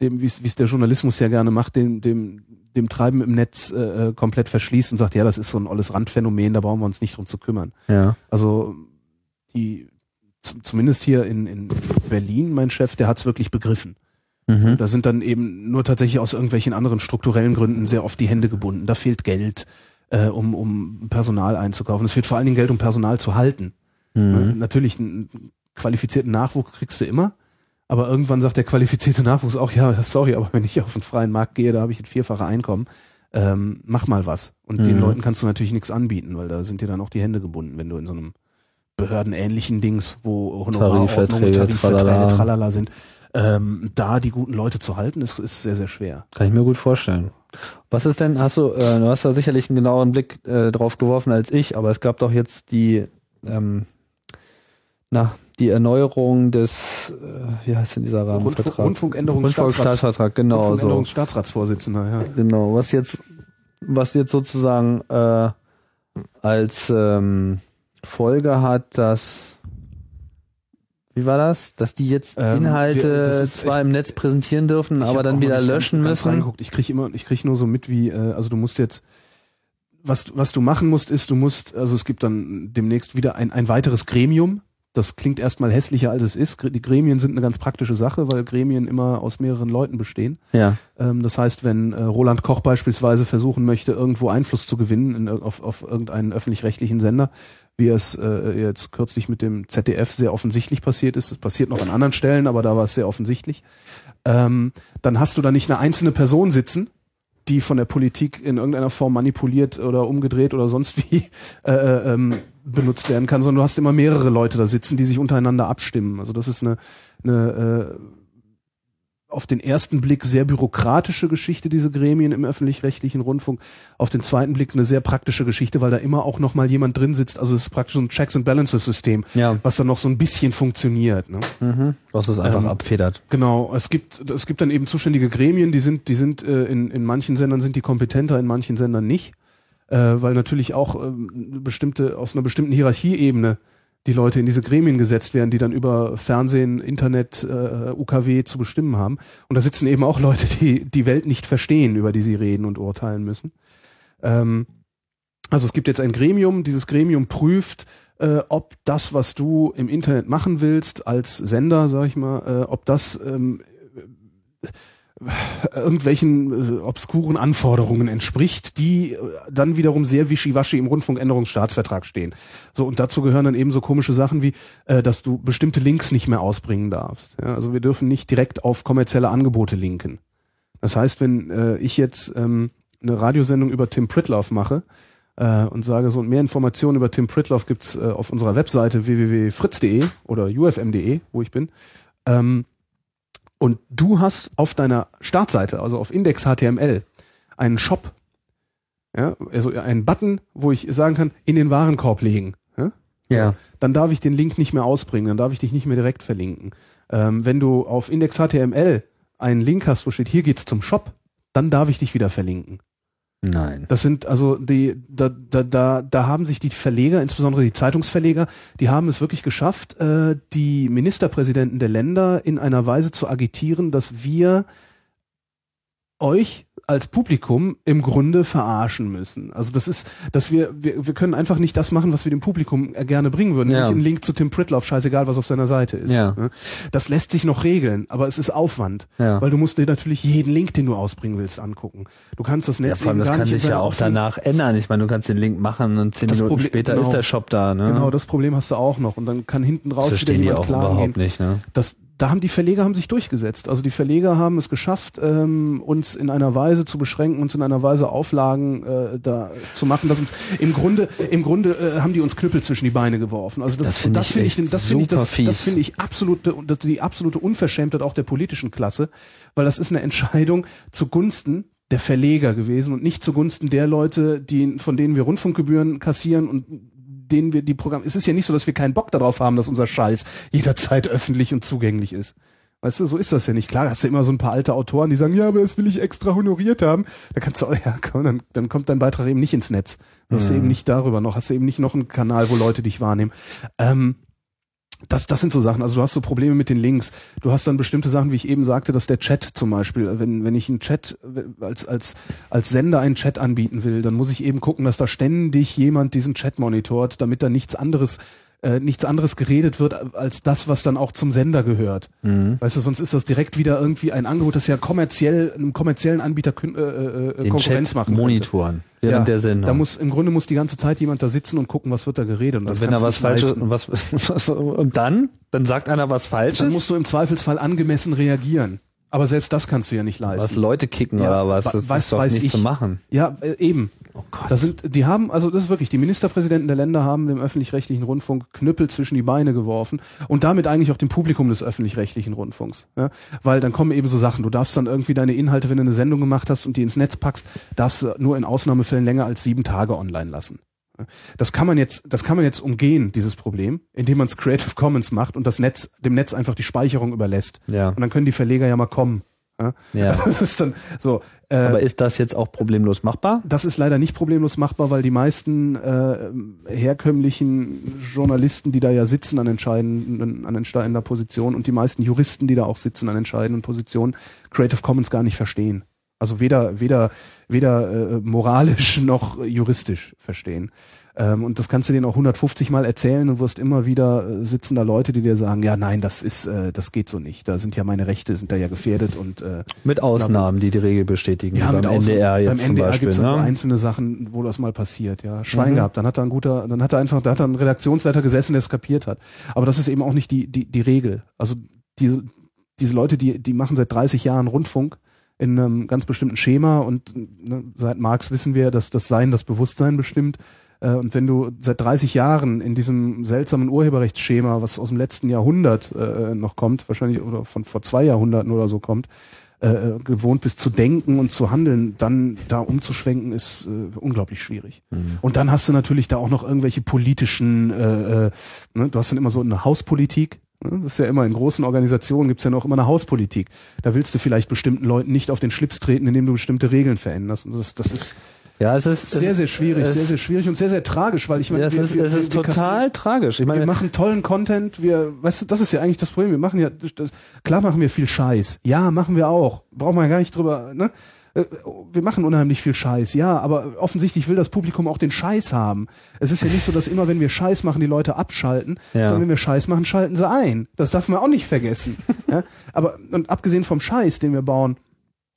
S2: dem, wie es wie es der Journalismus ja gerne macht, dem, dem, dem Treiben im Netz äh, äh, komplett verschließt und sagt, ja, das ist so ein alles Randphänomen, da brauchen wir uns nicht drum zu kümmern.
S1: Ja.
S2: Also die, z- zumindest hier in, in Berlin, mein Chef, der hat es wirklich begriffen.
S1: Mhm.
S2: Da sind dann eben nur tatsächlich aus irgendwelchen anderen strukturellen Gründen sehr oft die Hände gebunden. Da fehlt Geld, äh, um, um Personal einzukaufen. Es fehlt vor allen Dingen Geld, um Personal zu halten. Ne?
S1: Mhm.
S2: Natürlich, einen qualifizierten Nachwuchs kriegst du immer. Aber irgendwann sagt der qualifizierte Nachwuchs auch, ja, sorry, aber wenn ich auf den freien Markt gehe, da habe ich ein vierfache Einkommen. ähm, mach mal was. Und
S1: Mhm.
S2: den Leuten kannst du natürlich nichts anbieten, weil da sind dir dann auch die Hände gebunden, wenn du in so einem behördenähnlichen Dings, wo Honorarordnungen,
S3: Tarifverträge,
S2: Tarifverträge,
S3: tralala.
S2: tralala sind, ähm, da die guten Leute zu halten, ist, ist sehr, sehr schwer.
S1: Kann ich mir gut vorstellen. Was ist denn, hast du, äh, du hast da sicherlich einen genaueren Blick äh, drauf geworfen als ich, aber es gab doch jetzt die, ähm, na, die Erneuerung des, äh, wie heißt denn dieser
S2: Rundfunk-
S1: Rahmenvertrag?
S2: Rundfunkänderung Staatsrats-
S1: Rundfunkstaatsvertrag, genau so.
S2: Staatsratsvorsitzender, ja.
S1: Genau, was jetzt, was jetzt sozusagen äh, als ähm, Folge hat, dass wie war das? Dass die jetzt
S2: Ähm, wir-
S1: Inhalte
S2: das ist
S1: zwar
S2: echt-
S1: im Netz präsentieren dürfen,
S2: Ich
S1: aber
S2: hab auch
S1: dann
S2: noch
S1: wieder
S2: nicht ganz-
S1: löschen
S2: ganz
S1: müssen.
S2: reingeguckt. Ich krieg immer, ich krieg nur so mit, wie, äh, also du musst jetzt, was, du- was du machen musst, ist, du musst, also es gibt dann demnächst wieder ein, ein weiteres Gremium. Das klingt erstmal hässlicher, als es ist. Gr- Die Gremien sind eine ganz praktische Sache, weil Gremien immer aus mehreren Leuten bestehen.
S1: Ja.
S2: Ähm, das heißt, wenn äh, Roland Koch beispielsweise versuchen möchte, irgendwo Einfluss zu gewinnen in, ir- auf, auf irgendeinen öffentlich-rechtlichen Sender, wie es äh, jetzt kürzlich mit dem ZDF sehr offensichtlich passiert ist, es passiert noch an anderen Stellen, aber da war es sehr offensichtlich, ähm, dann hast du da nicht eine einzelne Person sitzen, die von der Politik in irgendeiner Form manipuliert oder umgedreht oder sonst wie äh, ähm, benutzt werden kann, sondern du hast immer mehrere Leute da sitzen, die sich untereinander abstimmen. Also das ist eine, eine äh, auf den ersten Blick sehr bürokratische Geschichte, diese Gremien im öffentlich-rechtlichen Rundfunk. Auf den zweiten Blick eine sehr praktische Geschichte, weil da immer auch nochmal jemand drin sitzt. Also es ist praktisch so ein Checks and Balances System,
S1: Ja.
S2: was dann noch so ein bisschen funktioniert. Ne?
S1: Mhm. Was es einfach
S2: Ähm,
S1: abfedert.
S2: Genau, es gibt, es gibt dann eben zuständige Gremien, die sind, die sind äh, in, in manchen Sendern sind die kompetenter, in manchen Sendern nicht. Äh, weil natürlich auch ähm, bestimmte, aus einer bestimmten Hierarchieebene die Leute in diese Gremien gesetzt werden, die dann über Fernsehen, Internet, äh, UKW zu bestimmen haben. Und da sitzen eben auch Leute, die die Welt nicht verstehen, über die sie reden und urteilen müssen. Ähm, also es gibt jetzt ein Gremium, dieses Gremium prüft, äh, ob das, was du im Internet machen willst, als Sender, sag ich mal, äh, ob das ähm, äh, irgendwelchen äh, obskuren Anforderungen entspricht, die äh, dann wiederum sehr wischiwaschi im Rundfunkänderungsstaatsvertrag stehen. So, und dazu gehören dann eben so komische Sachen wie, äh, dass du bestimmte Links nicht mehr ausbringen darfst. Ja, also wir dürfen nicht direkt auf kommerzielle Angebote linken. Das heißt, wenn äh, ich jetzt ähm, eine Radiosendung über Tim Pritloff mache, äh, und sage so, und mehr Informationen über Tim Pritloff gibt's äh, auf unserer Webseite www.fritz.de oder ufm.de, wo ich bin. Ähm, und du hast auf deiner Startseite, also auf Index HTML, einen Shop, ja, also einen Button, wo ich sagen kann, in den Warenkorb legen. Ja?
S1: Ja.
S2: dann darf ich den Link nicht mehr ausbringen, dann darf ich dich nicht mehr direkt verlinken. Ähm, wenn du auf Index HTML einen Link hast, wo steht, hier geht's zum Shop, dann darf ich dich wieder verlinken.
S1: Nein.
S2: Das sind also die, da, da, da, da haben sich die Verleger, insbesondere die Zeitungsverleger, die haben es wirklich geschafft, äh, die Ministerpräsidenten der Länder in einer Weise zu agitieren, dass wir euch als Publikum im Grunde verarschen müssen. Also das ist, dass wir, wir, wir können einfach nicht das machen, was wir dem Publikum äh, gerne bringen würden.
S1: Ja.
S2: Nämlich einen Link zu Tim Pritloff, scheißegal, was auf seiner Seite ist.
S1: Ja.
S2: Das lässt sich noch regeln, aber es ist Aufwand.
S1: Ja.
S2: Weil du musst dir natürlich jeden Link, den du ausbringen willst, angucken. Du kannst das
S1: Ja,
S2: Netz
S1: vor allem,
S2: eben
S1: das
S2: gar
S1: kann
S2: nicht in
S1: sich ja
S2: seiner
S1: auch
S2: offenen-
S1: danach ändern. Ich meine, du kannst den Link machen und zehn
S2: Das
S1: Minuten
S2: Problem-
S1: später
S2: genau.
S1: ist der Shop da. Ne?
S2: Genau, das Problem hast du auch noch. Und dann kann hinten
S1: das
S2: raus wieder
S1: verstehen die
S2: jemand
S1: auch überhaupt
S2: klagen.
S1: nicht. Ne?
S2: Das, da haben die Verleger haben sich durchgesetzt. Also die Verleger haben es geschafft, ähm, uns in einer Weise zu beschränken, uns in einer Weise Auflagen äh, da zu machen, dass uns im Grunde, im Grunde äh, haben die uns Knüppel zwischen die Beine geworfen. Also das,
S1: Das finde
S2: das
S1: ich
S2: finde ich,
S1: echt
S2: den- das finde ich, das,
S1: super fies.
S2: das finde ich absolute, das, die absolute Unverschämtheit auch der politischen Klasse, weil das ist eine Entscheidung zugunsten der Verleger gewesen und nicht zugunsten der Leute, die, von denen wir Rundfunkgebühren kassieren und denen wir die Programme. Es ist ja nicht so, dass wir keinen Bock darauf haben, dass unser Scheiß jederzeit öffentlich und zugänglich ist. Weißt du, so ist das ja nicht. Klar, hast du immer so ein paar alte Autoren, die sagen, ja, aber das will ich extra honoriert haben. Da kannst du, auch- ja, komm, dann, dann kommt dein Beitrag eben nicht ins Netz. Dann hast du eben nicht darüber noch, hast du eben nicht noch einen Kanal, wo Leute dich wahrnehmen. Ähm, das, das sind so Sachen. Also du hast so Probleme mit den Links. Du hast dann bestimmte Sachen, wie ich eben sagte, dass der Chat zum Beispiel, wenn, wenn ich einen Chat äh, als, als, als Sender einen Chat anbieten will, dann muss ich eben gucken, dass da ständig jemand diesen Chat monitort, damit da nichts anderes, äh, nichts anderes geredet wird als das, was dann auch zum Sender gehört.
S1: Mhm.
S2: Weißt du, sonst ist das direkt wieder irgendwie ein Angebot, das ja kommerziell, einem kommerziellen Anbieter kün- äh, äh, äh,
S1: Den
S2: Konkurrenz
S1: Chat
S2: machen könnte.
S1: monitoren während
S2: Ja,
S1: der Sendung.
S2: Da muss, im Grunde muss die ganze Zeit jemand da sitzen und gucken, was wird da geredet. Und das
S1: wenn da
S2: kannst du
S1: was
S2: nicht
S1: Falsches
S2: leisten.
S1: und was und dann, dann sagt einer was Falsches.
S2: Dann musst du im Zweifelsfall angemessen reagieren. Aber selbst das kannst du ja nicht leisten.
S1: Was Leute kicken
S2: Ja,
S1: oder was,
S2: wa-
S1: das
S2: was
S1: ist doch
S2: weiß
S1: nicht
S2: ich.
S1: zu machen.
S2: Ja, äh, eben.
S1: Oh Gott.
S2: Das sind, die haben, also das ist wirklich, die Ministerpräsidenten der Länder haben dem öffentlich-rechtlichen Rundfunk Knüppel zwischen die Beine geworfen und damit eigentlich auch dem Publikum des öffentlich-rechtlichen Rundfunks. Ja? Weil dann kommen eben so Sachen, du darfst dann irgendwie deine Inhalte, wenn du eine Sendung gemacht hast und die ins Netz packst, darfst du nur in Ausnahmefällen länger als sieben Tage online lassen. Ja? Das kann man jetzt, das kann man jetzt umgehen, dieses Problem, indem man es Creative Commons macht und das Netz, dem Netz einfach die Speicherung überlässt.
S1: ja,
S2: Und dann können die Verleger ja mal kommen. Ja?
S1: ja.
S2: Das ist dann so. Äh,
S1: Aber ist das jetzt auch problemlos machbar?
S2: das ist leider nicht problemlos machbar, weil die meisten äh, herkömmlichen Journalisten, die da ja sitzen an entscheidenden, an entscheidender Position und die meisten Juristen, die da auch sitzen an entscheidenden Positionen, Creative Commons gar nicht verstehen. Also weder weder weder äh, moralisch noch juristisch verstehen. Ähm, und das kannst du denen auch 150 Mal erzählen und wirst immer wieder äh, sitzen da Leute, die dir sagen, ja nein, das ist äh, das geht so nicht. Da sind ja meine Rechte sind da ja gefährdet und äh,
S1: Mit Ausnahmen, die die Regel bestätigen.
S2: ja,
S1: wie
S2: mit
S1: beim
S2: Ausnahmen.
S1: NDR jetzt
S2: beim
S1: zum
S2: NDR
S1: Beispiel.
S2: gibt es also
S1: Ne? Mhm.
S2: einzelne Sachen, wo das mal passiert, ja. Schwein gehabt, dann hat da ein guter, dann hat da einfach, da hat da ein Redaktionsleiter gesessen, der es kapiert hat. Aber das ist eben auch nicht die, die, die Regel. Also diese, diese Leute, die, die machen seit 30 Jahren Rundfunk in einem ganz bestimmten Schema und ne, seit Marx wissen wir, dass das Sein das Bewusstsein bestimmt. Äh, Und wenn du seit 30 Jahren in diesem seltsamen Urheberrechtsschema, was aus dem letzten Jahrhundert äh, noch kommt, wahrscheinlich oder von vor zwei Jahrhunderten oder so kommt, äh, gewohnt bist zu denken und zu handeln, dann da umzuschwenken, ist äh, unglaublich schwierig. Und dann hast du natürlich da auch noch irgendwelche politischen, äh, äh, ne? du hast dann immer so eine Hauspolitik. ne? Das ist ja immer in großen Organisationen gibt's ja noch immer eine Hauspolitik. Da willst du vielleicht bestimmten Leuten nicht auf den Schlips treten, indem du bestimmte Regeln veränderst. Und das, das ist
S1: Ja, es ist
S2: sehr,
S1: es,
S2: sehr schwierig,
S1: es,
S2: sehr, sehr schwierig und sehr, sehr tragisch, weil ich meine,
S1: Ja, es
S2: wir-
S1: ist,
S2: wir-
S1: es ist
S2: wir- wir
S1: total tragisch. Ich
S2: wir
S1: meine,
S2: machen tollen Content, wir, weißt du, das ist ja eigentlich das Problem. Wir machen ja, das, klar machen wir viel Scheiß. Ja, machen wir auch. Braucht man gar nicht drüber, ne? Äh, Wir machen unheimlich viel Scheiß, ja, aber offensichtlich will das Publikum auch den Scheiß haben. Es ist ja nicht so, dass immer, wenn wir Scheiß machen, die Leute abschalten,
S1: Ja.
S2: sondern wenn wir Scheiß machen, schalten sie ein. Das darf man auch nicht vergessen. ja? Aber, und abgesehen vom Scheiß, den wir bauen,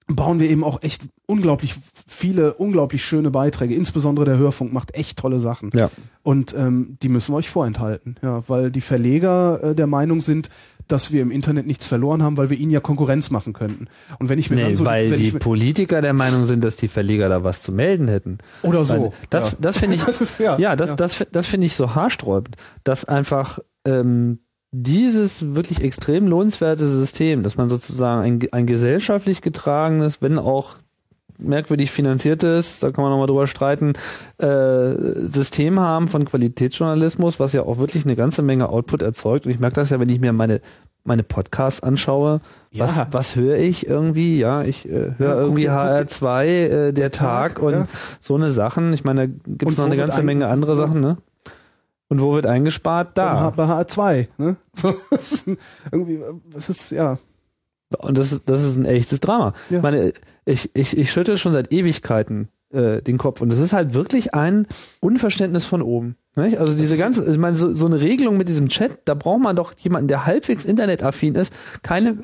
S2: bauen wir eben auch echt unglaublich viele, unglaublich schöne Beiträge. Insbesondere der Hörfunk macht echt tolle Sachen.
S1: ja.
S2: Und ähm, die müssen wir euch vorenthalten, ja, weil die Verleger äh, der Meinung sind, dass wir im Internet nichts verloren haben, weil wir ihnen ja Konkurrenz machen könnten. Und wenn ich mir
S1: Nee,
S2: dann so
S1: weil
S2: also, wenn
S1: die
S2: ich mir,
S1: Politiker der Meinung sind, dass die Verleger da was zu melden hätten.
S2: oder
S1: Weil
S2: so,
S1: das,
S2: ja.
S1: das finde ich,
S2: das ist ja,
S1: ja, das, das, das finde ich so haarsträubend, dass einfach ähm, dieses wirklich extrem lohnenswerte System, dass man sozusagen ein, ein gesellschaftlich getragenes, wenn auch merkwürdig finanziertes, da kann man nochmal drüber streiten, äh, System haben von Qualitätsjournalismus, was ja auch wirklich eine ganze Menge Output erzeugt. Und ich merke das ja, wenn ich mir meine meine Podcasts anschaue, was,
S2: Ja.
S1: was höre ich irgendwie? Ja, ich äh, höre
S2: Ja, guck
S1: irgendwie
S2: dir- guck dir-
S1: HR2, äh, der Tag,
S2: Tag,
S1: und
S2: ja.
S1: so eine Sachen. Ich meine, da gibt es noch
S2: Und wo
S1: eine
S2: wird
S1: ganze
S2: ein-
S1: Menge andere Sachen, ne? Und wo wird eingespart? Da.
S2: Bei HR2, ne? So, das ist ein- irgendwie, äh, das ist, ja.
S1: Und das ist, das ist ein echtes Drama.
S2: Ja.
S1: Ich meine, ich, ich, ich schüttel schon seit Ewigkeiten äh, den Kopf. Und das ist halt wirklich ein Unverständnis von oben. Nicht? Also diese ganze, ich meine, so, so eine Regelung mit diesem Chat, da braucht man doch jemanden, der halbwegs internetaffin ist, keine,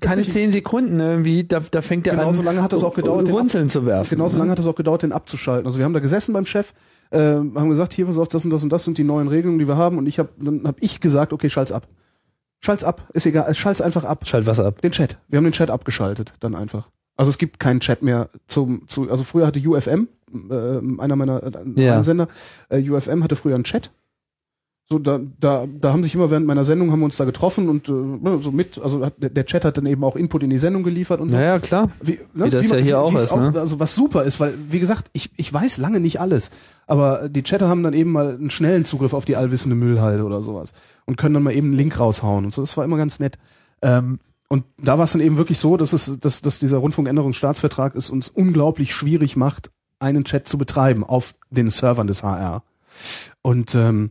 S1: keine
S2: richtig.
S1: zehn Sekunden irgendwie, da, da fängt der an,
S2: Genauso lange hat das auch gedauert, den
S1: Runzeln zu werfen. ne?
S2: Genauso lange hat es auch gedauert, den abzuschalten. Also wir haben da gesessen beim Chef, äh, haben gesagt, hier pass auf, das und das und das sind die neuen Regelungen, die wir haben. Und ich habe, dann habe ich gesagt, okay, schalt's ab, schalt's ab, ist egal, äh, schalt's einfach ab.
S1: Schalt was ab.
S2: Den Chat. Wir haben den Chat abgeschaltet, dann einfach. Also es gibt keinen Chat mehr zum, zu, also früher hatte UFM, äh, einer meiner äh,
S1: Ja.
S2: meinem Sender, äh, UFM hatte früher einen Chat. So, da, da, da haben sich immer während meiner Sendung haben wir uns da getroffen und äh, ne, so mit, also hat, der- der Chat hat dann eben auch Input in die Sendung geliefert und so.
S1: Naja, klar.
S2: Wie, ne,
S1: Wie das ja
S2: man-
S1: hier auch
S2: wie's
S1: ist, ne?
S2: Also was super ist, weil, wie gesagt, ich, ich weiß lange nicht alles. Aber die Chatter haben dann eben mal einen schnellen Zugriff auf die allwissende Müllhalde oder sowas. Und können dann mal eben einen Link raushauen und so. Das war immer ganz nett. Ähm, und da war es dann eben wirklich so, dass, es, dass, dass dieser Rundfunkänderungsstaatsvertrag es uns unglaublich schwierig macht, einen Chat zu betreiben auf den Servern des HR. Und ähm,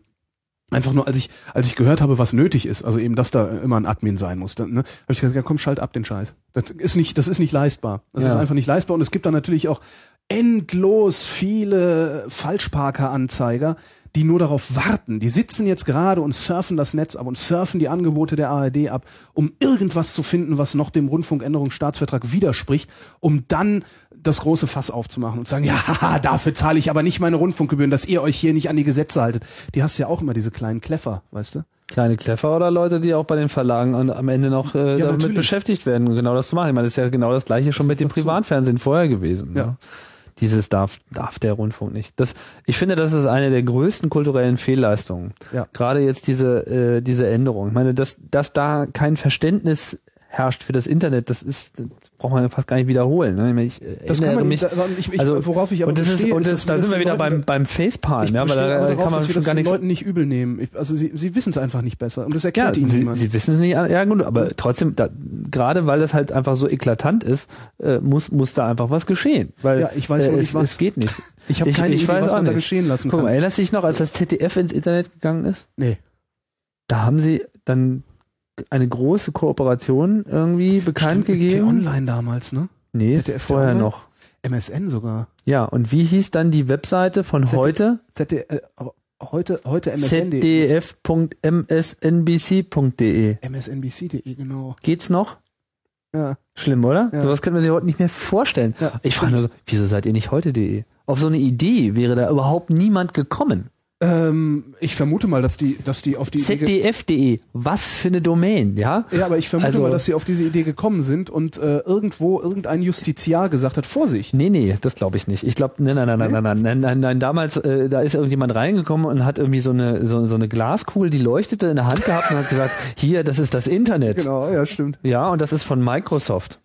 S2: einfach nur, als ich, als ich gehört habe, was nötig ist, also eben, dass da immer ein Admin sein muss, dann, ne, habe ich gesagt, ja komm, schalt ab den Scheiß. Das ist nicht, das ist nicht leistbar. Das
S1: Ja.
S2: ist einfach nicht leistbar. Und es gibt da natürlich auch endlos viele Falschparker-Anzeiger, die nur darauf warten. Die sitzen jetzt gerade und surfen das Netz ab und surfen die Angebote der ARD ab, um irgendwas zu finden, was noch dem Rundfunkänderungsstaatsvertrag widerspricht, um dann das große Fass aufzumachen und sagen, ja, haha, dafür zahle ich aber nicht meine Rundfunkgebühren, dass ihr euch hier nicht an die Gesetze haltet. Die hast ja auch immer diese kleinen Kleffer, weißt du?
S1: Kleine Kleffer oder Leute, die auch bei den Verlagen an, am Ende noch äh,
S2: Ja,
S1: damit
S2: natürlich.
S1: beschäftigt werden, um genau das zu machen. Ich meine, das ist ja genau das gleiche schon mit dem Privatfernsehen vorher gewesen.
S2: Ja.
S1: Ne? Dieses darf, darf der Rundfunk nicht. Das, ich finde, das ist eine der größten kulturellen Fehlleistungen.
S2: Ja.
S1: Gerade jetzt diese, äh, diese Änderung. Ich meine, dass, dass da kein Verständnis herrscht für das Internet, das ist, das braucht man fast gar nicht wiederholen. Ne? Ich, meine, ich
S2: Das kann
S1: erinnere
S2: man,
S1: mich,
S2: da, ich, ich,
S1: also,
S2: worauf ich aber
S1: und das ist,
S2: bestehe,
S1: und das,
S2: dass
S1: da
S2: dass
S1: sind wir
S2: die
S1: wieder
S2: Leute-
S1: beim, beim Facepalm,
S2: Ich
S1: ja, weil
S2: bestehe
S1: da
S2: aber
S1: kann
S2: darauf,
S1: man
S2: dass wir
S1: schon
S2: das
S1: gar
S2: den
S1: nichts
S2: Leuten nicht übel nehmen. Ich, also sie, sie wissen es einfach nicht besser und das
S1: Ja,
S2: erklärt ihnen
S1: sie,
S2: niemand.
S1: sie wissen es nicht. an- Ja, gut, aber trotzdem, da, gerade weil das halt einfach so eklatant ist, äh, muss, muss da einfach was geschehen. Weil
S2: Ja, ich weiß
S1: äh,
S2: auch nicht,
S1: es,
S2: was.
S1: es geht nicht.
S2: ich habe
S1: ich-
S2: keine
S1: ich
S2: Idee,
S1: weiß
S2: was
S1: auch
S2: man da
S1: nicht.
S2: geschehen lassen
S1: Guck mal,
S2: kann.
S1: erinnerst du dich noch, als das ZDF ins Internet gegangen ist?
S2: Nee.
S1: Da haben sie dann eine große Kooperation irgendwie bekannt
S2: Stimmt, mit
S1: gegeben.
S2: T-Online damals, ne?
S1: Nee,
S2: ZDF
S1: vorher
S2: T-Online?
S1: noch.
S2: MSN sogar.
S1: Ja, und wie hieß dann die Webseite von
S2: ZDF
S1: heute?
S2: ZD, äh, heute, heute MSN.de.
S1: zdf.msnbc.de.
S2: MSNBC.de, genau.
S1: E. Geht's noch?
S2: Ja.
S1: Schlimm, oder?
S2: Ja.
S1: Sowas können wir sich heute nicht mehr vorstellen.
S2: Ja,
S1: ich frage nur so, wieso seid ihr nicht heute.de? Auf so eine Idee wäre da überhaupt niemand gekommen.
S2: Ähm, ich vermute mal, dass die, dass die auf die Idee ge-
S1: ZDF.de, E, was für eine Domain, ja?
S2: ja, aber ich vermute
S1: Also-
S2: mal, dass sie auf diese Idee gekommen sind und äh, irgendwo irgendein Justiziar gesagt hat, Vorsicht.
S1: Nee, nee, das glaube ich nicht. Ich glaube, nein, nein, nein, nein, nein, nein, nein, nein, nein, damals, äh, da ist irgendjemand reingekommen und hat irgendwie so eine, so, so eine Glaskugel, die leuchtete in der Hand gehabt und hat gesagt, hier, das ist das Internet.
S2: Genau, ja, stimmt.
S1: Ja, und das ist von Microsoft.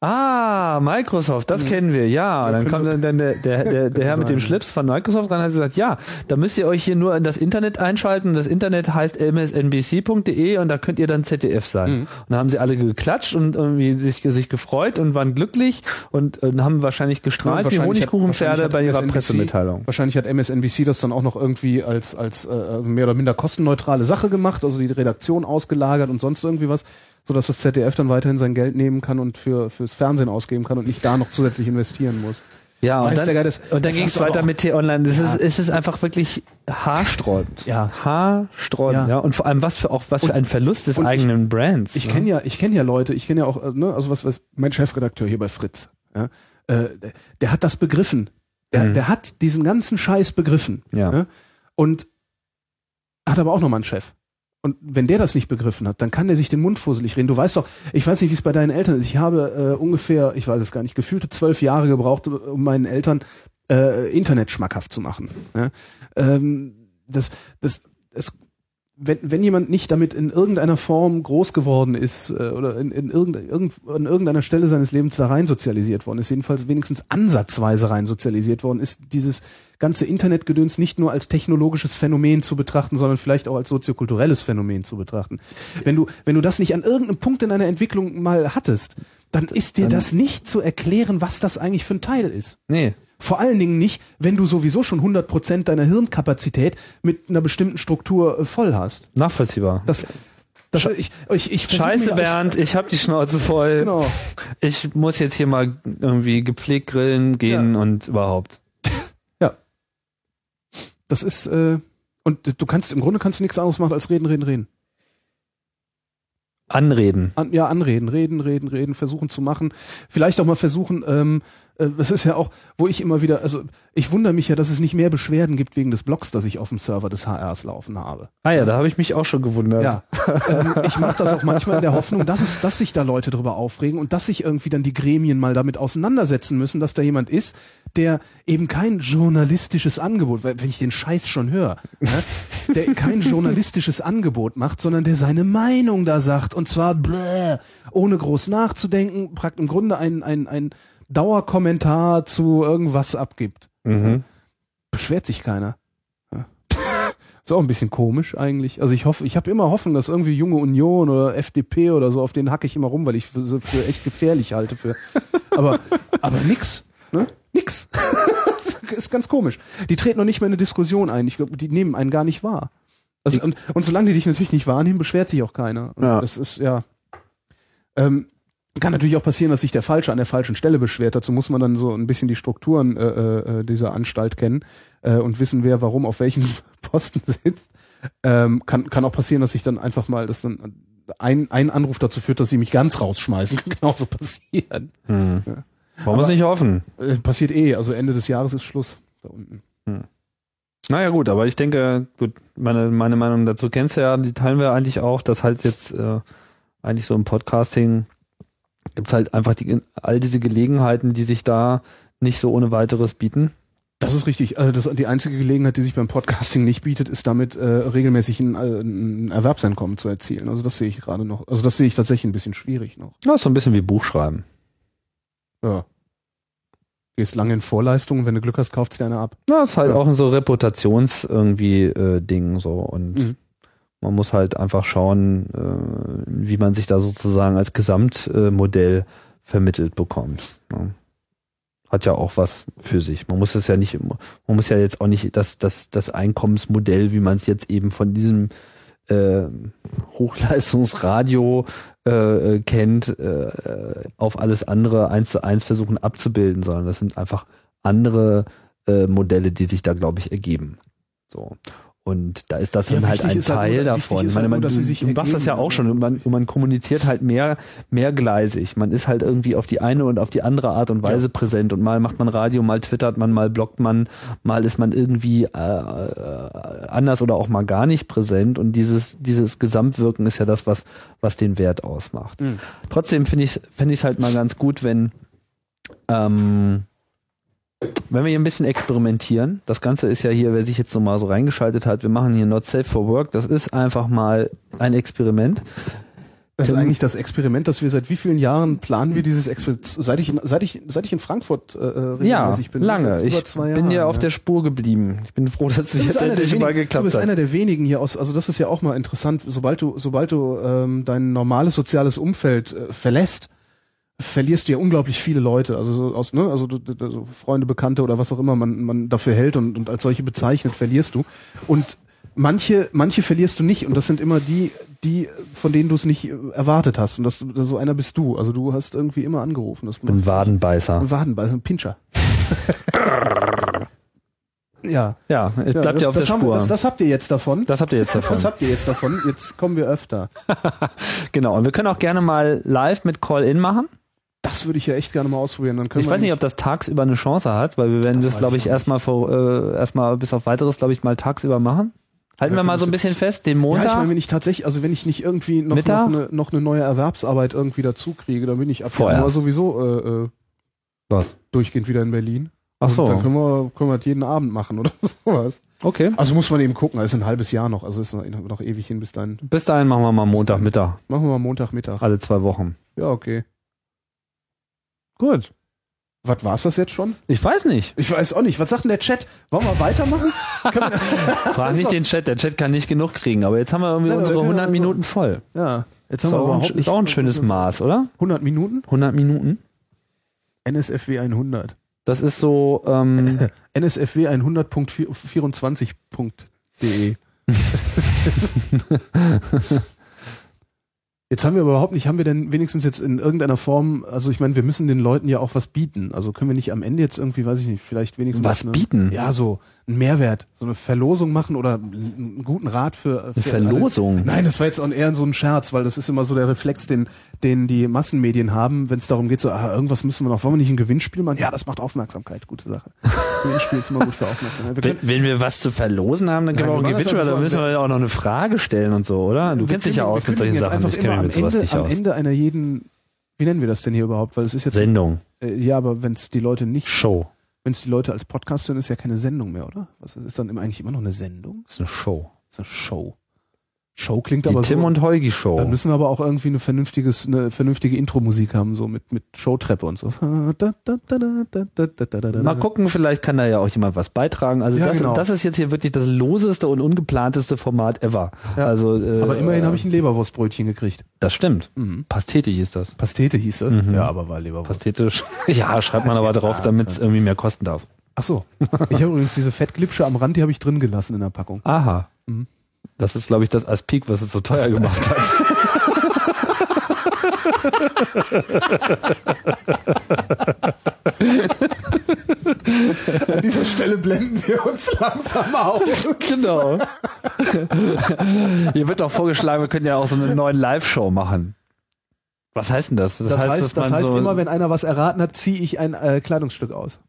S1: Ah, Microsoft, das kennen wir, ja. dann
S2: könnte-
S1: kommt dann, dann der, der, der, der Herr mit
S2: sein,
S1: dem
S2: ja.
S1: Schlips von Microsoft ran und hat gesagt, ja, da müsst ihr euch hier nur in das Internet einschalten. Das Internet heißt msnbc.de E und da könnt ihr dann ZDF
S2: Mhm.
S1: sein. Und dann haben sie alle geklatscht und irgendwie sich, sich gefreut und waren glücklich und, und haben wahrscheinlich gestrahlt wie
S2: Wahrscheinlich hat- wahrscheinlich
S1: Honigkuchenpferde
S2: hat
S1: bei ihrer
S2: MSNBC
S1: Pressemitteilung.
S2: Wahrscheinlich hat MSNBC das dann auch noch irgendwie als, als äh, mehr oder minder kostenneutrale Sache gemacht, also die Redaktion ausgelagert und sonst irgendwie was, sodass das ZDF dann weiterhin sein Geld nehmen kann und für, fürs Fernsehen ausgeben kann und nicht da noch zusätzlich investieren muss.
S1: Ja, und
S2: Weiß der
S1: dann,
S2: Geil, das-
S1: und dann
S2: das
S1: ging
S2: hast
S1: es
S2: du
S1: weiter
S2: aber auch-
S1: mit T-Online. Das ist, es ist einfach wirklich haarsträubend.
S2: Ja.
S1: Haarsträubend, ja.
S2: Ja.
S1: Und vor allem, was für auch, was für ein Verlust des
S2: und ich-
S1: eigenen Brands.
S2: Ich
S1: ne?
S2: kenne ja, ich kenne ja Leute, ich kenne ja auch, äh, ne, also was weiß mein Chefredakteur hier bei Fritz, ja, äh, der, der hat das begriffen. Der,
S1: Mhm.
S2: der hat diesen ganzen Scheiß begriffen.
S1: Ja.
S2: ne, und hat aber auch nochmal einen Chef. Und wenn der das nicht begriffen hat, dann kann der sich den Mund fusselig reden. Du weißt doch, ich weiß nicht, wie es bei deinen Eltern ist. Ich habe äh, ungefähr, ich weiß es gar nicht, gefühlte zwölf Jahre gebraucht, um meinen Eltern äh, Internet schmackhaft zu machen. Ja? Ähm, das, das, das, wenn, wenn jemand nicht damit in irgendeiner Form groß geworden ist äh, oder in, in irgendein, irgend, an irgendeiner Stelle seines Lebens da rein sozialisiert worden ist, jedenfalls wenigstens ansatzweise rein sozialisiert worden ist, dieses ganze Internetgedöns nicht nur als technologisches Phänomen zu betrachten, sondern vielleicht auch als soziokulturelles Phänomen zu betrachten. Wenn du, wenn du das nicht an irgendeinem Punkt in deiner Entwicklung mal hattest, dann ist dir das nicht zu erklären, was das eigentlich für ein Teil ist.
S1: Nee.
S2: Vor allen Dingen nicht, wenn du sowieso schon 100% deiner Hirnkapazität mit einer bestimmten Struktur äh, voll hast.
S1: Nachvollziehbar.
S2: Das, das ich, ich, ich versuch
S1: Scheiße,
S2: mir-
S1: Bernd, ich hab die Schnauze voll.
S2: Ich, genau.
S1: Ich muss jetzt hier mal irgendwie gepflegt grillen gehen und überhaupt.
S2: Das ist äh, und du kannst im Grunde kannst du nichts anderes machen als reden, reden, reden.
S1: Anreden.
S2: An, ja, anreden, reden, reden, reden, versuchen zu machen. Vielleicht auch mal versuchen. Ähm, äh, das ist ja auch, wo ich immer wieder, also ich wundere mich ja, dass es nicht mehr Beschwerden gibt wegen des Blogs, das ich auf dem Server des HRs laufen habe.
S1: Ah ja, da habe ich mich auch schon gewundert.
S2: Ja, ähm, ich mache das auch manchmal in der Hoffnung, dass, es, dass sich da Leute drüber aufregen und dass sich irgendwie dann die Gremien mal damit auseinandersetzen müssen, dass da jemand ist, der eben kein journalistisches Angebot, weil wenn ich den Scheiß schon höre, ne, der kein journalistisches Angebot macht, sondern der seine Meinung da sagt und zwar bläh, ohne groß nachzudenken, praktisch im Grunde ein, ein, ein Dauerkommentar zu irgendwas abgibt.
S1: Mhm.
S2: Beschwert sich keiner. Ja. Ist auch ein bisschen komisch eigentlich. Also ich hoffe, ich habe immer Hoffnung, dass irgendwie junge Union oder FDP oder so, auf den hacke ich immer rum, weil ich für, sie für echt gefährlich halte. Für. Aber, aber nix. Ne? Nix. Das ist ganz komisch. Die treten noch nicht mehr in eine Diskussion ein. Ich glaube, die nehmen einen gar nicht wahr. Also, und, und solange die dich natürlich nicht wahrnehmen, beschwert sich auch keiner. Und
S1: Ja.
S2: Das ist ja. Ähm, kann natürlich auch passieren, dass sich der Falsche an der falschen Stelle beschwert. Dazu muss man dann so ein bisschen die Strukturen äh, äh, dieser Anstalt kennen äh, und wissen, wer warum auf welchen Posten sitzt. Ähm, kann, kann auch passieren, dass ich dann einfach mal, dass dann ein, ein Anruf dazu führt, dass sie mich ganz rausschmeißen. Kann genauso passieren.
S1: Mhm. Wollen wir es nicht hoffen?
S2: Äh, Passiert eh, also Ende des Jahres ist Schluss da unten.
S1: Naja, gut, aber ich denke, gut, meine, meine Meinung dazu kennst du ja, die teilen wir eigentlich auch, dass halt jetzt äh, eigentlich so im Podcasting gibt's halt einfach die, all diese Gelegenheiten, die sich da nicht so ohne weiteres bieten.
S2: Das ist richtig. Also das, die einzige Gelegenheit, die sich beim Podcasting nicht bietet, ist damit äh, regelmäßig ein, äh, ein Erwerbseinkommen zu erzielen. Also das sehe ich gerade noch. Also das sehe ich tatsächlich ein bisschen schwierig noch.
S1: Das ist so ein bisschen wie Buchschreiben.
S2: Ja. Gehst lange in Vorleistungen, wenn du Glück hast, kaufst dir eine ab.
S1: Na, ist halt
S2: Ja.
S1: auch so Reputations irgendwie äh, Ding so und
S2: Mhm.
S1: man muss halt einfach schauen, äh, wie man sich da sozusagen als Gesamtmodell äh, Modell vermittelt bekommt. Ne? Hat ja auch was für sich. Man muss es ja nicht, immer- man muss ja jetzt auch nicht das, das, das Einkommensmodell, wie man es jetzt eben von diesem äh, Hochleistungsradio äh, äh, kennt, äh, äh, auf alles andere eins zu eins versuchen abzubilden, sondern das sind einfach andere äh, Modelle, die sich da, glaube ich, ergeben. So. Und da ist das
S2: Ja,
S1: dann halt
S2: wichtig
S1: ein
S2: ist halt
S1: Teil
S2: nur- wichtig
S1: davon.
S2: ist
S1: Ich
S2: halt
S1: meine, man,
S2: nur,
S1: du,
S2: dass sie sich
S1: du machst das ja
S2: ergeben. ne?
S1: auch schon und man, und man kommuniziert halt mehr, mehrgleisig. Man ist halt irgendwie auf die eine und auf die andere Art und Weise präsent und mal macht man Radio, mal twittert man, mal bloggt man, mal ist man irgendwie äh, äh, anders oder auch mal gar nicht präsent und dieses, dieses Gesamtwirken ist ja das, was, was den Wert ausmacht.
S2: Mhm.
S1: Trotzdem finde ich es find ich's halt mal ganz gut, wenn ähm, wenn wir hier ein bisschen experimentieren, das Ganze ist ja hier, wer sich jetzt so mal so reingeschaltet hat, wir machen hier Not Safe for Work, das ist einfach mal ein Experiment.
S2: Das ist
S1: Tim-
S2: eigentlich das Experiment, das wir seit wie vielen Jahren planen wir dieses Experiment? Seit ich, in- seit ich, seit ich in Frankfurt äh,
S1: Ja,
S2: regelmäßig bin.
S1: lange.
S2: Seit
S1: Ich
S2: über zwei
S1: bin ja
S2: Jahren,
S1: auf der Spur geblieben. Ich bin froh, dass
S2: Du
S1: es
S2: bist
S1: jetzt
S2: einer der
S1: endlich mal
S2: wenigen- Du
S1: geklappt
S2: bist
S1: hat.
S2: einer der wenigen hier aus, also das ist ja auch mal interessant, sobald du, sobald du ähm, dein normales soziales Umfeld äh, verlässt, verlierst du ja unglaublich viele Leute, also so aus, ne, also, du- du- also Freunde, Bekannte oder was auch immer man, man dafür hält und, und als solche bezeichnet, verlierst du. Und manche, manche verlierst du nicht und das sind immer die, die, von denen du es nicht äh, erwartet hast. Und das, so einer bist du. Also du hast irgendwie immer angerufen. Das
S1: Ein Wadenbeißer.
S2: Wadenbeißer, ein Pinscher. ja.
S1: Ja, ich
S2: Ja,
S1: bleibt ja auf der
S2: das haben-
S1: Spur.
S2: Das, das habt ihr jetzt davon.
S1: das habt ihr jetzt davon.
S2: Das habt ihr jetzt davon. Jetzt kommen wir öfter.
S1: Genau. Und wir können auch gerne mal live mit Call-In machen.
S2: Das würde ich ja echt gerne mal ausprobieren. Dann können
S1: Ich
S2: wir
S1: weiß nicht, ob das tagsüber eine Chance hat, weil wir werden
S2: Das
S1: das,
S2: weiß
S1: glaube
S2: ich
S1: ich, erstmal vor, äh, erstmal bis auf weiteres, glaube ich, mal tagsüber machen. Halten
S2: Ja,
S1: wir mal
S2: können
S1: so ein
S2: wir-
S1: bisschen fest, den
S2: Ja,
S1: Montag.
S2: ich meine, wenn ich tatsächlich, also wenn ich nicht irgendwie noch, noch,
S1: Mittag?
S2: eine, noch eine neue Erwerbsarbeit irgendwie dazu kriege, dann bin ich ab
S1: Vorerst.
S2: Januar sowieso äh, äh,
S1: Was?
S2: durchgehend wieder in Berlin.
S1: Ach so.
S2: Und dann können wir, können wir das jeden Abend machen oder sowas.
S1: okay.
S2: Also muss man eben gucken, es ist ein halbes Jahr noch, also ist noch, noch ewig hin bis dann.
S1: Bis dahin machen wir mal Montagmittag.
S2: Machen wir mal Montagmittag.
S1: Alle zwei Wochen.
S2: Ja, okay.
S1: Gut.
S2: Was war's das jetzt schon?
S1: Ich weiß nicht.
S2: Ich weiß auch nicht. Was sagt denn der Chat? Wollen wir weitermachen? Können wir-
S1: Frag nicht den Chat. Der Chat kann nicht genug kriegen. Aber jetzt haben wir irgendwie
S2: Nein, aber
S1: unsere
S2: wir können
S1: 100
S2: auch-
S1: Minuten voll.
S2: Ja, jetzt
S1: Ist auch, ein, ist auch ein schönes Maß, oder?
S2: 100 Minuten?
S1: 100 Minuten?
S2: NSFW 100.
S1: Das ist so, ähm,
S2: NSFW 100.24.de. jetzt haben wir aber überhaupt nicht, haben wir denn wenigstens jetzt in irgendeiner Form, also ich meine, wir müssen den Leuten ja auch was bieten. Also können wir nicht am Ende jetzt irgendwie, weiß ich nicht, vielleicht wenigstens
S1: was
S2: eine,
S1: bieten.
S2: ne? Ja, so einen Mehrwert, so eine Verlosung machen oder einen guten Rat für,
S1: Eine
S2: für
S1: Verlosung.
S2: Nein, das war jetzt auch eher so ein Scherz, weil das ist immer so der Reflex, den, den die Massenmedien haben, wenn es darum geht, so, ah, irgendwas müssen wir noch, wollen wir nicht ein Gewinnspiel machen? Ja, das macht Aufmerksamkeit, gute Sache. Gewinnspiel ist immer gut für Aufmerksamkeit. Wir
S1: Wenn,
S2: können,
S1: wenn wir was zu verlosen haben, dann können
S2: Nein,
S1: wir auch
S2: wir
S1: ein
S2: machen das
S1: Gewinnspiel,
S2: also so,
S1: dann
S2: als
S1: müssen wir ja auch noch eine Frage stellen und so, oder? Ah, Du
S2: wir
S1: kennst dich ja
S2: kündigen-
S1: aus
S2: wir
S1: mit solchen
S2: kündigen jetzt
S1: Sachen.
S2: einfach
S1: Ich
S2: immer
S1: kenne mich
S2: am
S1: mit sowas
S2: Ende,
S1: nicht
S2: Am
S1: aus.
S2: Ende einer jeden, wie nennen wir das denn hier überhaupt? Weil es ist jetzt,
S1: Sendung,
S2: äh, ja, aber wenn es die Leute nicht,
S1: Show.
S2: wenn es die Leute als Podcast hören, ist ja keine Sendung mehr, oder? Was ist dann immer, eigentlich immer noch eine Sendung?
S1: Das ist eine Show.
S2: Das ist eine Show. Show klingt
S1: Die
S2: aber
S1: Tim
S2: so.
S1: und Heugi
S2: Dann
S1: Show.
S2: müssen wir aber auch irgendwie eine vernünftiges, eine vernünftige Intro-Musik haben, so mit, mit Showtreppe und so.
S1: Mal
S2: Mal
S1: gucken, vielleicht kann da ja auch jemand was beitragen. Also
S2: Ne? Ja,
S1: das,
S2: genau.
S1: das ist jetzt hier wirklich das loseste und ungeplanteste Format ever.
S2: Ja.
S1: Also, äh,
S2: Aber immerhin
S1: äh,
S2: habe ich ein Leberwurstbrötchen gekriegt.
S1: Das stimmt.
S2: Mhm.
S1: Pastete hieß das.
S2: Pastete hieß das.
S1: Mhm.
S2: Ja, aber war Leberwurst.
S1: Pastetisch. Ja, schreibt man aber drauf, damit es irgendwie mehr kosten darf.
S2: Ach so. Ich habe übrigens diese Fettglipsche am Rand, die habe ich drin gelassen in der Packung.
S1: Aha.
S2: Mhm.
S1: Das ist, glaube ich, das Aspik, was es so teuer gemacht hat.
S2: An dieser Stelle blenden wir uns langsam auf.
S1: Genau. Hier wird noch vorgeschlagen, wir können ja auch so eine neue Live-Show machen. Was heißt denn das?
S2: Das, heißt,
S1: dass
S2: das
S1: man
S2: heißt
S1: so-
S2: immer, wenn einer was erraten hat, ziehe ich ein äh, Kleidungsstück aus.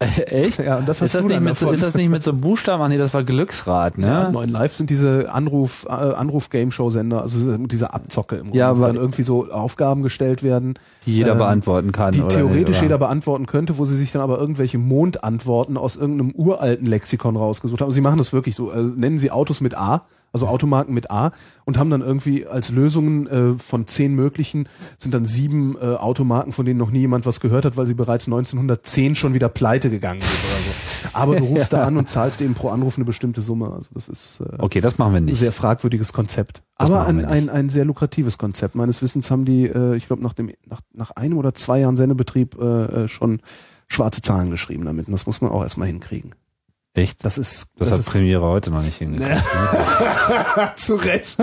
S1: Echt?
S2: Ja, und das
S1: ist,
S2: hast
S1: das
S2: du
S1: nicht
S2: dann
S1: mit so,
S2: davon.
S1: ist das nicht mit so Buchstaben? Ach nee, das war Glücksrad, ne?
S2: Ja, Neuen Live sind diese Anruf, äh, Anruf-Game-Show-Sender, also diese- diese Abzocke im Grunde,
S1: Ja,
S2: wo
S1: aber-
S2: dann irgendwie so Aufgaben gestellt werden,
S1: die jeder
S2: ähm,
S1: beantworten kann.
S2: die
S1: oder
S2: theoretisch
S1: nicht,
S2: jeder beantworten könnte, wo sie sich dann aber irgendwelche Mondantworten aus irgendeinem uralten Lexikon rausgesucht haben. Sie machen das wirklich so, äh, nennen sie Autos mit A, also Automarken mit A und haben dann irgendwie als Lösungen äh, von zehn möglichen sind dann sieben äh, Automarken, von denen noch nie jemand was gehört hat, weil sie bereits 1910 schon wieder pleite gegangen sind oder so. Aber du rufst da an und zahlst eben pro Anruf eine bestimmte Summe. Also das ist äh,
S1: Okay, das machen wir
S2: ein
S1: nicht.
S2: sehr fragwürdiges Konzept.
S1: Das
S2: aber
S1: machen wir
S2: ein, ein, ein sehr lukratives Konzept. Meines Wissens haben die, äh, ich glaube, nach, dem- nach, nach einem oder zwei Jahren Sendebetrieb äh, äh, schon schwarze Zahlen geschrieben damit. Und das muss man auch erstmal hinkriegen.
S1: Echt?
S2: Das ist,
S1: Das, hat
S2: ist
S1: Premiere heute noch nicht hingekriegt.
S2: zu Recht.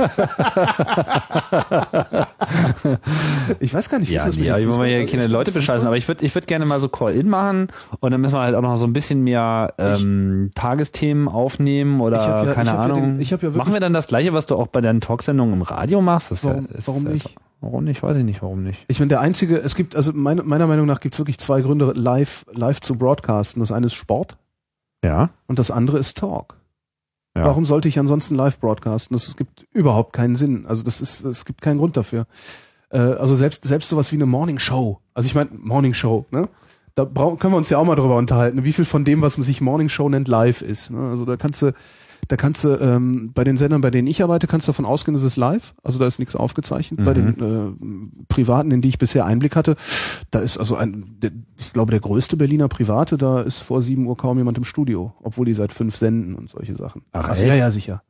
S2: ich weiß gar nicht,
S1: Ja,
S2: das
S1: nee, aber wir wollen ja keine Leute bescheißen, aber ich würde ich würd gerne mal so Call-In machen und dann müssen wir halt auch noch so ein bisschen mehr ähm, Tagesthemen aufnehmen oder
S2: Ich hab ja-
S1: keine
S2: ich hab ja
S1: Ahnung.
S2: den- ich hab ja wirklich-
S1: machen wir dann das gleiche, was du auch bei deinen Talksendungen im Radio machst? Das ist
S2: Warum-
S1: ja, ist,
S2: warum
S1: ja
S2: nicht?
S1: so- warum nicht? Weiß ich nicht, warum nicht.
S2: Ich meine, der einzige, es gibt, also meine, meiner Meinung nach gibt es wirklich zwei Gründe, live, live zu broadcasten. Das eine ist Sport
S1: Ja.
S2: und das andere ist Talk.
S1: Ja.
S2: Warum sollte ich ansonsten live broadcasten? Das gibt überhaupt keinen Sinn. Also das ist, es gibt keinen Grund dafür. Äh, also selbst selbst sowas wie eine Morning Show. Also ich meine Morning Show, ne? Da brau- können wir uns ja auch mal drüber unterhalten, ne? wie viel von dem, was man sich Morning Show nennt, live ist. Ne? Also da kannst du, da kannst du ähm, bei den Sendern, bei denen ich arbeite, kannst du davon ausgehen, das ist live. Also da ist nichts aufgezeichnet. Bei den äh, privaten, in die ich bisher Einblick hatte, da ist also ein, der, ich glaube, der größte Berliner Private, da ist vor 7 Uhr kaum jemand im Studio, obwohl die seit fünf senden und solche Sachen.
S1: Ach,
S2: also, ja,
S1: echt?
S2: ja, sicher.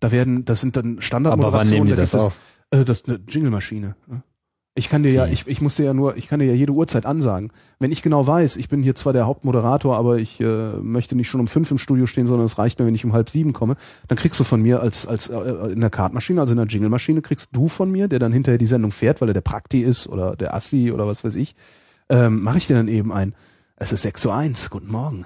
S2: Da werden, das sind dann Standardmoderationen.
S1: Aber wann nehmen die
S2: da
S1: das
S2: gibt es-
S1: auf? Hm.
S2: Äh, das ist eine Jingle-Maschine. ne? Ich kann dir ja,
S1: Wie?
S2: ich, ich muss dir ja nur, ich kann dir ja jede Uhrzeit ansagen. Wenn ich genau weiß, ich bin hier zwar der Hauptmoderator, aber ich äh, möchte nicht schon um fünf im Studio stehen, sondern es reicht mir, wenn ich um halb sieben komme, dann kriegst du von mir als, als äh, in der Kartmaschine, also in der Jingle-Maschine, kriegst du von mir, der dann hinterher die Sendung fährt, weil er der Prakti ist oder der Assi oder was weiß ich, ähm, mache ich dir dann eben ein. Es ist 6.01 Uhr, guten Morgen.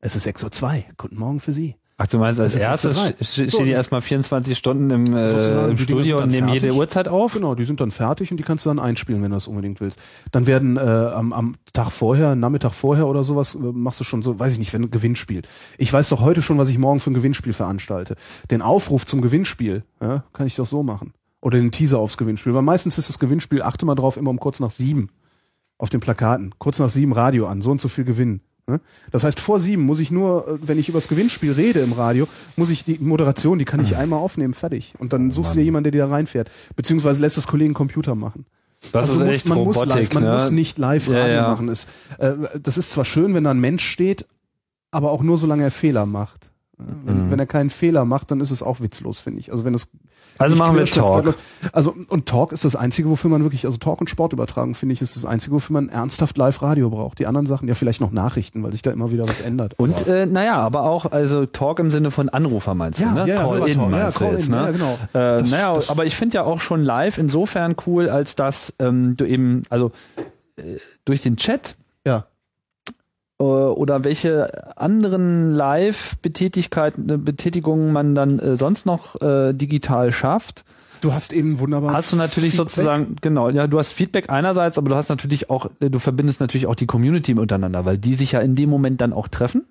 S2: Es ist 6.02 Uhr, guten Morgen für Sie.
S1: Ach, du meinst, als
S2: Das ist
S1: erstes
S2: so frei.
S1: st- stehen
S2: So,
S1: die
S2: das-
S1: erstmal 24 Stunden im, äh,
S2: Sozusagen,
S1: im
S2: die Dinger sind
S1: Studio
S2: dann
S1: und nehmen jede
S2: fertig.
S1: Uhrzeit auf?
S2: Genau, die sind dann fertig und die kannst du dann einspielen, wenn du das unbedingt willst. Dann werden äh, am, am Tag vorher, Nachmittag vorher oder sowas, äh, machst du schon so, weiß ich nicht, wenn ein Gewinnspiel. Ich weiß doch heute schon, was ich morgen für ein Gewinnspiel veranstalte. Den Aufruf zum Gewinnspiel ja, kann ich doch so machen. Oder den Teaser aufs Gewinnspiel. Weil meistens ist das Gewinnspiel, achte mal drauf, immer um kurz nach sieben auf den Plakaten. Kurz nach sieben Radio an, so und so viel gewinnen. ne? Das heißt, vor sieben muss ich nur, äh, wenn ich über das Gewinnspiel rede im Radio, muss ich die Moderation, die kann ich einmal aufnehmen, fertig. Und
S1: Oh
S2: dann suchst du dir jemanden, der dir da reinfährt. Beziehungsweise lässt das Kollegen Computer machen.
S1: Das
S2: du
S1: ist
S2: musst-
S1: echt
S2: man muss
S1: Robotik,
S2: live, man
S1: ne?
S2: muss nicht live
S1: Ja,
S2: Radio
S1: ja.
S2: machen. Es, äh, das ist zwar schön, wenn da ein Mensch steht, aber auch nur, solange er Fehler macht. Äh,
S1: Mhm.
S2: Wenn, wenn er keinen Fehler macht, dann ist es auch witzlos, finde ich. Also wenn das
S1: Also
S2: nicht
S1: machen wir Talk.
S2: querschnittsbreit läuft. Also und Talk ist das einzige, wofür man wirklich, also Talk und Sportübertragung finde ich ist das einzige, wofür man ernsthaft Live Radio braucht. Die anderen Sachen ja vielleicht noch Nachrichten, weil sich da immer wieder was ändert.
S1: Und äh, naja, aber auch also Talk im Sinne von Anrufer meinst du,
S2: Ja,
S1: ne?
S2: ja, ja,
S1: Call in
S2: Talk, ja,
S1: meinst du
S2: Call
S1: jetzt,
S2: in,
S1: ne?
S2: ja, genau.
S1: Äh,
S2: Das-
S1: naja,
S2: das-
S1: aber ich finde ja auch schon live insofern cool, als dass ähm, du eben, also äh, durch den Chat
S2: ja,
S1: äh, oder welche anderen Live-Betätigkeiten, äh, Betätigungen man dann äh, sonst noch äh, digital schafft,
S2: du hast eben wunderbar.
S1: hast du natürlich
S2: Feedback.
S1: sozusagen, genau, ja, du hast Feedback einerseits, aber du hast natürlich auch, äh, du verbindest natürlich auch die Community untereinander, weil die sich ja in dem Moment dann auch treffen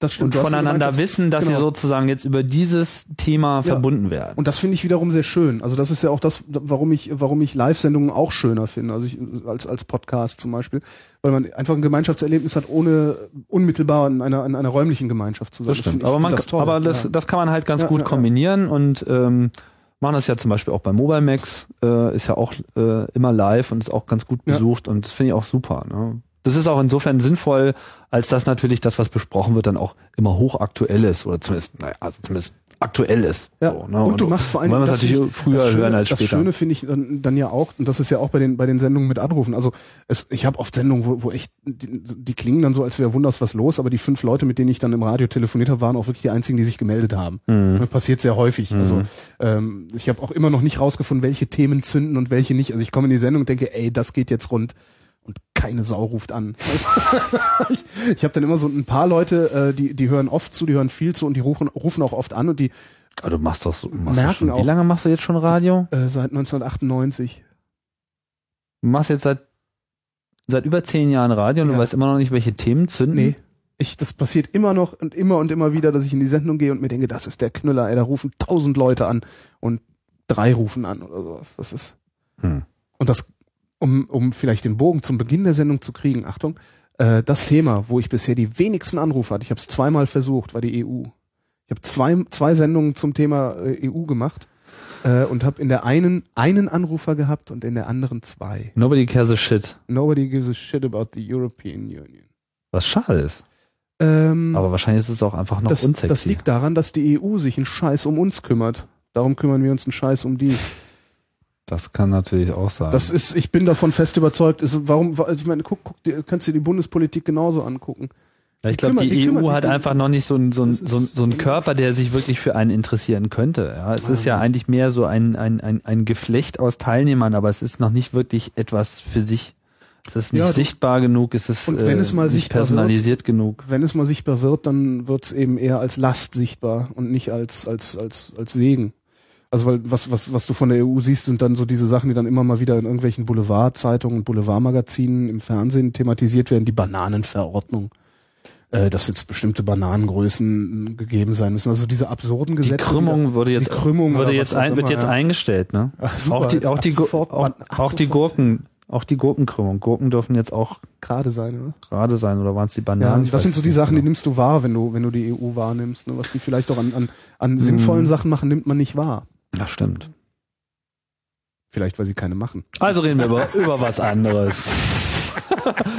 S2: das
S1: und
S2: du hast
S1: voneinander
S2: gemeint,
S1: wissen, dass
S2: genau.
S1: sie sozusagen jetzt über dieses Thema verbunden werden.
S2: Und das finde ich wiederum sehr schön. Also das ist ja auch das, warum ich, warum ich Live-Sendungen auch schöner finde, also ich, als, als Podcast zum Beispiel, weil man einfach ein Gemeinschaftserlebnis hat, ohne unmittelbar in einer, in einer räumlichen Gemeinschaft zu sein.
S1: Das stimmt.
S2: finde ich-
S1: aber man,
S2: finde das toll.
S1: aber das,
S2: ja.
S1: das kann man halt ganz
S2: Ja,
S1: gut
S2: ja, ja.
S1: kombinieren und ähm, machen das ja zum Beispiel auch bei Mobile Max, äh, ist ja auch äh, immer live und ist auch ganz gut
S2: Ja.
S1: besucht und das finde ich auch super. Ne? Das ist auch insofern sinnvoll, als dass natürlich das, was besprochen wird, dann auch immer hochaktuell ist oder zumindest, naja, also zumindest aktuell ist.
S2: Ja.
S1: So, ne?
S2: und, du machst vor allem
S1: wollen wir es natürlich früher
S2: das Schöne,
S1: hören als
S2: Das
S1: später.
S2: Schöne finde ich dann, dann ja auch, und das ist ja auch bei den bei den Sendungen mit Anrufen. Also es, ich habe oft Sendungen, wo, wo echt die, die klingen dann so, als wäre wunders was los, aber die fünf Leute, mit denen ich dann im Radio telefoniert habe, waren auch wirklich die einzigen, die sich gemeldet haben.
S1: Mhm.
S2: Das passiert sehr häufig. Also ähm, ich habe auch immer noch nicht rausgefunden, welche Themen zünden und welche nicht. Also ich komme in die Sendung und denke, ey, das geht jetzt rund. Und keine Sau ruft an. Weißt du? ich habe dann immer so ein paar Leute, äh, die, die hören oft zu, die hören viel zu und die rufen, rufen auch oft an und die
S1: Aber du machst doch so, machst du
S2: Merken
S1: schon, wie
S2: auch-
S1: lange machst du jetzt schon Radio?
S2: äh, seit 1998.
S1: machst jetzt seit, seit über zehn Jahren Radio und du
S2: Ja.
S1: weißt immer noch nicht, welche Themen zünden.
S2: Nee. Ich, das passiert immer noch und immer und immer wieder, dass ich in die Sendung gehe und mir denke, das ist der Knüller, ey, da rufen tausend Leute an und drei rufen an oder sowas. Das ist.
S1: Hm.
S2: Und das, um, um vielleicht den Bogen zum Beginn der Sendung zu kriegen, Achtung, äh, das Thema, wo ich bisher die wenigsten Anrufe hatte, ich habe es zweimal versucht, war die EU. Ich habe zwei, zwei Sendungen zum Thema äh, EU gemacht äh, und habe in der einen einen Anrufer gehabt und in der anderen zwei.
S1: Nobody cares a shit.
S2: Nobody gives a shit about the European Union.
S1: Was schade ist.
S2: Ähm,
S1: Aber wahrscheinlich ist es auch einfach noch
S2: das,
S1: unsexy.
S2: das liegt daran, dass die EU sich einen Scheiß um uns kümmert. Darum kümmern wir uns einen Scheiß um die.
S1: das kann natürlich auch sein.
S2: Das ist, ich bin davon fest überzeugt. Ist, warum, wa- also ich meine, guck, guck, dir- kannst du dir die Bundespolitik genauso angucken.
S1: Ja, ich
S2: Die
S1: glaube,
S2: kümmert- die
S1: die
S2: kümmert
S1: EU
S2: sich
S1: hat
S2: um-
S1: einfach noch nicht so einen so ein,
S2: Das ist-
S1: so ein, so ein Körper, der sich wirklich für einen interessieren könnte. Ja, es ist ja eigentlich mehr so ein, ein, ein, ein Geflecht aus Teilnehmern, aber es ist noch nicht wirklich etwas für sich. Es ist nicht
S2: Ja, du-
S1: sichtbar genug, es ist äh,
S2: Und wenn es mal
S1: nicht
S2: sichtbar wird-
S1: personalisiert genug.
S2: Wenn es mal sichtbar wird, dann wird es eben eher als Last sichtbar und nicht als, als, als, als Segen. Also weil was, was, was du von der EU siehst, sind dann so diese Sachen, die dann immer mal wieder in irgendwelchen Boulevardzeitungen und Boulevardmagazinen im Fernsehen thematisiert werden, die Bananenverordnung. Äh, dass jetzt bestimmte Bananengrößen gegeben sein müssen. Also diese absurden
S1: Die
S2: Gesetze.
S1: Krümmung würde jetzt,
S2: die Krümmung
S1: würde
S2: oder
S1: jetzt
S2: was auch
S1: ein, wird
S2: immer,
S1: jetzt
S2: ja.
S1: eingestellt, ne?
S2: Ach, super,
S1: auch die,
S2: jetzt
S1: auch
S2: ab
S1: die, Gu-
S2: sofort-
S1: auch,
S2: ab
S1: auch die
S2: sofort
S1: Gurken, auch die Gurkenkrümmung. Gurken dürfen jetzt auch
S2: gerade sein, oder?
S1: gerade sein oder waren es die
S2: Ja,
S1: Bananen? Ich weiß
S2: das sind so
S1: es
S2: die
S1: nicht
S2: Sachen, die
S1: genau.
S2: nimmst du wahr, wenn du, wenn du die EU wahrnimmst. Ne? Was die vielleicht auch an, an, an
S1: Mhm.
S2: sinnvollen Sachen machen, nimmt man nicht wahr.
S1: Ja, stimmt.
S2: Vielleicht, weil sie keine machen.
S1: Also reden wir über, über was anderes.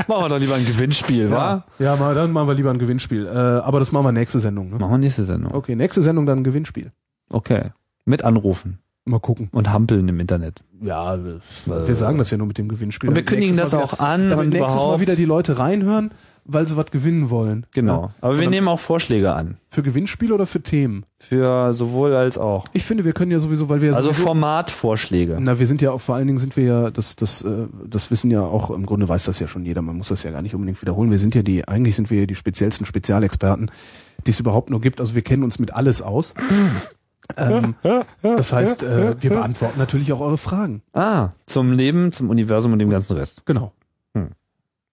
S1: Machen wir doch lieber ein Gewinnspiel, wa?
S2: Ja, mal, dann machen wir lieber ein Gewinnspiel. Äh, aber das machen wir nächste Sendung. Ne?
S1: Machen wir nächste Sendung.
S2: Okay, nächste Sendung dann ein Gewinnspiel.
S1: Okay. Mit anrufen
S2: Mal gucken.
S1: und hampeln im Internet.
S2: Ja, wir, wir sagen das ja nur mit dem Gewinnspiel.
S1: äh, Und wir
S2: Damit
S1: kündigen das
S2: nächstes Mal
S1: auch an
S2: wieder,
S1: und
S2: Damit nächstes Mal
S1: überhaupt.
S2: wieder die Leute reinhören, weil sie was gewinnen wollen.
S1: Genau. Aber wir
S2: Oder-
S1: nehmen auch Vorschläge an.
S2: Für Gewinnspiel oder für Themen?
S1: Für sowohl als auch.
S2: Ich finde, wir können ja sowieso, weil wir ja
S1: Also
S2: sowieso
S1: Formatvorschläge.
S2: Na, wir sind ja auch, vor allen Dingen sind wir ja, das, das, äh, das wissen ja auch, im Grunde weiß das ja schon jeder, man muss das ja gar nicht unbedingt wiederholen. Wir sind ja die, eigentlich sind wir ja die speziellsten Spezialexperten, die es überhaupt nur gibt. Also wir kennen uns mit alles aus. ähm, das heißt, äh, wir beantworten natürlich auch eure Fragen.
S1: Ah, zum Leben, zum Universum und dem ganzen Rest.
S2: Genau.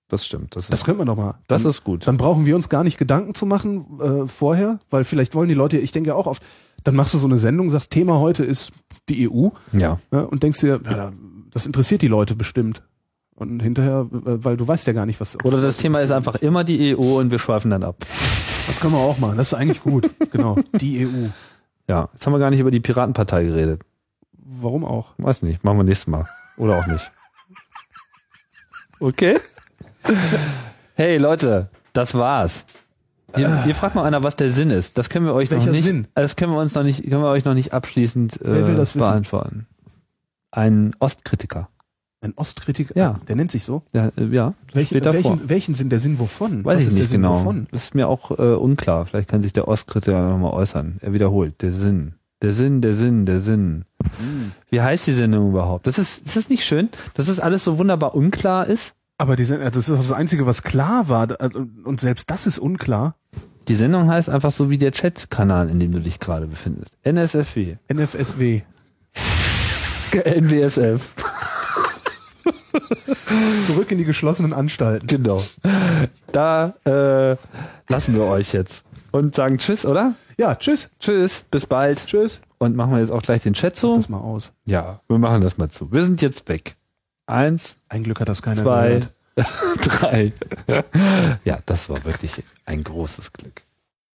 S1: Das stimmt. Das ist,
S2: Das könnte man doch mal.
S1: das
S2: Dann-
S1: ist gut.
S2: dann brauchen wir uns gar nicht Gedanken zu machen äh, vorher, weil vielleicht wollen die Leute, ich denke ja auch oft, dann machst du so eine Sendung, sagst, Thema heute ist die E EU.
S1: Ja.
S2: ne, und denkst dir, ja, da- das interessiert die Leute bestimmt. Und hinterher, äh, weil du weißt ja gar nicht, was.
S1: Oder das Thema ist einfach immer die EU und wir schweifen dann ab.
S2: Das können wir auch machen. Das ist eigentlich gut. genau. Die EU.
S1: Ja. Jetzt haben wir gar nicht über die Piratenpartei geredet.
S2: Warum auch?
S1: Weiß nicht. Machen wir nächstes Mal. Oder auch nicht. Okay. Hey Leute, das war's. Hier, hier fragt noch einer, was der Sinn ist. Das können wir euch noch
S2: Welcher
S1: nicht.
S2: Sinn?
S1: Das können wir uns noch nicht, können wir euch noch nicht abschließend
S2: Wer
S1: äh,
S2: will das wissen?
S1: beantworten. Ein Ostkritiker.
S2: Ein Ostkritiker.
S1: Ja.
S2: Der nennt sich so.
S1: Ja, äh, ja
S2: Welchen,
S1: steht davor.
S2: welchen, welchen Sinn? Der Sinn wovon?
S1: Weiß
S2: was
S1: ich
S2: ist
S1: nicht
S2: der Sinn
S1: genau.
S2: wovon?
S1: Das ist mir auch äh, unklar. Vielleicht kann sich der Ostkritiker nochmal äußern. Er wiederholt. Der Sinn. Der Sinn, der Sinn, der Sinn. Wie heißt die Sendung überhaupt? Das ist, ist das nicht schön, dass es alles so wunderbar unklar ist?
S2: Aber die sind, also das ist auch das Einzige, was klar war. Da- also- Und selbst das ist unklar.
S1: Die Sendung heißt einfach so wie der Chat-Kanal, in dem du dich gerade befindest. NSFW.
S2: NFSW.
S1: NWSF.
S2: Zurück in die geschlossenen Anstalten.
S1: Genau. Da äh, lassen wir euch jetzt und sagen Tschüss, oder?
S2: Ja, tschüss.
S1: Tschüss, bis bald.
S2: Tschüss.
S1: Und machen wir jetzt auch gleich den Chat zu.
S2: Das mal aus.
S1: Ja, wir machen das mal zu. Wir sind jetzt weg. Eins,
S2: Ein Glück hat das keiner
S1: zwei,
S2: gehört.
S1: drei. ja, das war wirklich ein großes Glück.